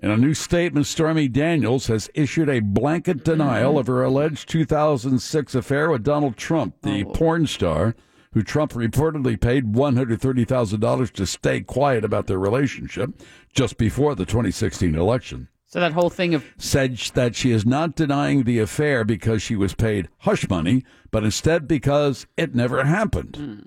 In a new statement, Stormy Daniels has issued a blanket denial of her alleged 2006 affair with Donald Trump,
Oh,
the porn star who Trump reportedly paid $130,000 to stay quiet about their relationship just before the 2016 election.
So that whole thing of
Said sh- that she is not denying the affair because she was paid hush money, but instead because it never happened.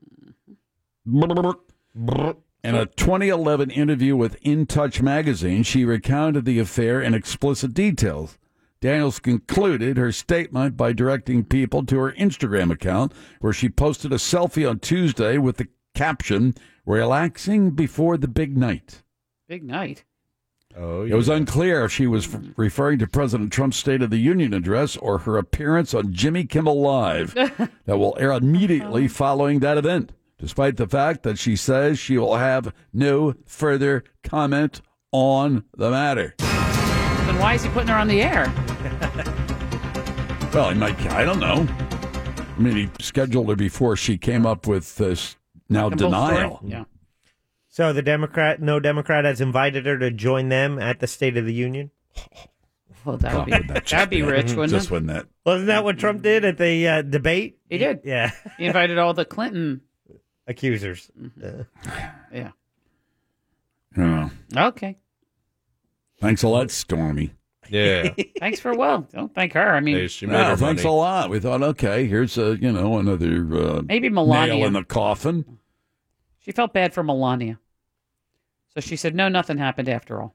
In a 2011 interview with In Touch magazine, she recounted the affair in explicit details. Daniels concluded her statement by directing people to her Instagram account, where she posted a selfie on Tuesday with the caption, Relaxing before the big night.
big night.
Oh, It was unclear if she was f- referring to President Trump's State of the Union address or her appearance on Jimmy Kimmel Live that will air immediately following that event, despite the fact that she says she will have no further comment on the matter.
Then why is he putting her on the air?
Well, I might, I don't know. I mean, he scheduled her before she came up with this now denial.
Yeah.
So the Democrat, no Democrat, has invited her to join them at the State of the Union.
Well, that
would be- God, wouldn't that that'd be just- rich, wouldn't just it? wouldn't it?
Wasn't that what Trump did at the uh, debate?
He did.
Yeah.
He invited all the Clinton.
Accusers.
Mm-hmm.
Uh,
Yeah.
Yeah.
Okay.
Thanks a lot, Stormy. Yeah.
Thanks for well. Don't thank her. I mean,
No, thanks a lot. We thought, okay, here's a you know another uh,
Maybe Melania.
nail in the coffin.
She felt bad for Melania. So she said, no, nothing happened after all.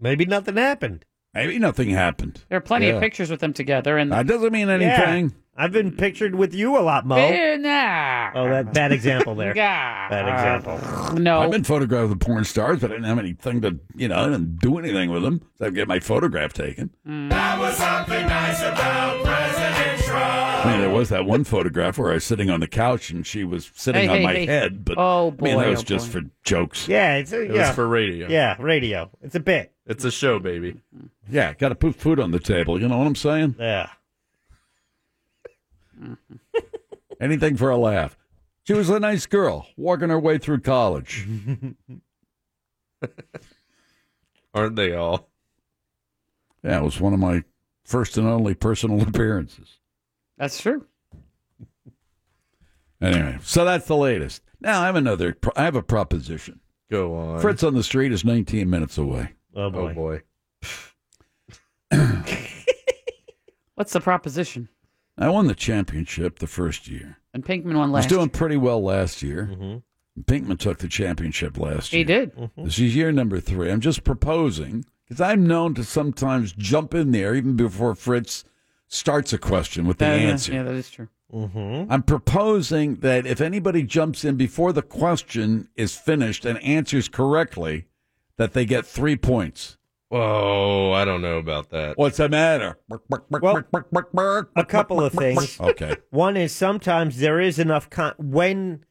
Maybe nothing happened.
Maybe nothing happened.
There are plenty
Yeah.
of pictures with them together. and
That doesn't mean
Yeah.
anything.
I've been pictured with you a lot, Mo.
Eh, nah.
Oh, that bad example there.
Yeah.
Bad example.
No.
I've been photographed with porn stars, but I didn't have anything to you know. I didn't do anything with them. So I get my photograph taken.
That was something nice about President Trump.
I mean, there was that one photograph where I was sitting on the couch and she was sitting
Hey,
on
hey,
my
hey.
head. But
Oh,
I mean, that
boy,
was
oh,
just
boy.
for jokes.
Yeah, it's a,
It was
yeah.
for radio.
Yeah, radio. It's a bit.
It's a show, baby.
Yeah, got to put food on the table. You know what I'm saying?
Yeah.
Anything for a laugh. She was a nice girl working her way through college.
Aren't they all?
Yeah, it was one of my first and only personal appearances.
That's true.
Anyway, so that's the latest. Now I have another. pro- I have a proposition.
Go on.
Fritz on the street is 19 minutes away.
Oh boy.
boy.
What's the proposition?
I won the championship the first year.
And Pinkman won
I was
last.
doing pretty well last year.
Mm-hmm.
Pinkman took the championship last
He
year.
did.
This is year number three. I'm just proposing because I'm known to sometimes jump in there even before Fritz starts a question with the
Yeah, yeah,
answer.
Yeah, that is true.
I'm proposing that if anybody jumps in before the question is finished and answers correctly, that they get three points.
Whoa, I don't know about that.
What's the matter?
Well, a couple of things.
Okay.
One is sometimes there is enough. Con- when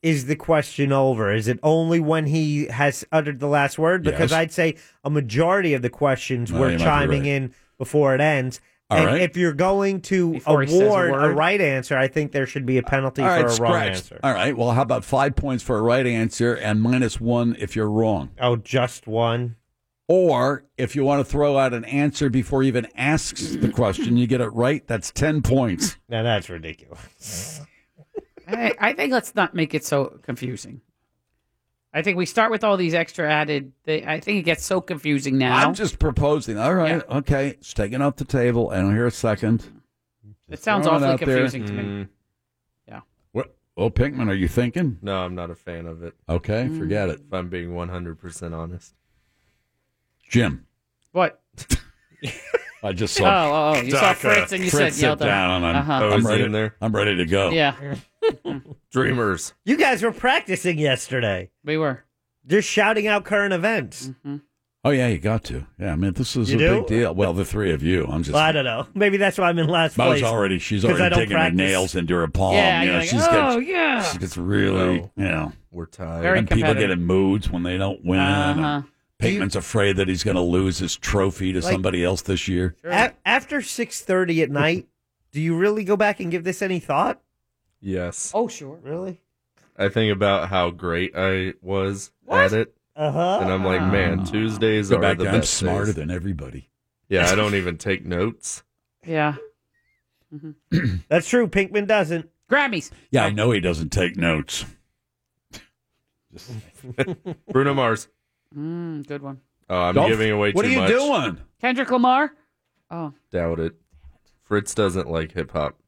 is the question over? Is it only when he has uttered the last word? Because
Yes.
I'd say a majority of the questions
No, you
were
might be
chiming
right.
in before it ends.
All
and
right.
if you're going to
Before he says a
award a
word.
right answer, I think there should be a penalty
All
for
right,
a wrong
scratched.
answer.
All right. Well, how about five points for a right answer and minus one if you're wrong?
Oh, just one.
Or if you want to throw out an answer before he even asks the question, you get it right. That's ten points.
Now that's ridiculous.
I, I think let's not make it so confusing. I think we start with all these extra added. They, I think it gets so confusing now.
I'm just proposing. All right. Okay. It's taken off the table. I don't hear a second.
it sounds
throwing it
awfully
out there. Mm.
confusing to
Mm.
me.
What? Oh, Pinkman, are you thinking?
No, I'm not a fan of it.
Okay,
Hmm.
Mm. forget it.
If I'm being 100% honest.
Jim.
What?
I just
Oh, oh,
saw.
oh, you saw Fritz and you said
Fritz,
yell
sit
down.
down. and I'm,
Uh-huh.
Oh,
I'm
is he
ready.
in there?
I'm ready to go.
Yeah.
Dreamers.
You guys were practicing yesterday.
We were. Mm-hmm.
Just shouting out current events.
Oh yeah, you got to. Yeah, I mean, this is
You
a
do?
big deal. Well, the three of you. I'm just.
Well, I don't know. Maybe that's why I'm in last
Mo's
place.
already. She's
'cause I
already
don't
digging
practice.
her nails into her palm.
Yeah,
you
you're
know,
like,
she's
"Oh,
got,
yeah."
She gets really. You know,
we're tired.
Very
and people get
competitive.
in moods when they don't win. and
Uh-huh.
Pinkman's afraid that he's going to lose his trophy to
Like-
somebody else this year.
A- after six thirty at night, do you really go back and give this any thought?
Yes.
Oh, sure.
Really?
I think about how great I was at it.
Uh-huh.
And I'm like, man, Tuesdays
Ah. Go
are
back
the
to,
best.
I'm smarter
days."
than everybody.
Yeah, I don't even take notes.
Yeah.
Mm-hmm.
That's true. Pinkman doesn't.
Grammys.
Yeah, I know he doesn't take notes.
Bruno Mars.
Mm, good one.
Oh, I'm
Don't-
giving away
what
too
are you
much.
doing?
Kendrick Lamar. Oh,
Doubt it. Fritz doesn't like hip hop.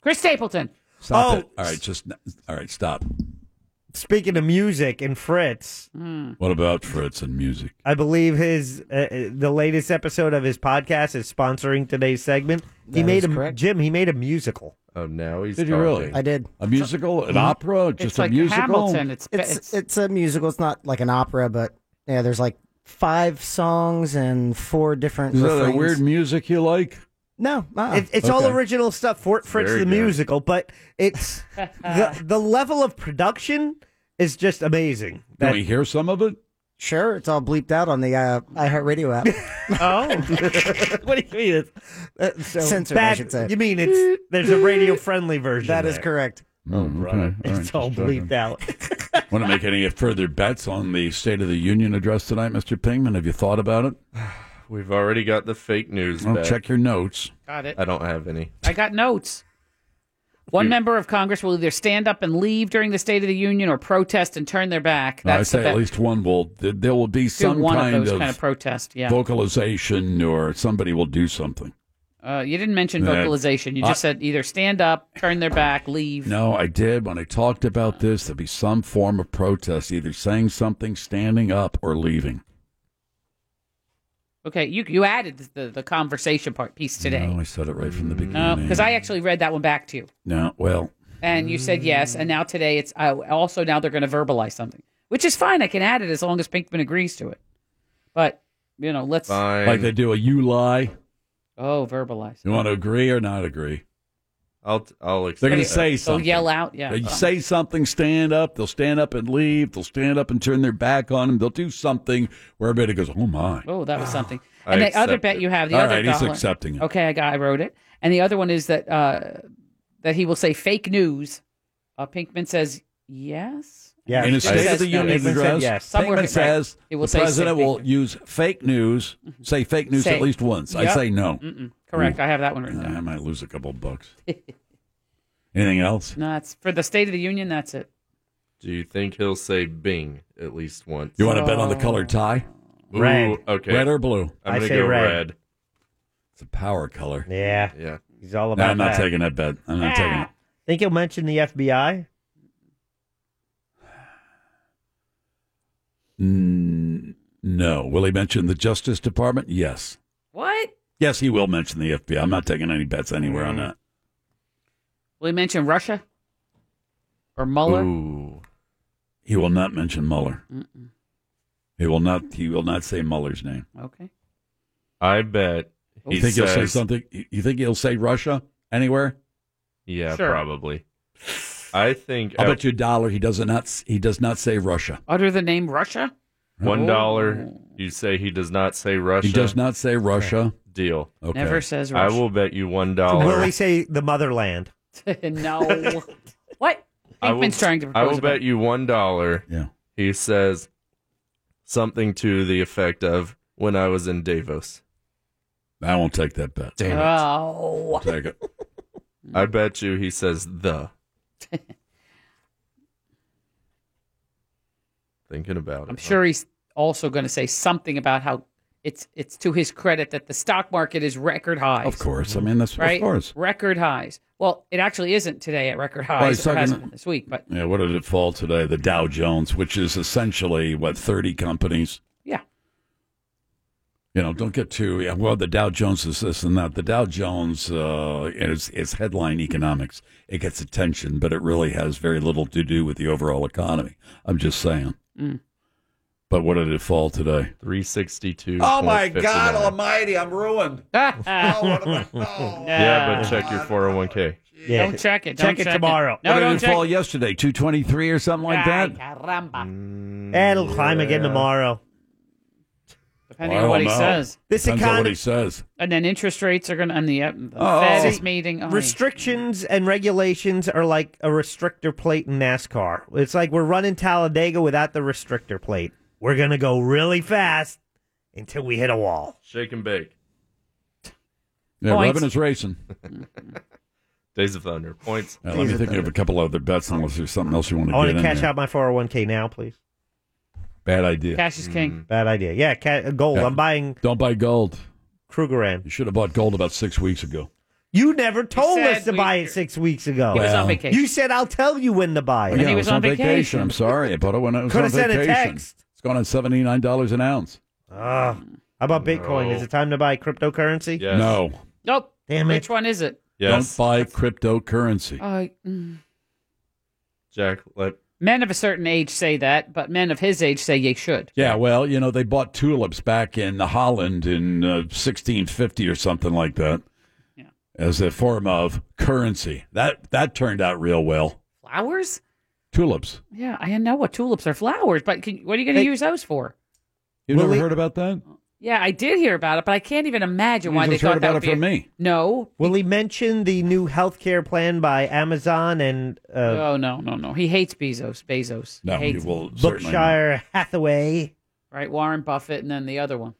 Chris Stapleton.
Stop
Oh.
it. All right, just all right. Stop.
Speaking of music and Fritz,
Mm.
What about Fritz and music?
I believe his uh, uh, the latest episode of his podcast is sponsoring today's segment. He
That
made
is
a Jim. He made a musical.
Oh, now he's.
Did you really?
talking.
I did.
A musical, an
Mhm.
opera, Oh, just a musical.
it's, it's a musical. It's not like an opera, but yeah, there's like five songs and four different.
Is that the
refrains.
weird music you like?
No, uh-uh.
It- uh, it's all
Okay.
original stuff. For Fritz
Very
the
good.
musical, but it's the the level of production is just amazing.
Can we hear some of it?
Sure, it's all bleeped out on the uh, iHeartRadio app.
Oh,
what do you mean? It's, uh, so
Censored, I should say.
You mean it's there's a radio friendly version?
That
That
is
is
correct.
Oh, right.
It's all bleeped out.
Want to make any further bets on the State of the Union address tonight, Mr. Pingman? Have you thought about it?
We've already got the fake news.
Well,
back.
check your notes.
Got it.
I don't have any.
I got notes. One member of Congress will either stand up and leave during the State of the Union or protest and turn their back.
I
That's
say
the bet.
at least one will. th- There will be some
one of
kind
those kind of protest, yeah.
vocalization, or somebody will do something.
Uh, you didn't mention
Yeah.
vocalization. You just
I-
said either stand up, turn their back, leave.
No, I did. When I talked about this, there'll be some form of protest, either saying something, standing up, or leaving.
Okay, you you added the, the conversation part piece today.
No, I said it right from the
No,
beginning.
because I actually read that one back to you,
No, well,
and you said yes. And now today it's I, also now they're going to verbalize something, which is fine. I can add it as long as Pinkman agrees to it. But you know, let's
like they do a you lie.
oh verbalize.
You want to agree or not agree?
I'll I'll.
They're going to
accept
say
it. So
something.
yell out, yeah.
They say something. Stand up. They'll stand up and leave. They'll stand up and turn their back on him. They'll do something where everybody goes, "Oh my!"
Oh, that was something.
I
And the other
accept
bet
it.
you have, the
All
other
right, he's
dollar-
accepting it.
Okay, I got, I wrote it. And the other one is that uh, that he will say fake news. Uh, Pinkman says yes.
Yeah,
In a State
Says
of the
no.
Union address,
Somewhere
Pinkman
right.
says
It will
the
say
president
fake
will
news.
use fake news. Say fake news
Say-
at least once. I
Yep.
say no.
Mm-mm. Correct. I have that one written
I might lose a couple bucks. Anything else?
No, it's for the State of the Union. That's it.
Do you think he'll say Bing at least once?
Oh.
You want to bet on the colored tie?
Ooh,
Red.
okay.
Red or blue?
I'm I gonna say go red. red.
It's a power color.
Yeah.
Yeah.
He's all
No,
about
I'm not
that.
taking that bet. I'm not taking it.
Think you'll mention the FBI?
Mm, no. Will he mention the Justice Department? Yes.
What?
Yes, he will mention the FBI. I'm not taking any bets anywhere
Mm.
on that.
Will he mention Russia or Mueller?
Ooh. He will not mention Mueller.
Mm-mm.
He will not. He will not say Mueller's name.
Okay.
I bet.
You
he
think he'll say
says-
something? You you think he'll say Russia anywhere?
Yeah,
Sure.
probably. I think
I will bet you a dollar he does not. s- He does not say Russia.
Utter the name Russia?
one
Oh.
dollar. You say he does not say Russia.
He does not say Russia.
Deal.
Okay.
Never says
I will bet you one dollar.
Will he say the motherland?
no. what?
I will-
Pinkman's trying to propose.
I will
about-
bet you one dollar.
Yeah.
He says something to the effect of "When I was in Davos."
I won't take that bet.
Damn it!
Oh.
Take it.
I bet you he says the. Thinking about it.
I'm sure he's also going to say something about how it's it's to his credit that the stock market is record highs.
Of course.
Mm-hmm.
I mean, that's
right.
of course.
Record highs. Well, it actually isn't today at record
Well,
highs.
he's
or
talking-
hasn't been this week, but
Yeah. What did it fall today? The Dow Jones, which is essentially what 30 companies.
Yeah.
You know, don't get too yeah, well. The Dow Jones is this and that. The Dow Jones uh, is is headline economics. It gets attention, but it really has very little to do with the overall economy. I'm just saying.
Mm.
But what did it fall today?
Three sixty-two.
Oh my God Almighty, I'm ruined.
oh,
what am I- oh.
Yeah, but check your 401k.
Yeah.
don't check it.
Check
Don't
it tomorrow.
No,
what did
don't
it
check
fall yesterday? Two twenty three or something like that.
It'll climb again
yeah.
tomorrow.
Depending
Well,
on what he
I don't know.
says.
This
Depends on what
economy-
he says.
And then interest rates are going to, and the, uh, the
Oh.
Fed is
See,
meeting. Oh,
Restrictions and regulations are like a restrictor plate in NASCAR. It's like we're running Talladega without the restrictor plate. We're going to go really fast until we hit a wall.
Shake and bake.
Yeah,
Points.
Revin is racing.
Days of Thunder points.
Now, let me think of a couple other bets, unless there's something else you want to
I want
get
to
in
cash
there.
out my 401k now, please.
Bad idea.
Cash is
Mm-hmm.
king.
Bad idea. Yeah, ca- uh, gold.
Yeah.
I'm buying.
Don't buy gold.
Krugerrand.
You should have bought gold about six weeks ago.
You never told
said
us to
we-
buy it six weeks ago.
He was on Well-
vacation.
You said I'll tell you when to buy it.
Yeah, I I'm sorry, but when it was
Coulda
on
sent a
vacation,
text.
it's gone on seventy nine dollars an ounce.
Ah. how about Bitcoin?
No.
Is it time to buy cryptocurrency?
No,
Nope.
Damn it.
Which one is it?
don't buy cryptocurrency.
Uh, mm.
Jack, let
men of a certain age say that, but men of his age say you should.
Yeah, well, you know, they bought tulips back in Holland in uh, 1650 or something like that as a form of currency. That that turned out real well.
Flowers?
Tulips.
Yeah, I know what tulips are flowers, but can, what are you going to
Hey.
use those for?
You
Well,
never
we-
heard about that?
Yeah, I did hear about it, but I can't even imagine
You
why they
just heard
thought that
about
would
it
be
from me.
No.
Will he mention the new healthcare plan by Amazon and uh,
oh no, no, no. He hates Bezos. Bezos.
No,
he hates
he will
him.
certainly not.
Berkshire Hathaway?
Right, Warren Buffett, and then the other one.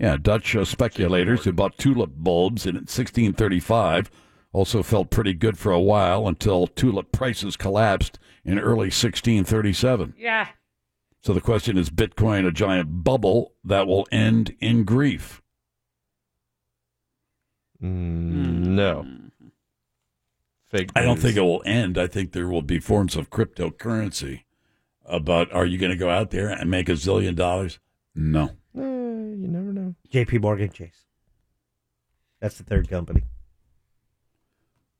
Yeah, Dutch uh, speculators who bought tulip bulbs in 1635 also felt pretty good for a while until tulip prices collapsed in early 1637.
Yeah.
So the question is Bitcoin a giant bubble that will end in grief?
Mm, no. Fake.
I don't
news.
think it will end. I think there will be forms of cryptocurrency. Uh, but are you going to go out there and make a zillion dollars? No.
Eh, you never know.
J.P. Morgan Chase. That's the third company.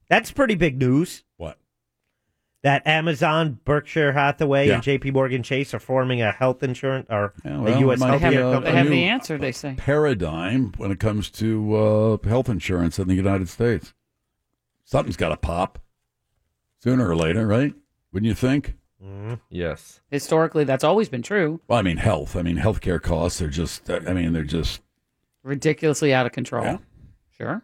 That's pretty big news.
What?
That Amazon, Berkshire Hathaway,
Yeah.
and J.P. Morgan Chase are forming a health insurance or
Yeah,
a
well,
U.S.
it might
healthcare
be a-
company.
They have
new-
the answer, they say.
Paradigm when it comes to uh, health insurance in the United States. Something's got to pop sooner or later, right? Wouldn't you think?
Yes.
Historically, that's always been true.
Well, I mean, health. I mean, healthcare costs are just, I mean, they're just
Ridiculously out of control.
Yeah.
Sure.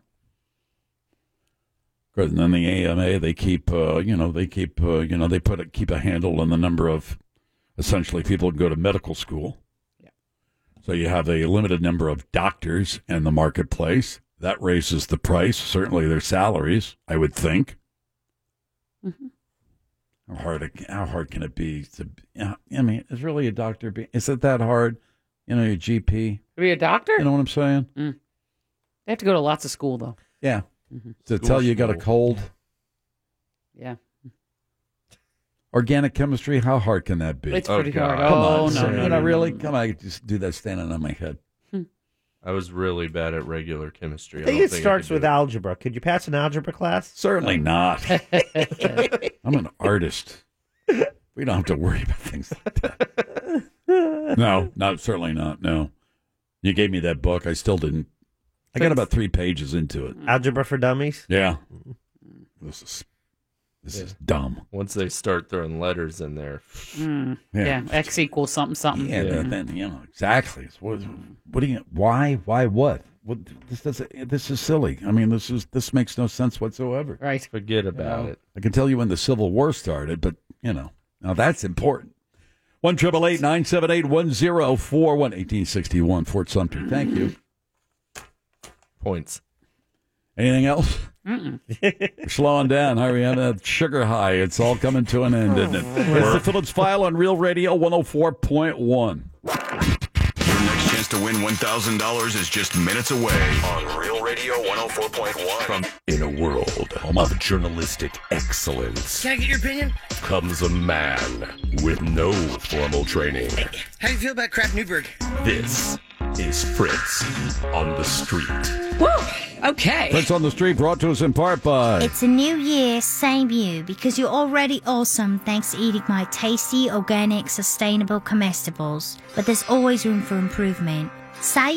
Good. And then the AMA, they keep, uh, you know, they keep, uh, you know, they put a, keep a handle on the number of essentially people who go to medical school. So you have a limited number of doctors in the marketplace. That raises the price, certainly their salaries, I would think.
Mhm.
How hard, it- how hard can it be to? I mean, is really a doctor? Be, is it that hard? You know, your GP.
To be a doctor?
You know what I'm saying?
They have to go to lots of school, though.
Yeah. To
School
tell you got a
school.
cold.
Mm-hmm. Yeah.
Organic chemistry, how hard can that be?
It's pretty Oh, hard. God.
Come
Oh,
on,
no,
sir.
no,
You know,
no,
really?
no, no.
Come on, I could just do that standing on my head.
Hmm. I was really bad at regular chemistry.
I
I
think
don't
it
think I
starts
could do
with algebra. Could you pass an algebra class?
Certainly not. I'm an artist. We don't have to worry about things like that. No, not certainly not. No. You gave me that book. I still didn't. I got about three pages into it.
Algebra for dummies. Mm-hmm.
Yeah. This is this is dumb.
Once they start throwing letters in there,
Mm.
Yeah.
Yeah. X equals something, something.
Yeah,
Mhm.
Then, you know, exactly. It's What, what do you? Why? Why? What? What? This does. This is silly. I mean, this is this makes no sense whatsoever.
Right.
Forget about it.
I can tell you when the Civil War started, but you know, now that's important. One triple eight nine seven eight one zero four one eighteen sixty one Fort Sumter. Thank you.
Points.
Anything else?
Mm-mm.
We're slowing down. Hurry on that sugar high. It's all coming to an end, isn't it? It's the Phillips File on Real Radio one hundred four point one.
Your next chance to win $1,000 is just minutes away on Real Radio 104.1. From
In a world of journalistic excellence
Can I get your opinion?
comes a man with no formal training.
How do you feel about Kraft Newberg?
This is Fritz on the street.
Woo! Okay.
Prince on the street brought to us in part by.
It's a new year, same you, because you're already awesome thanks to eating my tasty, organic, sustainable comestibles. But there's always room for improvement.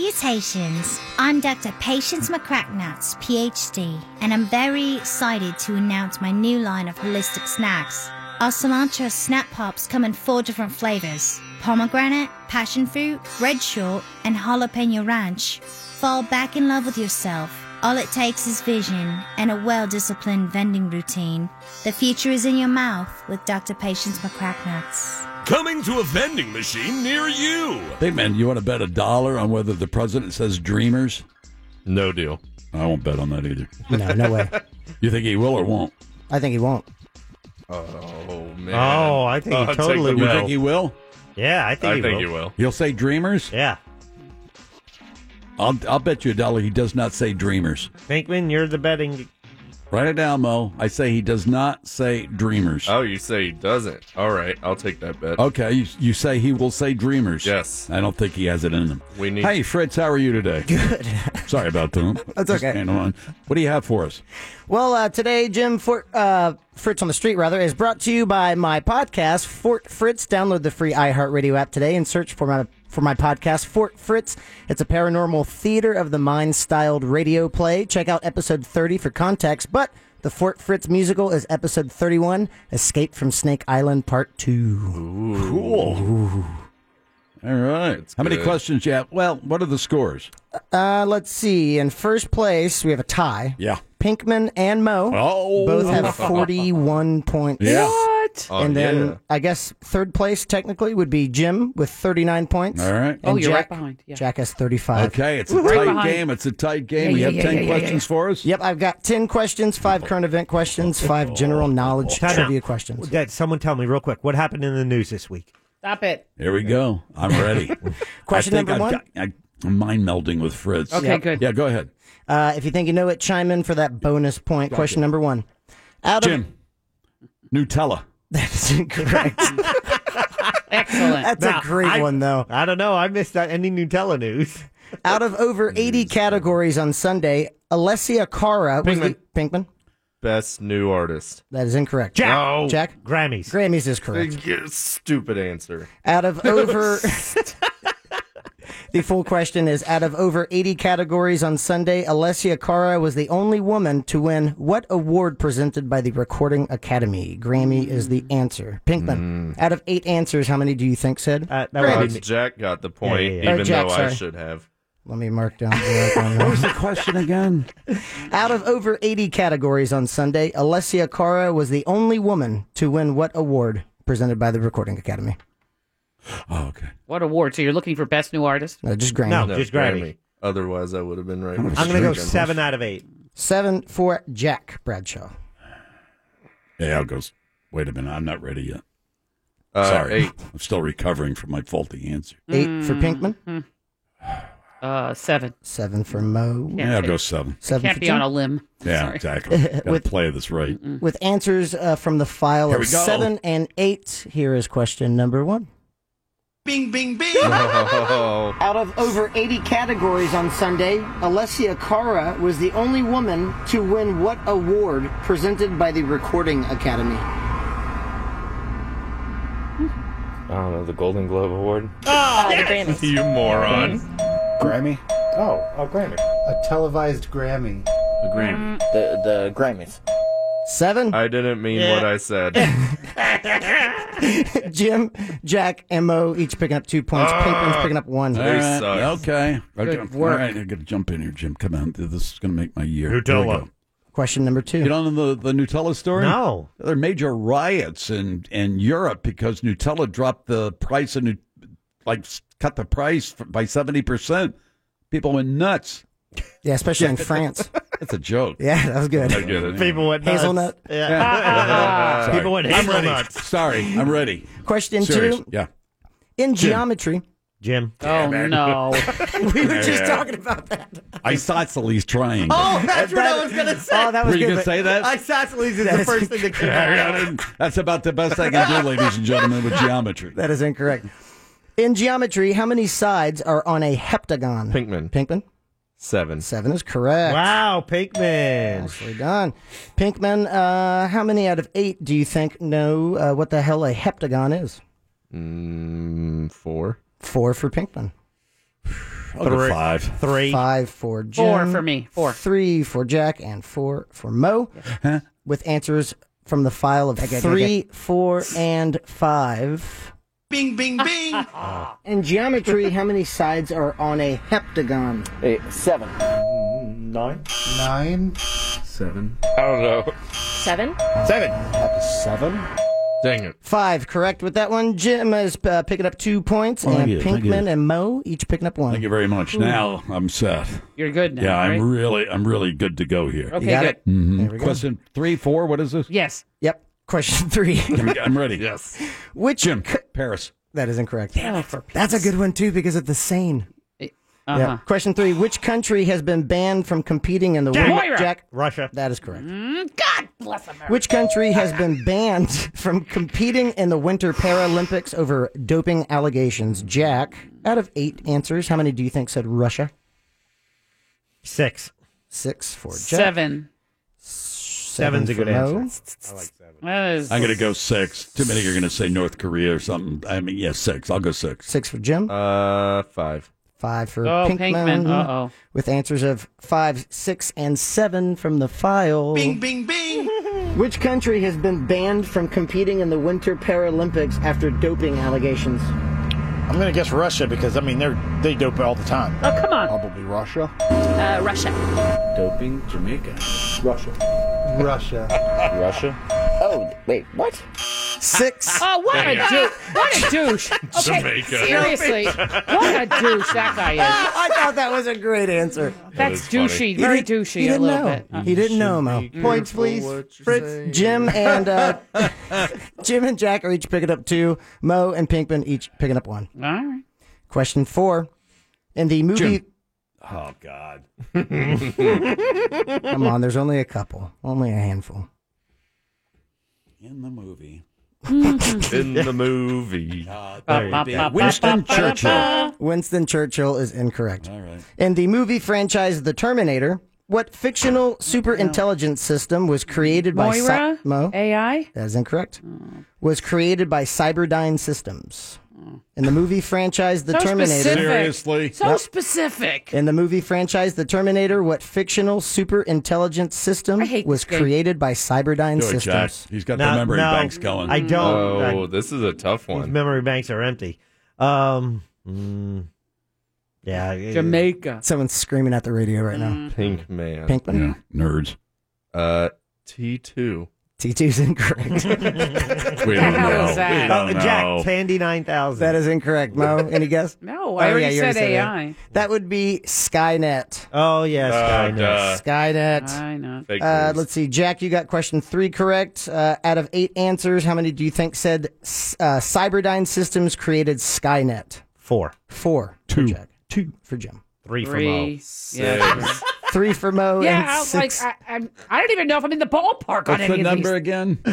Salutations! I'm Dr. Patience McCracknuts, PhD, and I'm very excited to announce my new line of holistic snacks. Our cilantro snap pops come in four different flavors pomegranate, passion fruit, red short, and jalapeno ranch. Fall back in love with yourself. All it takes is vision and a well disciplined vending routine. The future is in your mouth with Dr. Patience McCracknuts.
Coming to a vending machine near you.
Big man, you want to bet a dollar on whether the president says dreamers?
No deal.
I won't bet on that either.
No, no way.
you think he will or won't?
I think he won't.
Oh man.
Oh, I think he totally
You
will.
think he will?
Yeah, I think I he think will. he
will.
He'll say dreamers?
Yeah.
I'll, I'll bet you a dollar he does not say dreamers.
Pinkman, you're the betting.
Write it down, Mo. I say he does not say dreamers.
Oh, you say he doesn't. All right, I'll take that bet.
Okay, you, you say he will say dreamers. Yes. I don't think he has it in him.
We need-
Hey, Fritz, how are you today? Good. Sorry about that.
That's
Just
okay.
hang on. What do you have for us?
Well, uh, today, Jim Fort, uh, Fritz on the Street, rather, is brought to you by my podcast, Fort Fritz. Download the free iHeartRadio app today and search for my for my podcast, Fort Fritz. It's a paranormal theater of the mind styled radio play. Check out episode 30 for context, but the Fort Fritz musical is episode 31, Escape from Snake Island Part 2.
Cool. All right. how many
good.
questions you have? Well, what are the scores?
Uh, let's see. In first place, we have a tie.
Yeah.
Pinkman and Mo
Oh.
both have 41 points.
Yeah. What? Oh,
and then
yeah.
I guess third place technically would be Jim with 39 points.
All right.
Oh,
And
you're right
Jack,
behind. Yeah.
Jack has 35.
Okay, it's a tight game. It's a tight game.
Yeah,
we
yeah,
have
yeah,
10
yeah, yeah,
questions
yeah.
for us. Oh.
Yep, I've got 10 questions, 5 current event questions, 5 general knowledge
Time out.
trivia questions.
Dad, someone tell me real quick what happened in the news this week.
Stop it.
Here we go. I'm ready.
Question
I think
number
I've
one?
got- I, am mind melding with Fritz.
Okay, Yep. good.
Yeah, go ahead.
Uh, if you think you know it, chime in for that bonus point.
Gotcha.
Question number 1. Out of
Jim, Nutella.
That's incorrect.
Excellent.
That's a great one, though.
I don't know. I missed out any Nutella news.
Out of over 80 categories on Sunday, Alessia Cara was the Pinkman.
Best new artist.
That is incorrect.
Jack. No.
Jack.
Grammys.
Grammys is correct.
Big, uh, Stupid answer.
Out of over. the full question is out of over 80 categories on Sunday, Alessia Cara was the only woman to win what award presented by the Recording Academy? Grammy is the answer.
Mm.
Pinkman. Out of eight answers, how many do you think said? Uh,
Uh, Jack got the point,
Yeah, yeah, yeah.
even
Oh, Jack,
though I
sorry.
should have.
Let me mark down. what was
the question again?
Out of over 80 categories on Sunday, Alessia Cara was the only woman to win what award presented by the Recording Academy?
What award? So you're looking for best new artist?
No, just Grammy.
Otherwise, I would have been right.
I'm gonna go
seven out of eight.
Seven for Jack Bradshaw.
Yeah, I'll go. s- Wait a minute. I'm not ready yet.
Uh,
Sorry,
eight.
I'm still recovering from my faulty answer.
Eight for Pinkman.
Mm. Uh, seven.
Seven for Mo.
Yeah, I'll go seven.
Seven
Can't
for
be
Jim.
on a limb.
Yeah,
Sorry.
exactly. Got to
With-
play this right.
With answers uh, from the file
Here
of
we go.
seven and eight, here is question number one.
Bing, bing, bing.
Oh.
Out of over 80 categories on Sunday, Alessia Cara was the only woman to win what award presented by the Recording Academy?
I don't know the Golden Globe Award.
Oh,
Ah.
you moron.
Grammy? Oh, a Grammy. A televised Grammy. A
Grammy.
The the Grammys.
Seven.
I didn't mean
Yeah.
what I said.
Jim, Jack, and Mo each picking up two points. Pinkman's picking up one.
All right, Okay.
Ah. Good
okay.
work.
All right, I got to jump in here, Jim. Come on. This is going to make my year.
Nutella.
Here we go.
Question number two.
You don't know the, the Nutella story?
No.
There are major riots in, in Europe because Nutella dropped the price of, Nu- like, s- cut the price f- by 70%. People went nuts.
Yeah, especially in France.
That's a joke.
Yeah, that was good.
I get it.
People went nuts. Hazelnut. Yeah. Yeah.
Sorry.
People went
I'm ready.
hazelnuts.
Sorry, I'm ready.
Question
Serious.
two.
Yeah.
In
Jim.
geometry.
Jim.
Oh, no.
we were just
Yeah.
talking about that.
Isosceles triangle.
Oh, that's what I was gonna say.
Oh, that
was Were you good, gonna but- say that?
Isosceles is the first thing that came out.
That's about the best I can do, ladies and gentlemen, with geometry.
That is incorrect. In geometry, how many sides are on a heptagon?
Pinkman.
Pinkman?
Seven.
Seven is correct.
Wow, Pinkman.
Nicely done. Pinkman, uh, how many out of eight do you think know uh, what the hell a heptagon is?
Mm, four.
Four for Pinkman.
I'll go Three. five. Three.
Five for Jim.
Four for me. Four.
Three for Jack and four for Mo. With answers from the file of
Okay, okay,
three, four, and five.
Bing, bing, bing.
In geometry, how many sides are on a heptagon?
Eight, seven. Nine.
Nine.
Seven. I don't know.
Seven.
Seven.
Seven.
Dang it.
Five, correct with that one. Jim is uh, picking up two points,
Well, thank
and
you, thank
Pinkman
you.
and Mo each picking up one.
Thank you very much.
Ooh.
Now I'm set.
You're good now.
yeah,
right?
I'm really, I'm really good to go here.
Okay, You got good. it.
Mhm.
There we go.
Question three, four. What is this?
Yes.
Yep. Question three.
I'm, I'm ready. yes.
Which
Jim Paris?
That is incorrect.
Damn it, for
That's a good one too because of the sane.
uh-huh.
Yeah. Question three: Which country has been banned from competing in the
Jack.
Women-
Moira.
Jack Russia. That is correct.
Mm, God bless America.
Which country has been banned from competing in the Winter Paralympics over doping allegations? Jack, out of eight answers, how many do you think said Russia?
Six.
Six for Jack.
Seven.
Seven's
a good
I like seven.
That is-
I'm going to go six. Too many are going to say North Korea or something. I mean, yeah, six. I'll go six.
Six for Jim.
Uh, five.
Five for
Oh,
Pinkman.
Pinkman. Uh-oh.
With answers of five, six, and seven from the file.
Bing, bing, bing.
Which country has been banned from competing in the Winter Paralympics after doping allegations?
I'm gonna guess Russia because I mean they're they dope all the time.
Oh come on.
Probably Russia.
Uh, Russia.
Doping Jamaica. Russia. Russia. Russia.
Oh, wait, what?
Six.
Oh, what a
Yeah.
douche! What a douche! Okay,
Jamaica.
seriously, what a douche that guy is.
I thought that was a great answer.
That's douchey, very douchey
he
a
didn't
little
know.
bit. Uh,
He didn't know, Mo. Points, please. Fritz, Jim, and uh, Jim and Jack are each picking up two. Mo and Pinkman each picking up one.
All right.
Question four. In the movie.
Oh God.
Come on, there's only a couple, only a handful.
In the movie.
In the movie.
Winston Churchill.
Winston Churchill is incorrect.
All right.
In the movie franchise The Terminator, what fictional super intelligence system was created by Cy-
Moira?
Mo?
AI?
That is
Oh,
incorrect. Was created by Cyberdyne Systems. In the movie franchise The
so
Terminator.
Specific. So
Yep.
specific.
In the movie franchise The Terminator, what fictional super intelligence system was created by Cyberdyne
Do it, Jack.
Systems?
He's got the memory banks going.
I don't.
Oh,
I-
this is a tough
These
one.
memory banks are empty. Um, mm, yeah, it-
Someone's screaming
Mm-hmm.
at the radio right now.
Pink man.
Pinkman?
Nerds.
Uh, T two.
T2's incorrect.
We don't
How
know.
is that?
We don't
Oh,
know.
Jack,
Tandy nine thousand.
That is incorrect, Mo. Any guess? Oh,
Oh,
No, I already
you
said
that.
AI.
That would be Skynet.
Oh yeah,
Uh, duh. Skynet.
Fake
Uh,
news.
let's see, Jack, you got question three correct. Uh, out of eight answers, how many do you think said uh, Cyberdyne Systems created Skynet?
Four.
Four. Two. For Jack. Two for Jim.
Three
for Mo. Three. Yeah, Six.
Three for Mo.
yeah,
and
I was like,
six-
I, I'm, I don't even know if I'm in the ballpark on
What's
any
the
of
number
these.
again?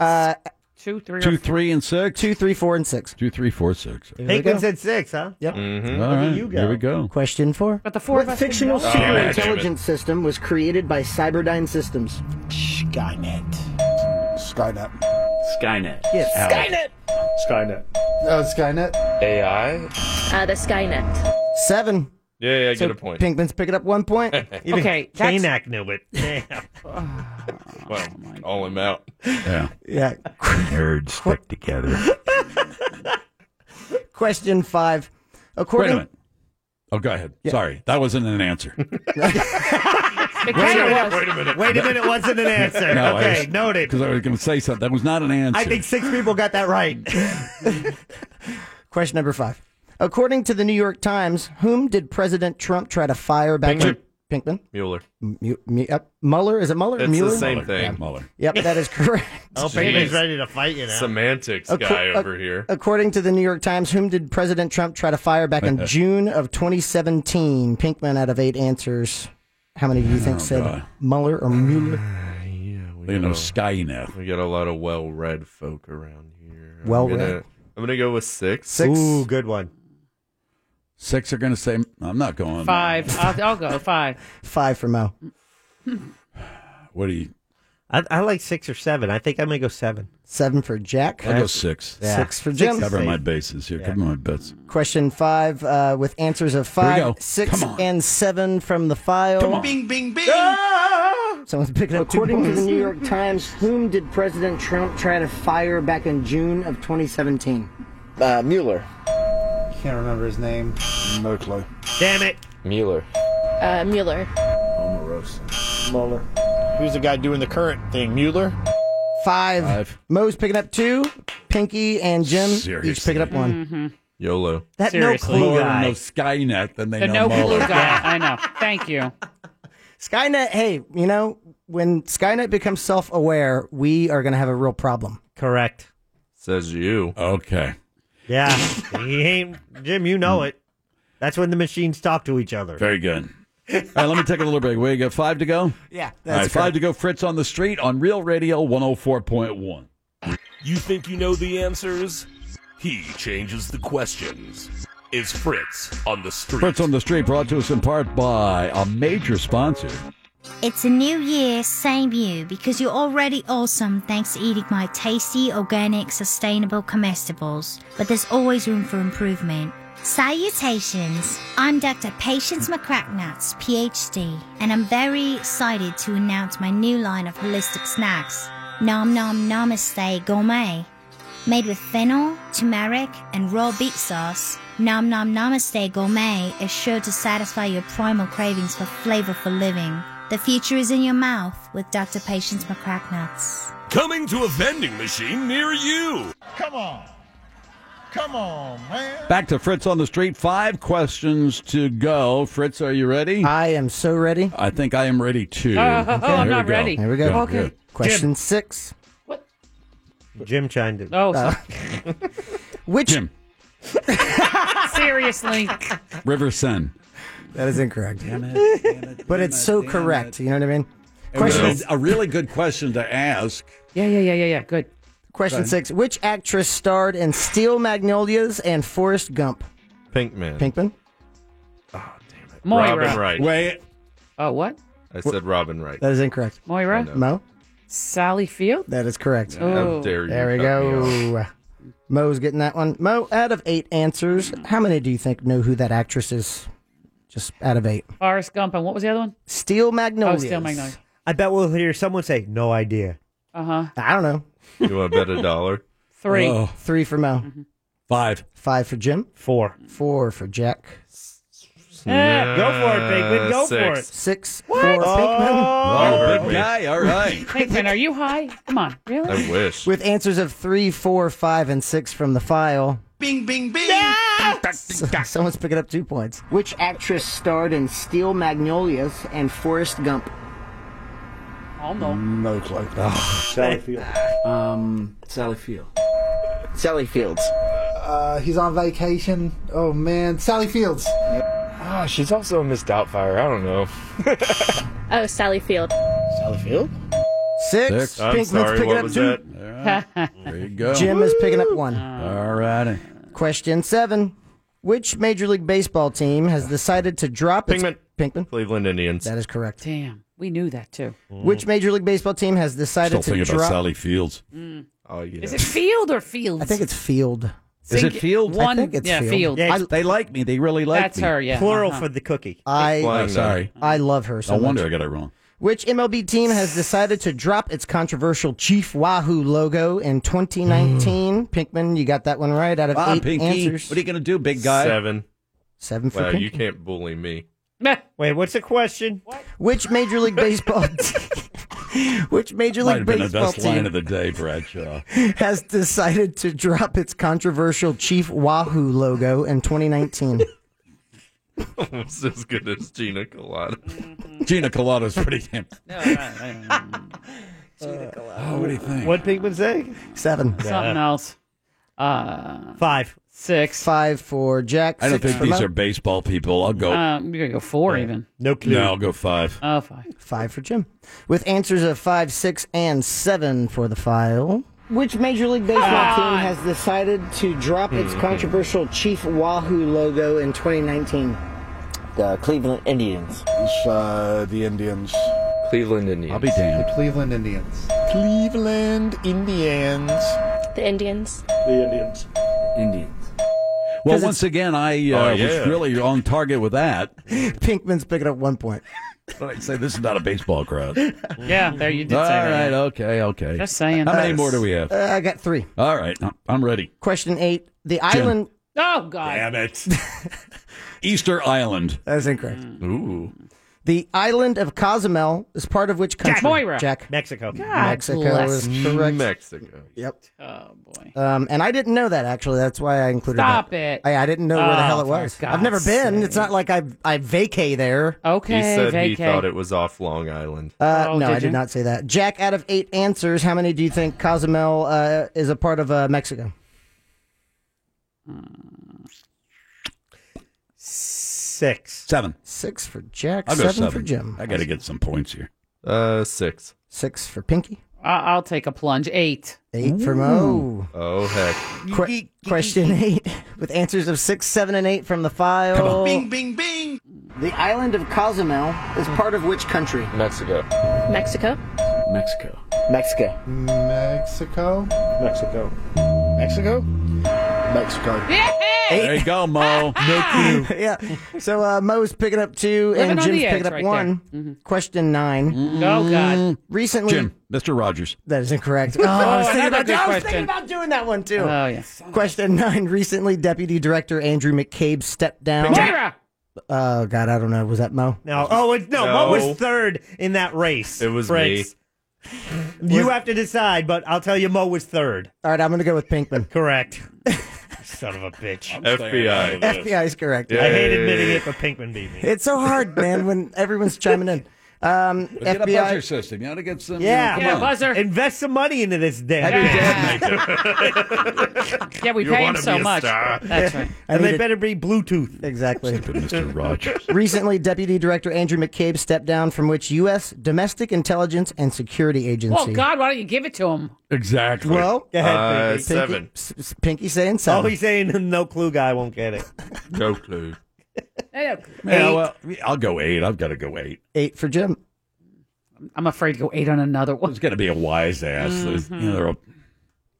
Uh,
two, three,
Two,
or
three, and six.
Two, three, four, and six.
Two, three, four, six.
Pinkman said six, huh?
Yep.
Mm-hmm.
All
Look at
right,
you go.
here we go.
Question four.
But the four
What fictional
Oh,
super
damn it.
intelligence system was created by Cyberdyne Systems? Skynet. Skynet.
Skynet.
Yes. Skynet.
Skynet. Oh, Skynet.
AI.
Uh, the Skynet.
Seven.
Yeah, yeah, I
So
get a point.
Pinkman's picking up one point.
Even Okay,
that's- Kanak knew it.
Oh
Damn.
Well, all him out.
Yeah.
Yeah.
Nerds stick together.
Question five.
Wait a
According
minute. Oh, go ahead. Sorry, that wasn't an answer.
Because
Wait a
it
minute,
was-
wait a minute. Wait a minute wasn't an answer. Okay, noted.
Because I was going to say something. That was not an answer.
I think
six people got that right.
question number five. According to the New York Times, whom did President Trump try to fire back
Pinkman.
when Pinkman?
Mueller.
Mu- mu- uh, Mueller? Is it Mueller?
It's
Mueller?
the same thing.
Mueller.
Yep, that is correct.
Oh, Pinkman's ready to fight you now. uh,
Semantics
Acco-
guy
ac-
over here.
According to the New York Times, whom did President Trump try to fire back in June of 2017? Pinkman out of eight answers. How many do you
Oh,
think said Mueller or Mueller?
uh, you know, Skynet.
We got a lot of well-read folk around here. I'm
Well-read.
gonna- I'm gonna go with six.
Six. Ooh,
good one.
Six are going to say, I'm not going.
Five. I'll, I'll go oh, five.
Five for Mo.
What do you?
I, I like six or seven. I think I'm gonna go seven.
Seven for Jack.
I'll go six.
Yeah. Six for Jim.
Cover my bases here. Cover my bets.
Question five uh, with answers of
we
five,
go.
six, and seven from the file.
Bing, bing, bing.
Someone's picking up two
According to
points.
the New York Times, whom did President Trump try to fire back in June of 2017? Uh, Mueller.
Can't remember his name. No clue.
Damn it.
Mueller.
Uh, Mueller.
Omarosa. Mueller.
Who's the guy doing the current thing? Mueller?
Five.
Five.
Mo's picking up two. Pinky and Jim each
Seriously. Mm-hmm.
picking up one.
YOLO.
That no Seriously. clue
Mueller
guy.
knows Skynet, then they
The
know
no clue
Mueller.
guy. I know. Thank you.
Skynet, hey, you know, when Skynet becomes self aware, we are going to have a real problem.
Correct.
Says you.
Okay.
Yeah, he ain't Jim. You know it. That's when the machines talk to each other.
Hmm. Very good. All right, let me take a little break. We got five to go?
Yeah,
All right,
that's
five to go. Fritz on the street on Real Radio 104.1.
You think you know the answers? He changes the questions. Is Fritz on the street?
Fritz on the street brought to us in part by a major sponsor.
It's a new year, same you, because you're already awesome thanks to eating my tasty, organic, sustainable comestibles. But there's always room for improvement. Salutations! I'm Dr. Patience McCracknuts, PhD, and I'm very excited to announce my new line of holistic snacks, Nom Nom Namaste Gourmet. Made with fennel, turmeric, and raw beet sauce, Nom Nom Namaste Gourmet is sure to satisfy your primal cravings for flavorful living. The future is in your mouth with Dr. Patience McCracknuts.
Coming to a vending machine near you.
Come on. Come on, man.
Back to Fritz on the street. Five questions to go. Fritz, are you ready?
I am so ready.
I think I am ready too.
Oh,
Okay,
I'm
here
not
we go.
ready. Here we go.
Good,
Okay.
good.
Question six.
Jim chimed in.
Oh,
Uh, which
Jim
Seriously.
River Sen.
That is incorrect. but it's so correct. You know what I mean?
It was
Question
a really good question to ask.
Yeah, yeah, yeah, yeah, yeah. Good. Question
Fine.
six. Which actress starred in Steel Magnolias and Forrest Gump?
Pinkman.
Pinkman?
Moira. Robin Wright.
Wait.
Oh, what?
I said Robin Wright.
That is incorrect.
Moira?
Mo?
Sally Field?
That is correct.
How Oh. dare you
There we
cut me
go. Mo's getting that one. Mo, out of eight answers, how many do you think know who that actress is? Just out of eight.
Forrest Gump. And what was the other one?
Steel Magnolias.
Oh, Steel Magnolias.
I bet we'll hear someone say, "No idea."
Uh huh.
I don't know.
You want to bet a dollar?
Three.
Oh. Three for Mo.
Oh. Five.
Five for Jim.
Four.
Four for Jack.
Eh, go for it, Bigman. Go for it.
Six.
What?
For
Oh,
Bigman.
big guy, all
right.
Pinkman, are you high? Come on, really?
wish.
With answers of three, four, five, and six from the file.
Bing, bing, bing.
So- someone's picking up two points.
Which actress starred in Steel Magnolias and Forrest Gump?
I'll
No clue.
Ah.
Sally Field. Um, Sally Field.
Sally Fields.
Uh, he's on vacation. Oh man, Sally Fields.
Ah, she's also Miss Doubtfire. I don't know.
Oh, Sally Field.
Sally Field?
Six.
Six. I'm
Pinkman's
sorry,
picking
what
up
was
two.
that?
There you go.
Jim is picking up one.
All righty.
Question seven. Which Major League Baseball team has decided to drop its
Pinkman.
Pinkman.
Cleveland Indians.
That is correct.
Damn. We knew that too.
Mm. Which Major League Baseball team has
Still
decided to
thinking about
drop?
Sally Fields.
Mm.
Oh, yeah.
Is it Field or Fields?
I think it's Field.
Is Think- it Field? one-
I think it's
yeah, Field. Yeah,
I-
it's-
They like me. They really like
That's
me.
her, yeah. Plural Uh-huh. for
the cookie.
I,
I
sorry.
I love her so
no wonder
much.
I got it wrong.
Which MLB team has decided to drop its controversial Chief Wahoo logo in 2019? Pinkman, you got that one right out of
Wow,
eight
Mm. Pinky.
answers.
What are you going to do, big guy?
Seven.
Seven for
Wow,
Pinkman.
you can't bully me.
Wait, what's the question?
Which Major League Baseball? te- which Major
Might
League
have been the
Baseball
best line
team
of the day, Bradshaw.
has decided to drop its controversial Chief Wahoo logo in 2019?
Almost as good as Gina Colada.
Gina Colada's pretty damn.
Oh,
Uh, what do you think?
What Pinkman say?
Seven.
Something else. Uh,
Five.
Six.
Five for Jack.
I don't
six
think
for
these
Mo.
are baseball people. I'll go.
Um, you're gonna go four even.
No
No, I'll go five.
Oh, five.
Five for Jim. With answers of five, six, and seven for the file.
Which Major League Baseball
Ah.
team has decided to drop its
Hmm.
Mhm.
controversial Chief Wahoo logo in 2019?
The Cleveland Indians. It's, uh, the Indians.
Cleveland Indians.
I'll be damned.
Cleveland Indians.
Cleveland Indians.
The Indians.
The Indians.
Indians.
Well,
'Cause
once again, I uh,
Oh,
was
yeah.
really on target with that.
Pinkman's picking up one point.
But I say this is not a baseball crowd. All
Yeah, there you
right,
did say that.
okay, okay.
Just saying.
How many
Uh,
more do we have?
Uh, I got three.
All right, I'm- I'm ready.
Question eight. The
Jim.
island.
Oh God.
Damn it. Easter Island.
That's incorrect.
Ooh.
The island of Cozumel is part of which country?
Moira.
Jack.
Mexico.
Mexico is correct.
Mexico.
Yep.
Oh boy.
Um, and I didn't know that actually. That's why I included
Stop
that.
it.
I, I didn't know where the
Oh,
hell it
for
was. I've
God's
never been.
sake.
It's not like I I vacay there.
Okay.
he said he
vacay.
thought it was off Long Island.
Uh,
Oh,
no,
did
I did
you?
not say that. Jack, out of eight answers, how many do you think Cozumel uh, is a part of uh, Mexico?
Six.
Seven.
Six for Jack.
I'll go
seven,
seven
for Jim.
I got to get some points here.
Uh, six.
Six for Pinky.
I- I'll take a plunge. Eight.
Eight for Mo.
Oh, heck.
Que- question eight, with answers of six, seven, and eight from the file.
Bing, bing, bing.
The island of Cozumel is part of which country?
Mexico.
Mexico.
Mexico.
Mexico.
Mexico.
Mexico.
Mexico.
Mexico.
There you go, Mo. No
clue. yeah. So uh, Mo's picking up two,
Living
and
on the
Jim's
edge
picking up
right Mm-hmm.
one. Question nine.
Oh, God.
Recently,
Jim, Mr. Rogers.
That is incorrect. Oh, I was thinking
another
about,
good
I was
question.
thinking about doing that one too.
Oh, yeah.
Question nine. Recently, Deputy Director Andrew McCabe stepped down.
Moira.
Oh God, I don't know. Was that Mo?
No. Oh, it, no, Mo
No.
was third in that race.
It was
Fritz. You have to decide, but I'll tell you, Mo was third.
All right, I'm going to go with Pinkman.
Correct. Son of a bitch.
FBI.
FBI is correct.
I hate admitting it, but Pinkman beat me.
It's so hard, man, when everyone's chiming in. Um,
Get a
FBI
buzzer system. You ought to get some.
Yeah,
You know, come on.
Invest some money into this damn.
Yeah, we
You
pay him
wanna
so
be a
much.
star.
That's right.
I
and
need
they
it.
better be Bluetooth.
Exactly.
Mr. Rogers.
Recently, Deputy Director Andrew McCabe stepped down from which U.S. Domestic Intelligence and Security Agency.
Well, God, why don't you give it to him?
Exactly.
Well,
Go ahead, Uh, Pinky. seven.
S- s- Pinky saying
Oh,
seven.
he's saying the no clue guy won't get it.
No clue.
Yeah, well, I'll go eight. I've got to go eight.
Eight for Jim.
I'm afraid to go eight on another one.
There's got to be a wise ass. There's- You know, they're all-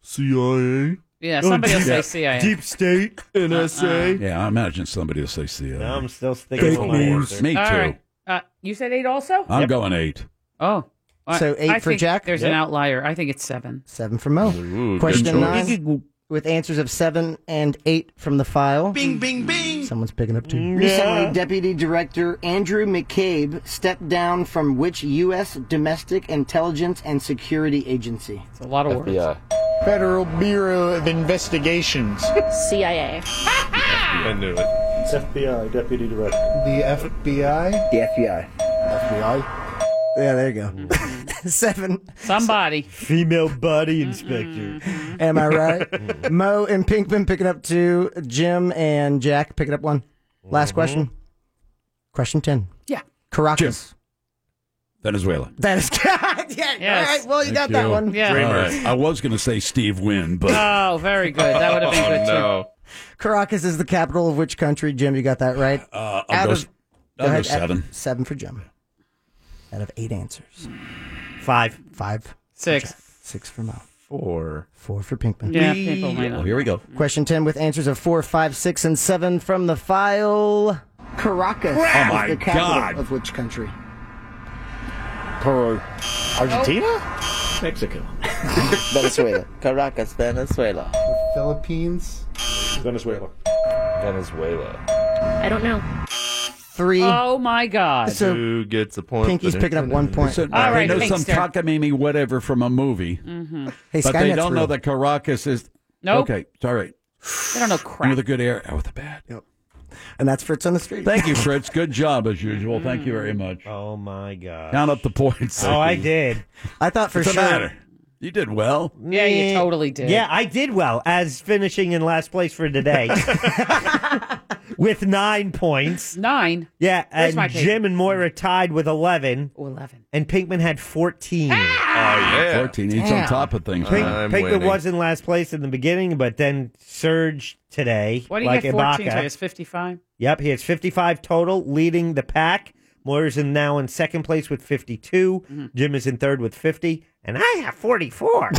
CIA.
Yeah, somebody will say CIA.
Oh, Deep State.
Uh-uh.
NSA.
Yeah, I imagine somebody will say CIA.
No, I'm still sticking
Good
with my
news.
answer.
Me too.
All right. Uh, you said eight also?
I'm going eight.
Oh. All right.
So eight
I
for
think
Jack?
There's an
Yep.
outlier. I think it's seven.
Seven for Mo. Question nine. with answers of seven and eight from the file.
Bing, bing,
bing. Someone's picking up two.
Recently, Deputy Director Andrew McCabe stepped down from which U.S. domestic intelligence and security agency? It's
a lot
of
words.
FBI.
Federal Bureau of Investigations.
CIA.
I knew it.
It's FBI, Deputy Director. The FBI?
The FBI.
FBI?
Yeah, there you go. Seven.
Somebody.
Female body inspector.
Am I
Mm-hmm.
right? Mo and Pinkman picking up two. Jim and Jack picking up one. Last question. Question 10.
Yeah.
Caracas.
Venezuela.
That is good. yeah.
Yes.
All right. Well, Oh, you got that one.
All right. I was going to say Steve Wynn, but
Oh, very good. That would have
Oh,
been good
no.
Caracas is the capital of which country? Jim, you got that right.
Uh, I'll go s-
go
I'll go
ahead, at-
seven.
seven for Jim. Out of eight answers.
Five.
Five.
Six.
Six for Mo.
Four.
Four for Pinkman.
Yeah, people might not.
here we go. Question 10 with answers of four, five, six, and seven from the file.
Caracas
Oh my
is the capital
God.
of which country?
Peru.
Argentina?
Oh.
Mexico. Venezuela. Caracas, Venezuela.
Philippines?
Venezuela.
Venezuela.
I don't know.
Three.
Oh my God.
Who gets a point?
Pinky's picking up one point.
Listen,
All right,
they know
thanks,
some
Derek.
cockamamie whatever from a movie,
Mhm.
Hey,
but they
Skynet's
don't know
real.
that Caracas is.
Nope.
Okay, it's all right.
They don't know crap.
You know the good air out with the bad.
And that's Fritz on the street.
Thank you, Fritz. Good job as usual. Thank you very
Mm.
much.
Oh my God.
Count up the points.
Oh, I did.
I thought
What's the matter? You did well.
Yeah, you
Eh,
totally did.
Yeah, I did well as finishing in last place for today with nine points.
Nine.
Yeah,
Where's my
and
paper?
Jim and Moira tied with 11.
11.
And Pinkman had 14.
Ah!
Oh, yeah. 14. He's on
Damn.
top of things.
Pink,
man.
Pinkman was in last place in the beginning, but then surged today.
What do you
like
get 14
Ibaka.
to? It's 55.
Yep, he has 55 total, leading the pack. Moira's in now in second place with 52.
Mm-hmm.
Jim is in third with 50. And I have 44.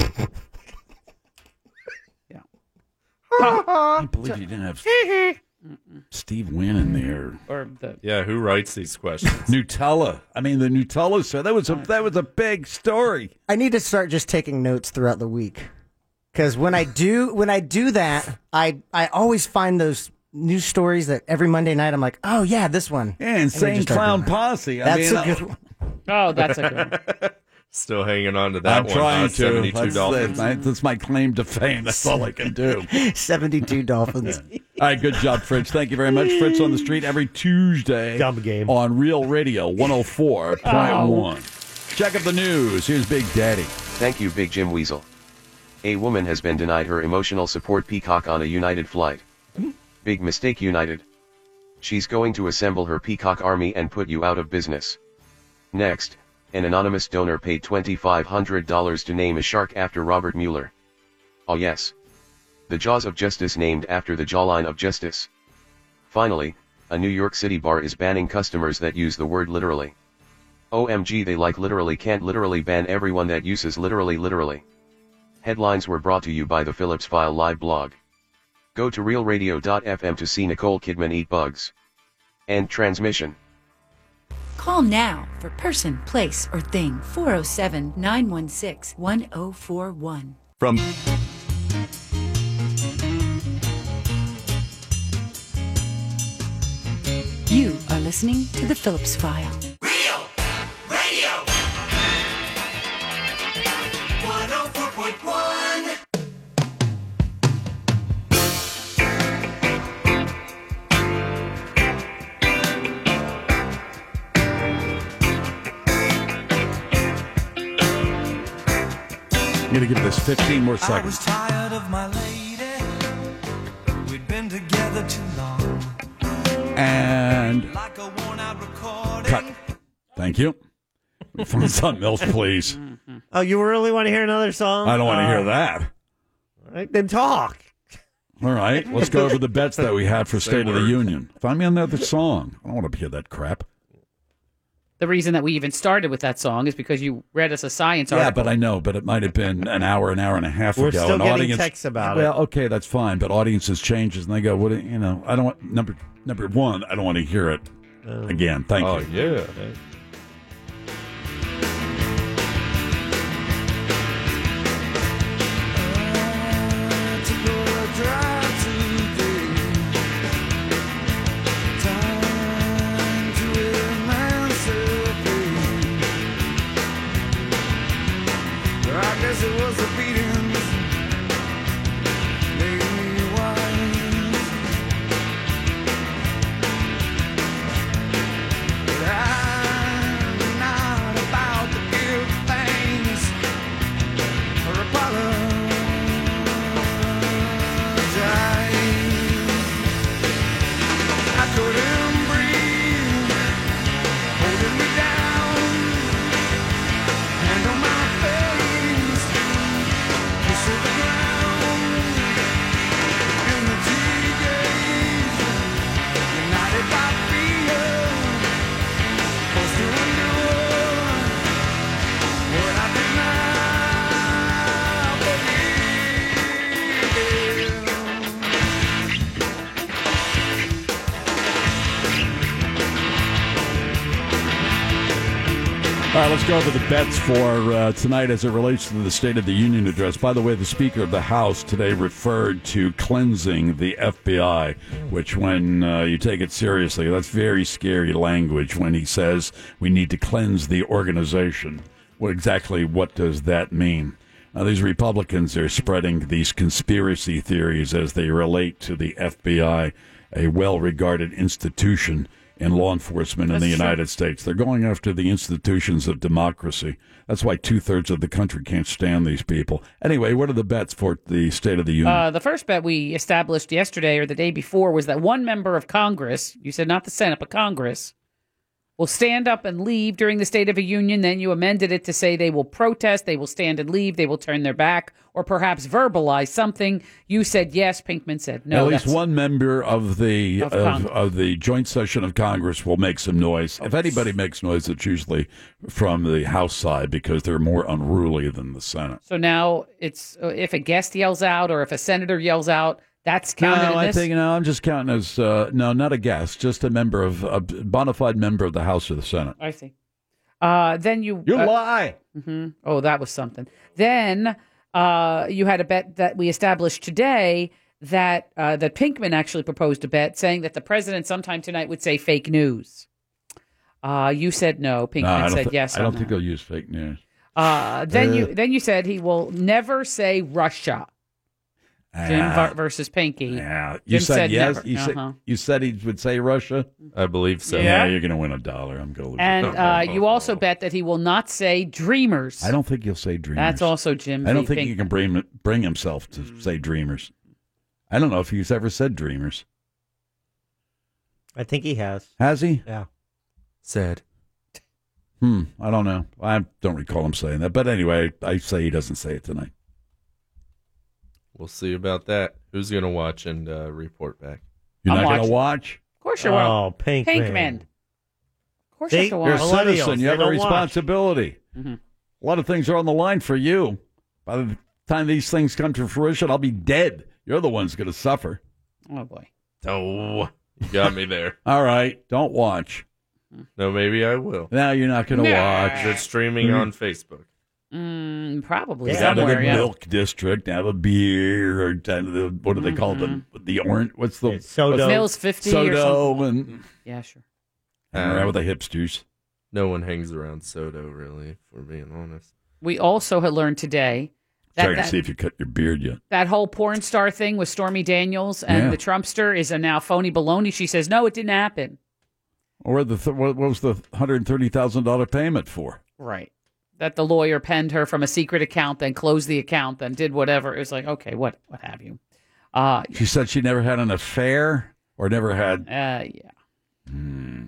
Ah.
I can't believe you didn't have Steve Wynn in there.
Or the
Yeah, who writes these questions?
Nutella. I mean, the Nutella. So that was a that was a big story.
I need to start just taking notes throughout the week. Because when I do when I do that, I I always find those news stories that every Monday night I'm like, oh yeah, this one.
Yeah,
And I
insane
just start
clown
doing that.
posse. I
That's
mean, uh,
a good one.
Oh, that's a good one.
Still hanging on to that
I'm
one.
trying
huh?
to.
Seventy-two
That's, that's,
dollars.
my, that's my claim to fame. That's all I can do.
72 Dolphins.
All right, good job, Fritz. Thank you very much. Fritz on the street every Tuesday. Dumb
game.
On Real Radio 104.1. Check up the news. Here's Big Daddy.
Thank you, Big Jim Weasel. A woman has been denied her emotional support peacock on a United flight. Big mistake, United. She's going to assemble her peacock army and put you out of business. Next, an anonymous donor paid $2,500 to name a shark after Robert Mueller. Oh, yes. The Jaws of Justice named after the jawline of justice. Finally, a New York City bar is banning customers that use the word literally. OMG they like literally can't literally ban everyone that uses literally literally. Headlines were brought to you by the Phillips File live blog. Go to realradio.fm to see Nicole Kidman eat bugs. End transmission.
Call now for person, place, or thing 407 916 1041.
From
You are listening to The Phillips File.
Radio oh 104.1.
I'm going to Oh. give this 15 more
I was
seconds.
tired of my lady. We'd been together too long.
And
Like a worn out recording.
cut. Thank you. Find something else, please.
oh, you really want to hear another song?
I don't want to
Uh,
hear that.
All right, then talk.
All right, let's go over the bets that we had for
Say
State of the
words.
Union. Find me another song. I don't want to hear that crap.
The reason that we even started with that song is because you read us a science
Yeah,
article.
but I know, but it might have been an hour, an hour and a half
We're
ago.
still
An
getting
audience,
texts about it.
well, okay, that's fine, but audiences changes and they go, "What? do- You know, I don't want number number one. I don't want to hear it again." Thank
oh,
you.
yeah.
to go
right, let's go over the bets for uh, tonight as it relates to the State of the Union address. By the way, the Speaker of the House today referred to cleansing the FBI, which, when uh, you take it seriously, that's very scary language when he says we need to cleanse the organization. What exactly what does that mean? Now, these Republicans are spreading these conspiracy theories as they relate to the FBI, a well regarded institution in law enforcement in the United States. They're going after the institutions of democracy. That's why two thirds of the country can't stand these people. Anyway, what are the bets for the State of the Union?
Uh, the first bet we established yesterday or the day before was that one member of Congress, you said not the Senate, but Congress, will stand up and leave during the State of the Union. Then you amended it to say they will protest, they will stand and leave, they will turn their back, or perhaps verbalize something. You said yes, Pinkman said no.
At least
that's-
one member of the
Of
of,
Congress. Oh.
of, the joint session of Congress will make some noise. If anybody makes noise, it's usually from the House side because they're more unruly than the Senate.
So now it's uh, if a guest yells out or if a senator yells out, that's counted
no,
in
I
this.
think no. I'm just counting as uh, no, not a guest, just a member of a bona fide member of the House or the Senate.
I see. Uh, then you
You
uh,
lie.
mhm. Oh, that was something. Then uh, you had a bet that we established today that uh, that Pinkman actually proposed a bet saying that the president sometime tonight would say fake news. Uh, you said no. Pinkman
No, I don't
said
thi-
yes.
I
on
don't
that.
think they'll use fake news.
Uh, then
Uh.
you then you said he will never say Russia. Jim
Ah.
ver- versus Pinky.
Yeah,
Jim
you said, yes.
never.
You
Uh-huh.
said you said he would say Russia.
I believe
so. Yeah.
you're going to win a dollar. I'm going to lose.
And
a
uh,
dollar.
you also bet that he will not say dreamers.
I don't think you'll say dreamers.
That's also Jim.
I don't
V.
think
Pink.
he can bring bring himself
Mm.
to say dreamers. I don't know if he's ever said dreamers.
I think he has.
Has he?
Yeah.
Said. Hmm. I don't know. I don't recall him saying that. But anyway, I say he doesn't say it tonight.
We'll see about that. Who's gonna watch and uh, report back?
You're not going to watch.
Of course you will.
Oh,
Pinkman.
Pinkman.
Of course you
You're
will.
a citizen. You have a
response.
responsibility.
Mm-hmm.
A lot of things are on the line for you. By the time these things come to fruition, I'll be dead. You're the one's going to suffer.
Oh boy.
Oh, you got me there.
All right, don't watch.
No, maybe I will.
Now you're not going to
Nah.
watch.
It's streaming
Mm-hmm.
on Facebook.
Mm, probably
Yeah, down to
somewhere.
the
Yeah.
milk district, have a beer, or down to the, what do they call the
Mm-hmm.
the orange? What's the
Sodo.
what's-
Mills 50 or
Sodo
something.
and
Yeah, sure.
hang around with the hipsters.
No one hangs around Soto, really, if we're being honest.
We also had learned today that
Trying to
that,
see if you cut your beard yet.
that whole porn star thing with Stormy Daniels and
Yeah.
the Trumpster is a now phony baloney. She says no, it didn't happen.
Or the th- what what was the hundred thirty thousand dollar payment for?
Right. That the lawyer penned her from a secret account, then closed the account, then did whatever. It was like, okay, what, what have you? Uh,
She said she never had an affair or never had.
Uh, yeah.
Hmm.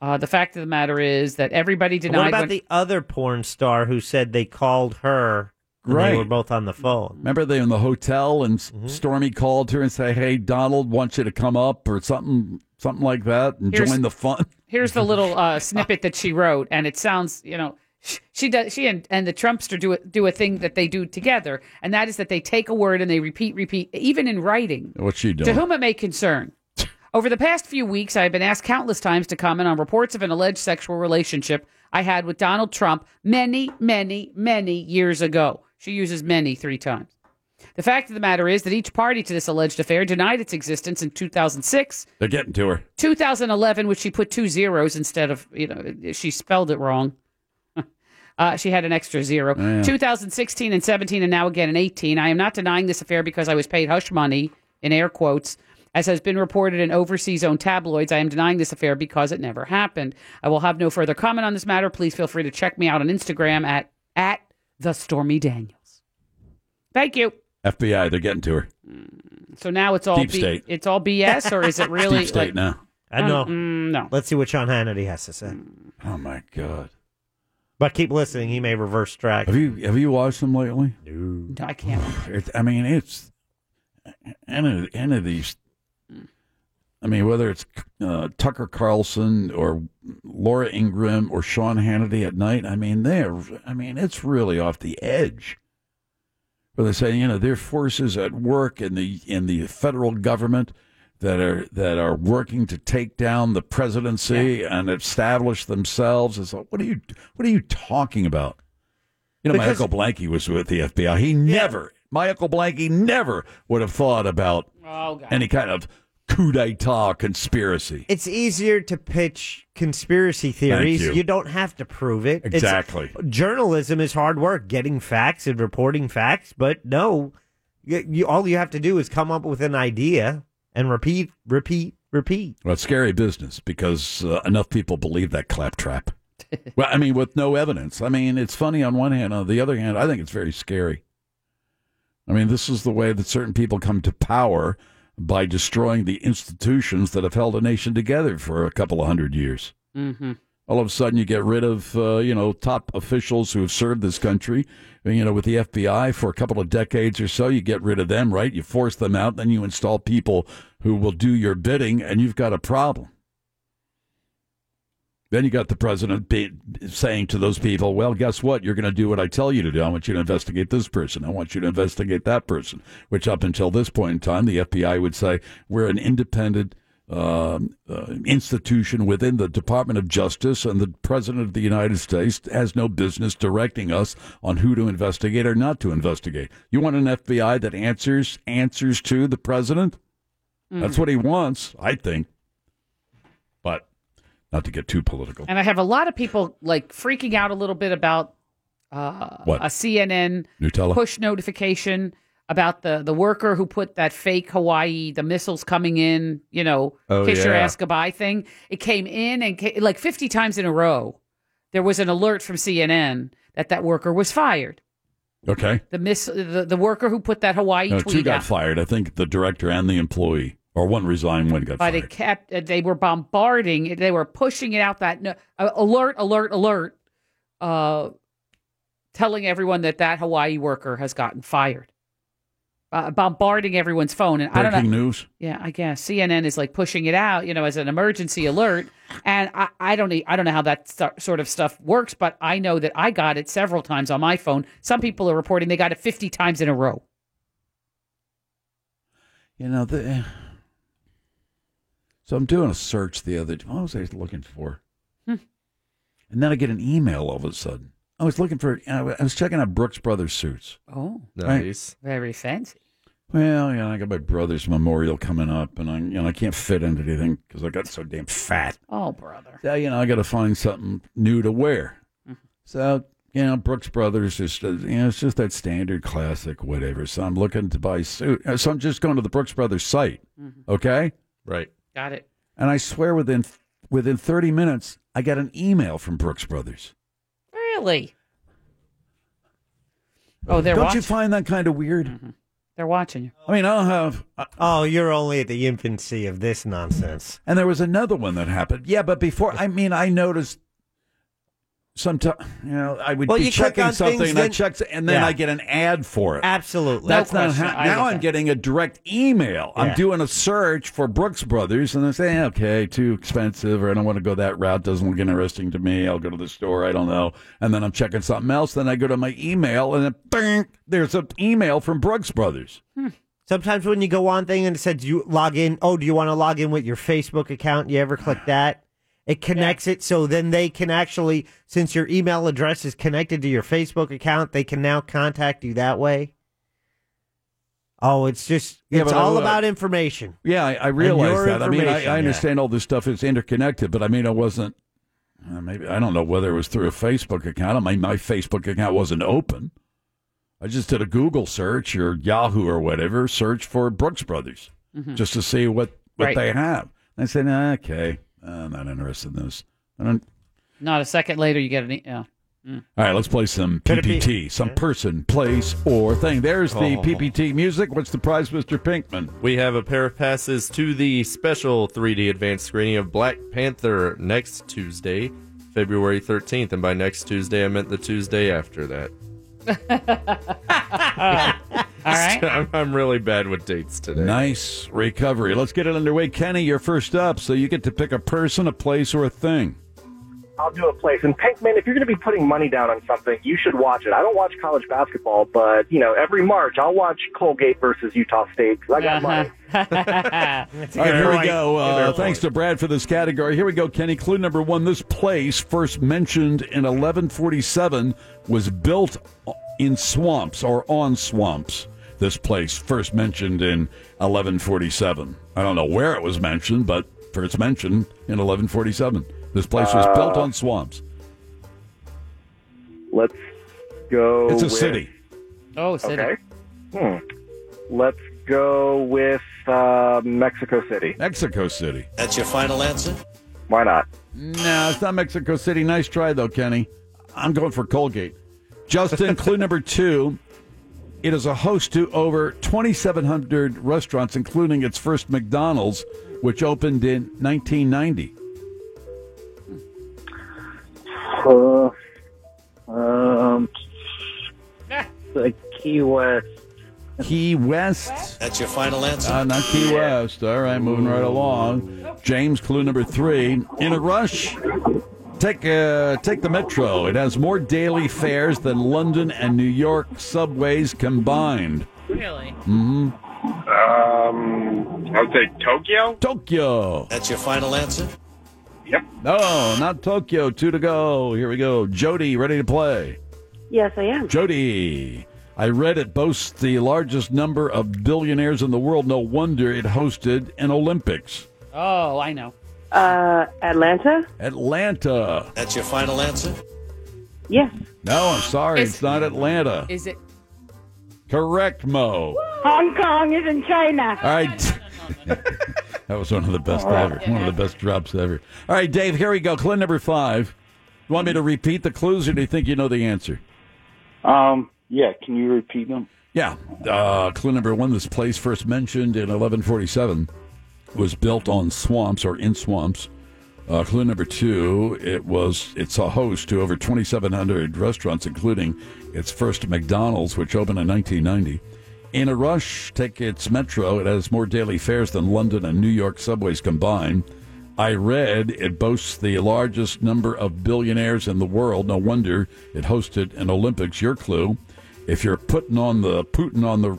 Uh, the fact of the matter is that everybody denied.
What about
when-
the other porn star who said they called her? when
Right.
They were both on the phone. Mm-hmm.
Remember they in the hotel and S- Stormy called her and said, "Hey, Donald wants you to come up or something, something like that, and
Here's-
join the fun."
Here's the little uh, snippet that she wrote, and it sounds, you know, sh- she does. She and, and the Trumpster do a, do a thing that they do together, and that is that they take a word and they repeat, repeat, even in writing.
What's she doing?
To whom it may concern. Over the past few weeks, I have been asked countless times to comment on reports of an alleged sexual relationship I had with Donald Trump many, many, many years ago. She uses many three times. The fact of the matter is that each party to this alleged affair denied its existence in 2006,
They're getting to her.
2011, which she put two zeros instead of, you know, she spelled it wrong. Uh, she had an extra zero.
Oh,
Yeah.
2016 and 17, and now again in 18. I am not denying this affair because I was paid hush money, in air quotes, as has been reported in overseas owned tabloids. I am denying this affair because it never happened. I will have no further comment on this matter. Please feel free to check me out on Instagram at, at the Stormy Daniels. Thank you.
FBI, they're getting to her.
So now it's all
Deep state.
It's all BS, or is it really
Deep state
like-
now.
I know.
no.
Let's see what Sean Hannity has to say.
Oh my God!
But keep listening. He may reverse track.
Have you have you watched them lately?
No.
I can't.
It's, I mean, it's any any of these. I mean, whether it's uh, Tucker Carlson or Laura Ingram or Sean Hannity at night, I mean, they're. I mean, it's really off the edge. Where they say, you know, their forces at work in the in the federal government that are that are working to take down the presidency and establish themselves. It's like, what are you what are you talking about? You know, my
Because-
Uncle Blanky was with the FBI. He never, my Uncle Blanky never would have thought about any kind of coup d'etat conspiracy.
It's easier to pitch conspiracy theories.
you.
don't have to prove it. It's-
Exactly.
journalism is hard work, getting facts and reporting facts. But no, you, you, all you have to do is come up with an idea and repeat, repeat, repeat.
Well, it's scary business because uh, enough people believe that claptrap. well, I mean, with no evidence. I mean, it's funny on one hand. On the other hand, I think it's very scary. I mean, this is the way that certain people come to power by destroying the institutions that have held a nation together for a couple of hundred years.
Mm-hmm.
All of a sudden, you get rid of uh, you know top officials who have served this country. You know, with the FBI for a couple of decades or so, you get rid of them, right? You force them out, then you install people who will do your bidding, and you've got a problem. Then you got the president be, saying to those people, "Well, guess what? You're going to do what I tell you to do. I want you to investigate this person. I want you to investigate that person." Which, up until this point in time, the FBI would say, "We're an independent um uh, institution within the Department of Justice, and the president of the United States has no business directing us on who to investigate or not to investigate." You want an FBI that answers answers to the president?
mm.
That's what he wants, I think. But not to get too political.
And I have a lot of people like freaking out a little bit about uh,
What?
a CNN
Nutella?
push notification about the the worker who put that fake Hawaii the missiles coming in, you know,
Oh,
kiss your
yeah.
ass goodbye thing. It came in and ca like 50 times in a row. There was an alert from CNN that that worker was fired.
Okay.
The miss the, the worker who put that Hawaii
No,
tweet
two got
out.
fired. I think the director and the employee, or one resigned, one got
but
fired.
it kept uh, they were bombarding it- they were pushing it out that no, uh, alert alert alert uh telling everyone that that hawaii worker has gotten fired uh, bombarding everyone's phone and i don't
Breaking
know
news.
yeah i guess cnn is like pushing it out you know as an emergency alert and i, I don't e- i don't know how that stu- sort of stuff works but i know that i got it several times on my phone some people are reporting they got it 50 times in a row
You know the. So I'm doing a search the other. What was I looking for?
Hmm.
And then I get an email all of a sudden. I was looking for. I wa- I was checking out Brooks Brothers suits.
oh
Right.
very fancy
Well, you know, I got my brother's memorial coming up, and I, you know, I can't fit into anything because I got so damn fat.
oh brother Mm-hmm.
So, you know, I got to find something new to wear. So, you know, Brooks Brothers is, you know, it's just that standard classic whatever. So I'm looking to buy a suit. Uh, So I'm just going to the Brooks Brothers site. Okay.
Right.
Mm-hmm. got it
And I swear within, within 30 minutes, I got an email from Brooks Brothers.
really Oh, they're
Don't
watching.
you find that kind of weird?
Mm-hmm. They're watching you.
I mean, I'll have.
oh, you're only at the infancy of this nonsense.
And there was another one that happened. Yeah, but before, I mean, I noticed sometimes, you know, I would
Well,
be
you click
checking
on
something
things,
and I
then-
checked, and then
Yeah.
I get an ad for it.
Absolutely.
That's
No
not
question.
how,
I
now
get
I'm
that.
getting a direct email.
Yeah.
I'm doing a search for Brooks Brothers and they're saying, okay, too expensive, or I don't want to go that route. Doesn't look interesting to me. I'll go to the store. I don't know. And then I'm checking something else. Then I go to my email and then bang, there's an email from Brooks Brothers.
Sometimes when you go on thing and it says you log in, oh, do you want to log in with your Facebook account? You ever click that? It connects it so then they can actually, since your email address is connected to your Facebook account, they can now contact you that way. Oh, it's just,
Yeah,
it's
but I-
all about information.
Yeah, I, I
And
realize
your
that. I mean, I,
information,
I
yeah.
understand all this stuff is interconnected, but I mean, I wasn't. uh, Maybe I don't know whether it was through a Facebook account. I mean, my Facebook account wasn't open. I just did a Google search or Yahoo or whatever search for Brooks Brothers
Mhm.
just to see what what
Right.
they have. And I said, "Nah, okay, I'm not interested in this. I don't.
Not a second later, you get an. e- Yeah. Mm.
All right, let's play some
Could it be-
PPT, some person, place, or thing. There's the
Oh.
PPT music. What's the prize, Mister Pinkman?
We have a pair of passes to the special 3D advanced screening of Black Panther next Tuesday, February 13th. And by next Tuesday, I meant the Tuesday after that.
All right.
I'm, I'm really bad with dates today.
Nice recovery. Let's get it underway. Kenny, you're first up, so you get to pick a person, a place, or a thing.
I'll do a place. And Pinkman, if you're going to be putting money down on something, you should watch it. I don't watch college basketball, but you know, every March I'll watch Colgate versus Utah State 'cause I got money.
All right, here we go. Uh, thanks to Brad for this category. Here we go, Kenny. Clue number one. This place, first mentioned in 1147, was built in swamps or on swamps. This place, first mentioned in 1147. I don't know where it was mentioned, but first mentioned in 1147. This place was built
Uh,
on swamps.
Let's go.
It's a
with-
city.
Oh, city.
Okay. Hmm. Let's go with uh, Mexico City.
Mexico City.
That's your final answer. Why not?
No, it's not Mexico City. Nice try, though, Kenny. I'm going for Colgate. Justin, clue number two. It is a host to over 2,700 restaurants, including its first McDonald's, which opened in 1990.
Uh, um, the Key West.
Key West.
That's your final answer.
Uh, not Key West. All right, moving right along. James, clue number three. In a rush, take uh, take the metro. It has more daily fares than London and New York subways combined.
Really?
hmm
Um, I'll take Tokyo.
Tokyo.
That's your final answer.
No, not Tokyo. Two to go. Here we go. Jody, ready to play.
Yes, I am.
Jody, I read it boasts the largest number of billionaires in the world. No wonder it hosted an Olympics.
Oh, I know.
Uh, Atlanta?
Atlanta.
That's your final answer.
Yes.
No, I'm sorry. It's, not Atlanta.
Uh. Is it?
Correct, Mo.
Hong Kong is in China.
All right. that was one of the best ever. One of the best drops ever. All right, Dave, here we go. Clue number five. You want me to repeat the clues or do you think you know the answer?
Um, yeah, can you repeat them?
Yeah. Uh, clue number one this place first mentioned in 1147 was built on swamps or in swamps. Uh, clue number two it was it's a host to over 2,700 restaurants, including its first McDonald's, which opened in 1990. In a rush, take its metro. It has more daily fares than London and New York subways combined. I read it boasts the largest number of billionaires in the world. No wonder it hosted an Olympics. Your clue: if you're putting on the Putin on the,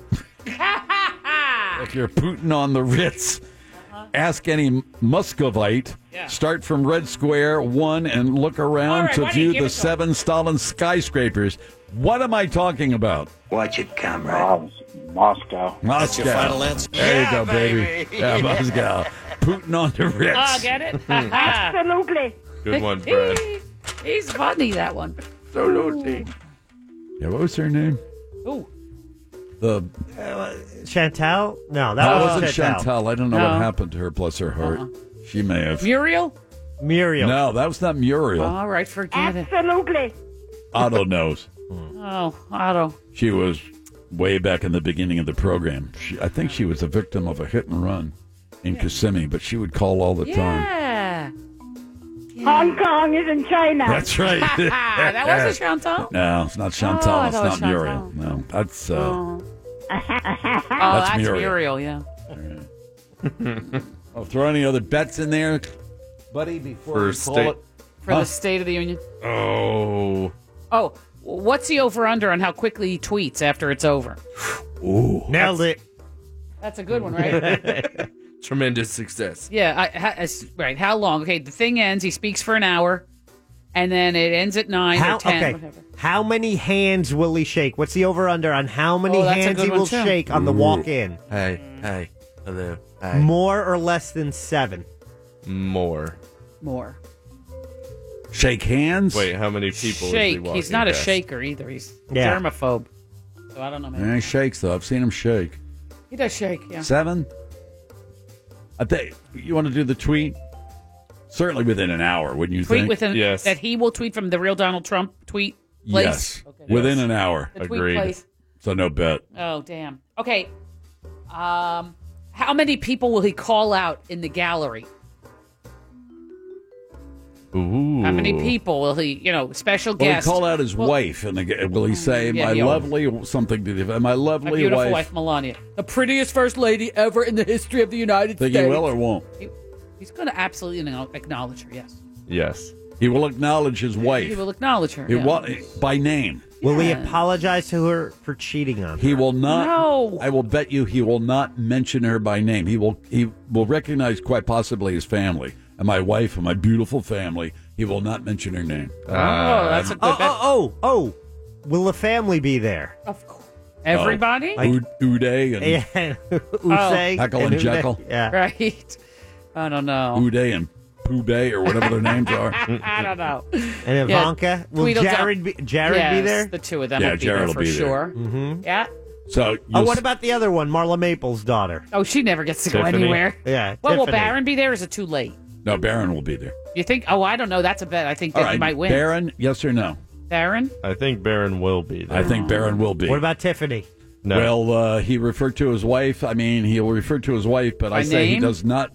if you're Putin on the Ritz,
Uh-huh.
ask any Muscovite. Start from Red Square One and look around
right, why
to
don't you
view
give
the
it to
seven Stalin skyscrapers. What am I talking about?
Watch it, comrade. Moscow.
Moscow.
That's your final answer.
There you go, baby. Yeah, Moscow. Putin on the Ritz.
Oh, get it?
Absolutely.
Good one, Brad.
He's funny, that one.
Absolutely. Yeah, what was her name?
Ooh.
The
Chantal? Uh, No, that
No, it
wasn't
wasn't
Chantal.
Chantal. I don't know
No.
what happened to her. Bless her heart.
Uh-uh.
She may have.
Muriel?
Muriel.
No, that was not Muriel.
Uh-huh.
All right, forget it.
Absolutely.
Otto knows.
Oh, Otto.
She was way back in the beginning of the program. She, I think she was a victim of a hit and run in Kissimmee, but she would call all the time.
Yeah. Hong Kong is in China.
That's right.
that was a Chantal.
No, it's not Chantal.
Oh, I
it's
thought
not
it was
Muriel. No, that's. Uh,
Oh, that's, Muriel.
Muriel.
yeah.
Oh.
I'll throw any other bets in there, buddy. Before
For
we
state-
call it
For
Huh?
the State of the Union.
Oh.
Oh, what's the over under on how quickly he tweets after it's over?
Ooh.
Nailed it.
That's a good one, right?
Tremendous success.
yeah, I, ha- it's- right. How long? Okay, the thing ends. He speaks for an hour, and then it ends at nine
How,
or ten.
okay.
Whatever.
How many hands will he shake? What's the over under on how many
Oh, that's a
hands
good
he
one,
will
too.
shake on the walk in?
Hey, hey, hello. Hey.
More or less than seven?
More.
More.
Shake hands.
Wait, how many people?
Shake.
Is he
He's not a
walking
shaker either. He's
Yeah.
germaphobe. So I don't know. Man.
Eh, he shakes though. I've seen him shake.
He does shake. Yeah.
Seven. I think you want to do the tweet. Certainly within an hour, wouldn't you
tweet
think?
within that he will tweet from the real Donald Trump tweet place.
Yes. Within an hour.
The tweet Agreed. place.
So no bet.
Oh damn. Okay. Um, how many people will he call out in the gallery?
Ooh.
How many people will he, you know, special
Will he
guests?
call out his
Well,
wife and the, will he say,
Yeah,
"My
he'll-
lovely," something to the, "My
My
lovely
beautiful wife.
wife"?
Melania, the prettiest first lady ever in the history of the United
Think
States.
he will or won't?
He- he's going to absolutely acknowledge her. Yes.
Yes.
He will acknowledge his wife.
He will acknowledge her.
He
yeah.
wa- uh, by name.
Will we apologize to her for cheating on
He will not.
No.
I will bet you he will not mention her by name. He will. He will recognize quite possibly his family and my wife and my beautiful family. He will not mention her name.
oh, oh, oh, oh. Will the family be there?
Of course. Everybody?
Oh, Ud- Uday and
Yeah.
Usay
Heckle and,
and Uday.
Jekyll.
Right. I don't know.
Uday and Poo Bay or whatever their names are.
I don't know.
And
Yeah,
Ivanka? Will
Tweedledum-
Jared be, Jared
yes,
be there?
The two of them
Yeah,
will be
Jared
there
will
for
be there.
sure.
Mm-hmm.
Yeah.
So,
oh,
you'll
what
s-
about the other one, Marla Maple's daughter?
Oh, she never gets to go
Tiffany.
anywhere.
Yeah,
Well, will
Tiffany.
Baron be there? Is it too late?
no, Baron will be there.
You think? Oh, I don't know. That's a bet. I think that
All
you
right,
might win.
Baron, yes or no?
Baron?
I think Baron will be there. I think Baron will be.
What about Tiffany?
No. Well, uh, he referred to his wife. I mean, he will refer to his wife, but I
By
say he
name?
does not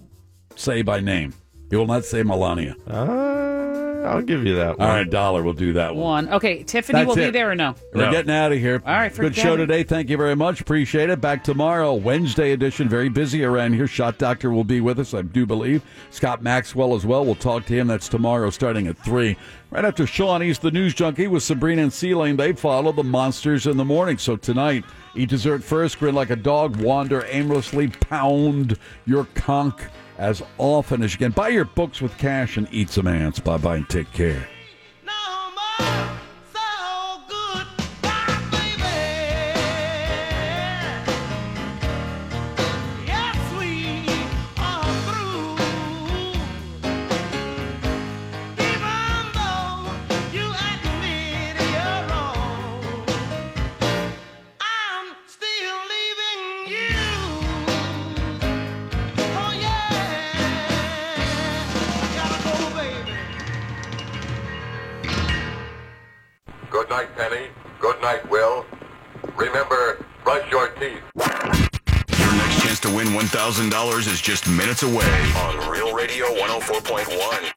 say by name. He will not say Melania. Uh, I'll give you that one. All right, dollar. We'll do that one.
One. Okay, Tiffany
That's
will be
it.
there or no?
We're getting out of here.
All right,
Good
forget
show
it.
today. Thank you very much. Appreciate it. Back tomorrow, Wednesday edition. Very busy around here. Shot Doctor will be with us, I do believe. Scott Maxwell as well. We'll talk to him. That's tomorrow starting at 3. Right after Sean, he's the news junkie with Sabrina and Celine. They follow the monsters in the morning. So tonight, eat dessert first, grin like a dog, wander aimlessly, pound your conch as often as you can. Buy your books with cash and eat some ants. Bye bye and take care.
Yes, we are through. Even though you admit you're wrong, I'm still leaving you. Oh yeah, gotta go, baby.
Good night, Penny. Good night, Will. Remember, brush your teeth.
Your next chance to win $1,000 is just minutes away on Real Radio 104.1.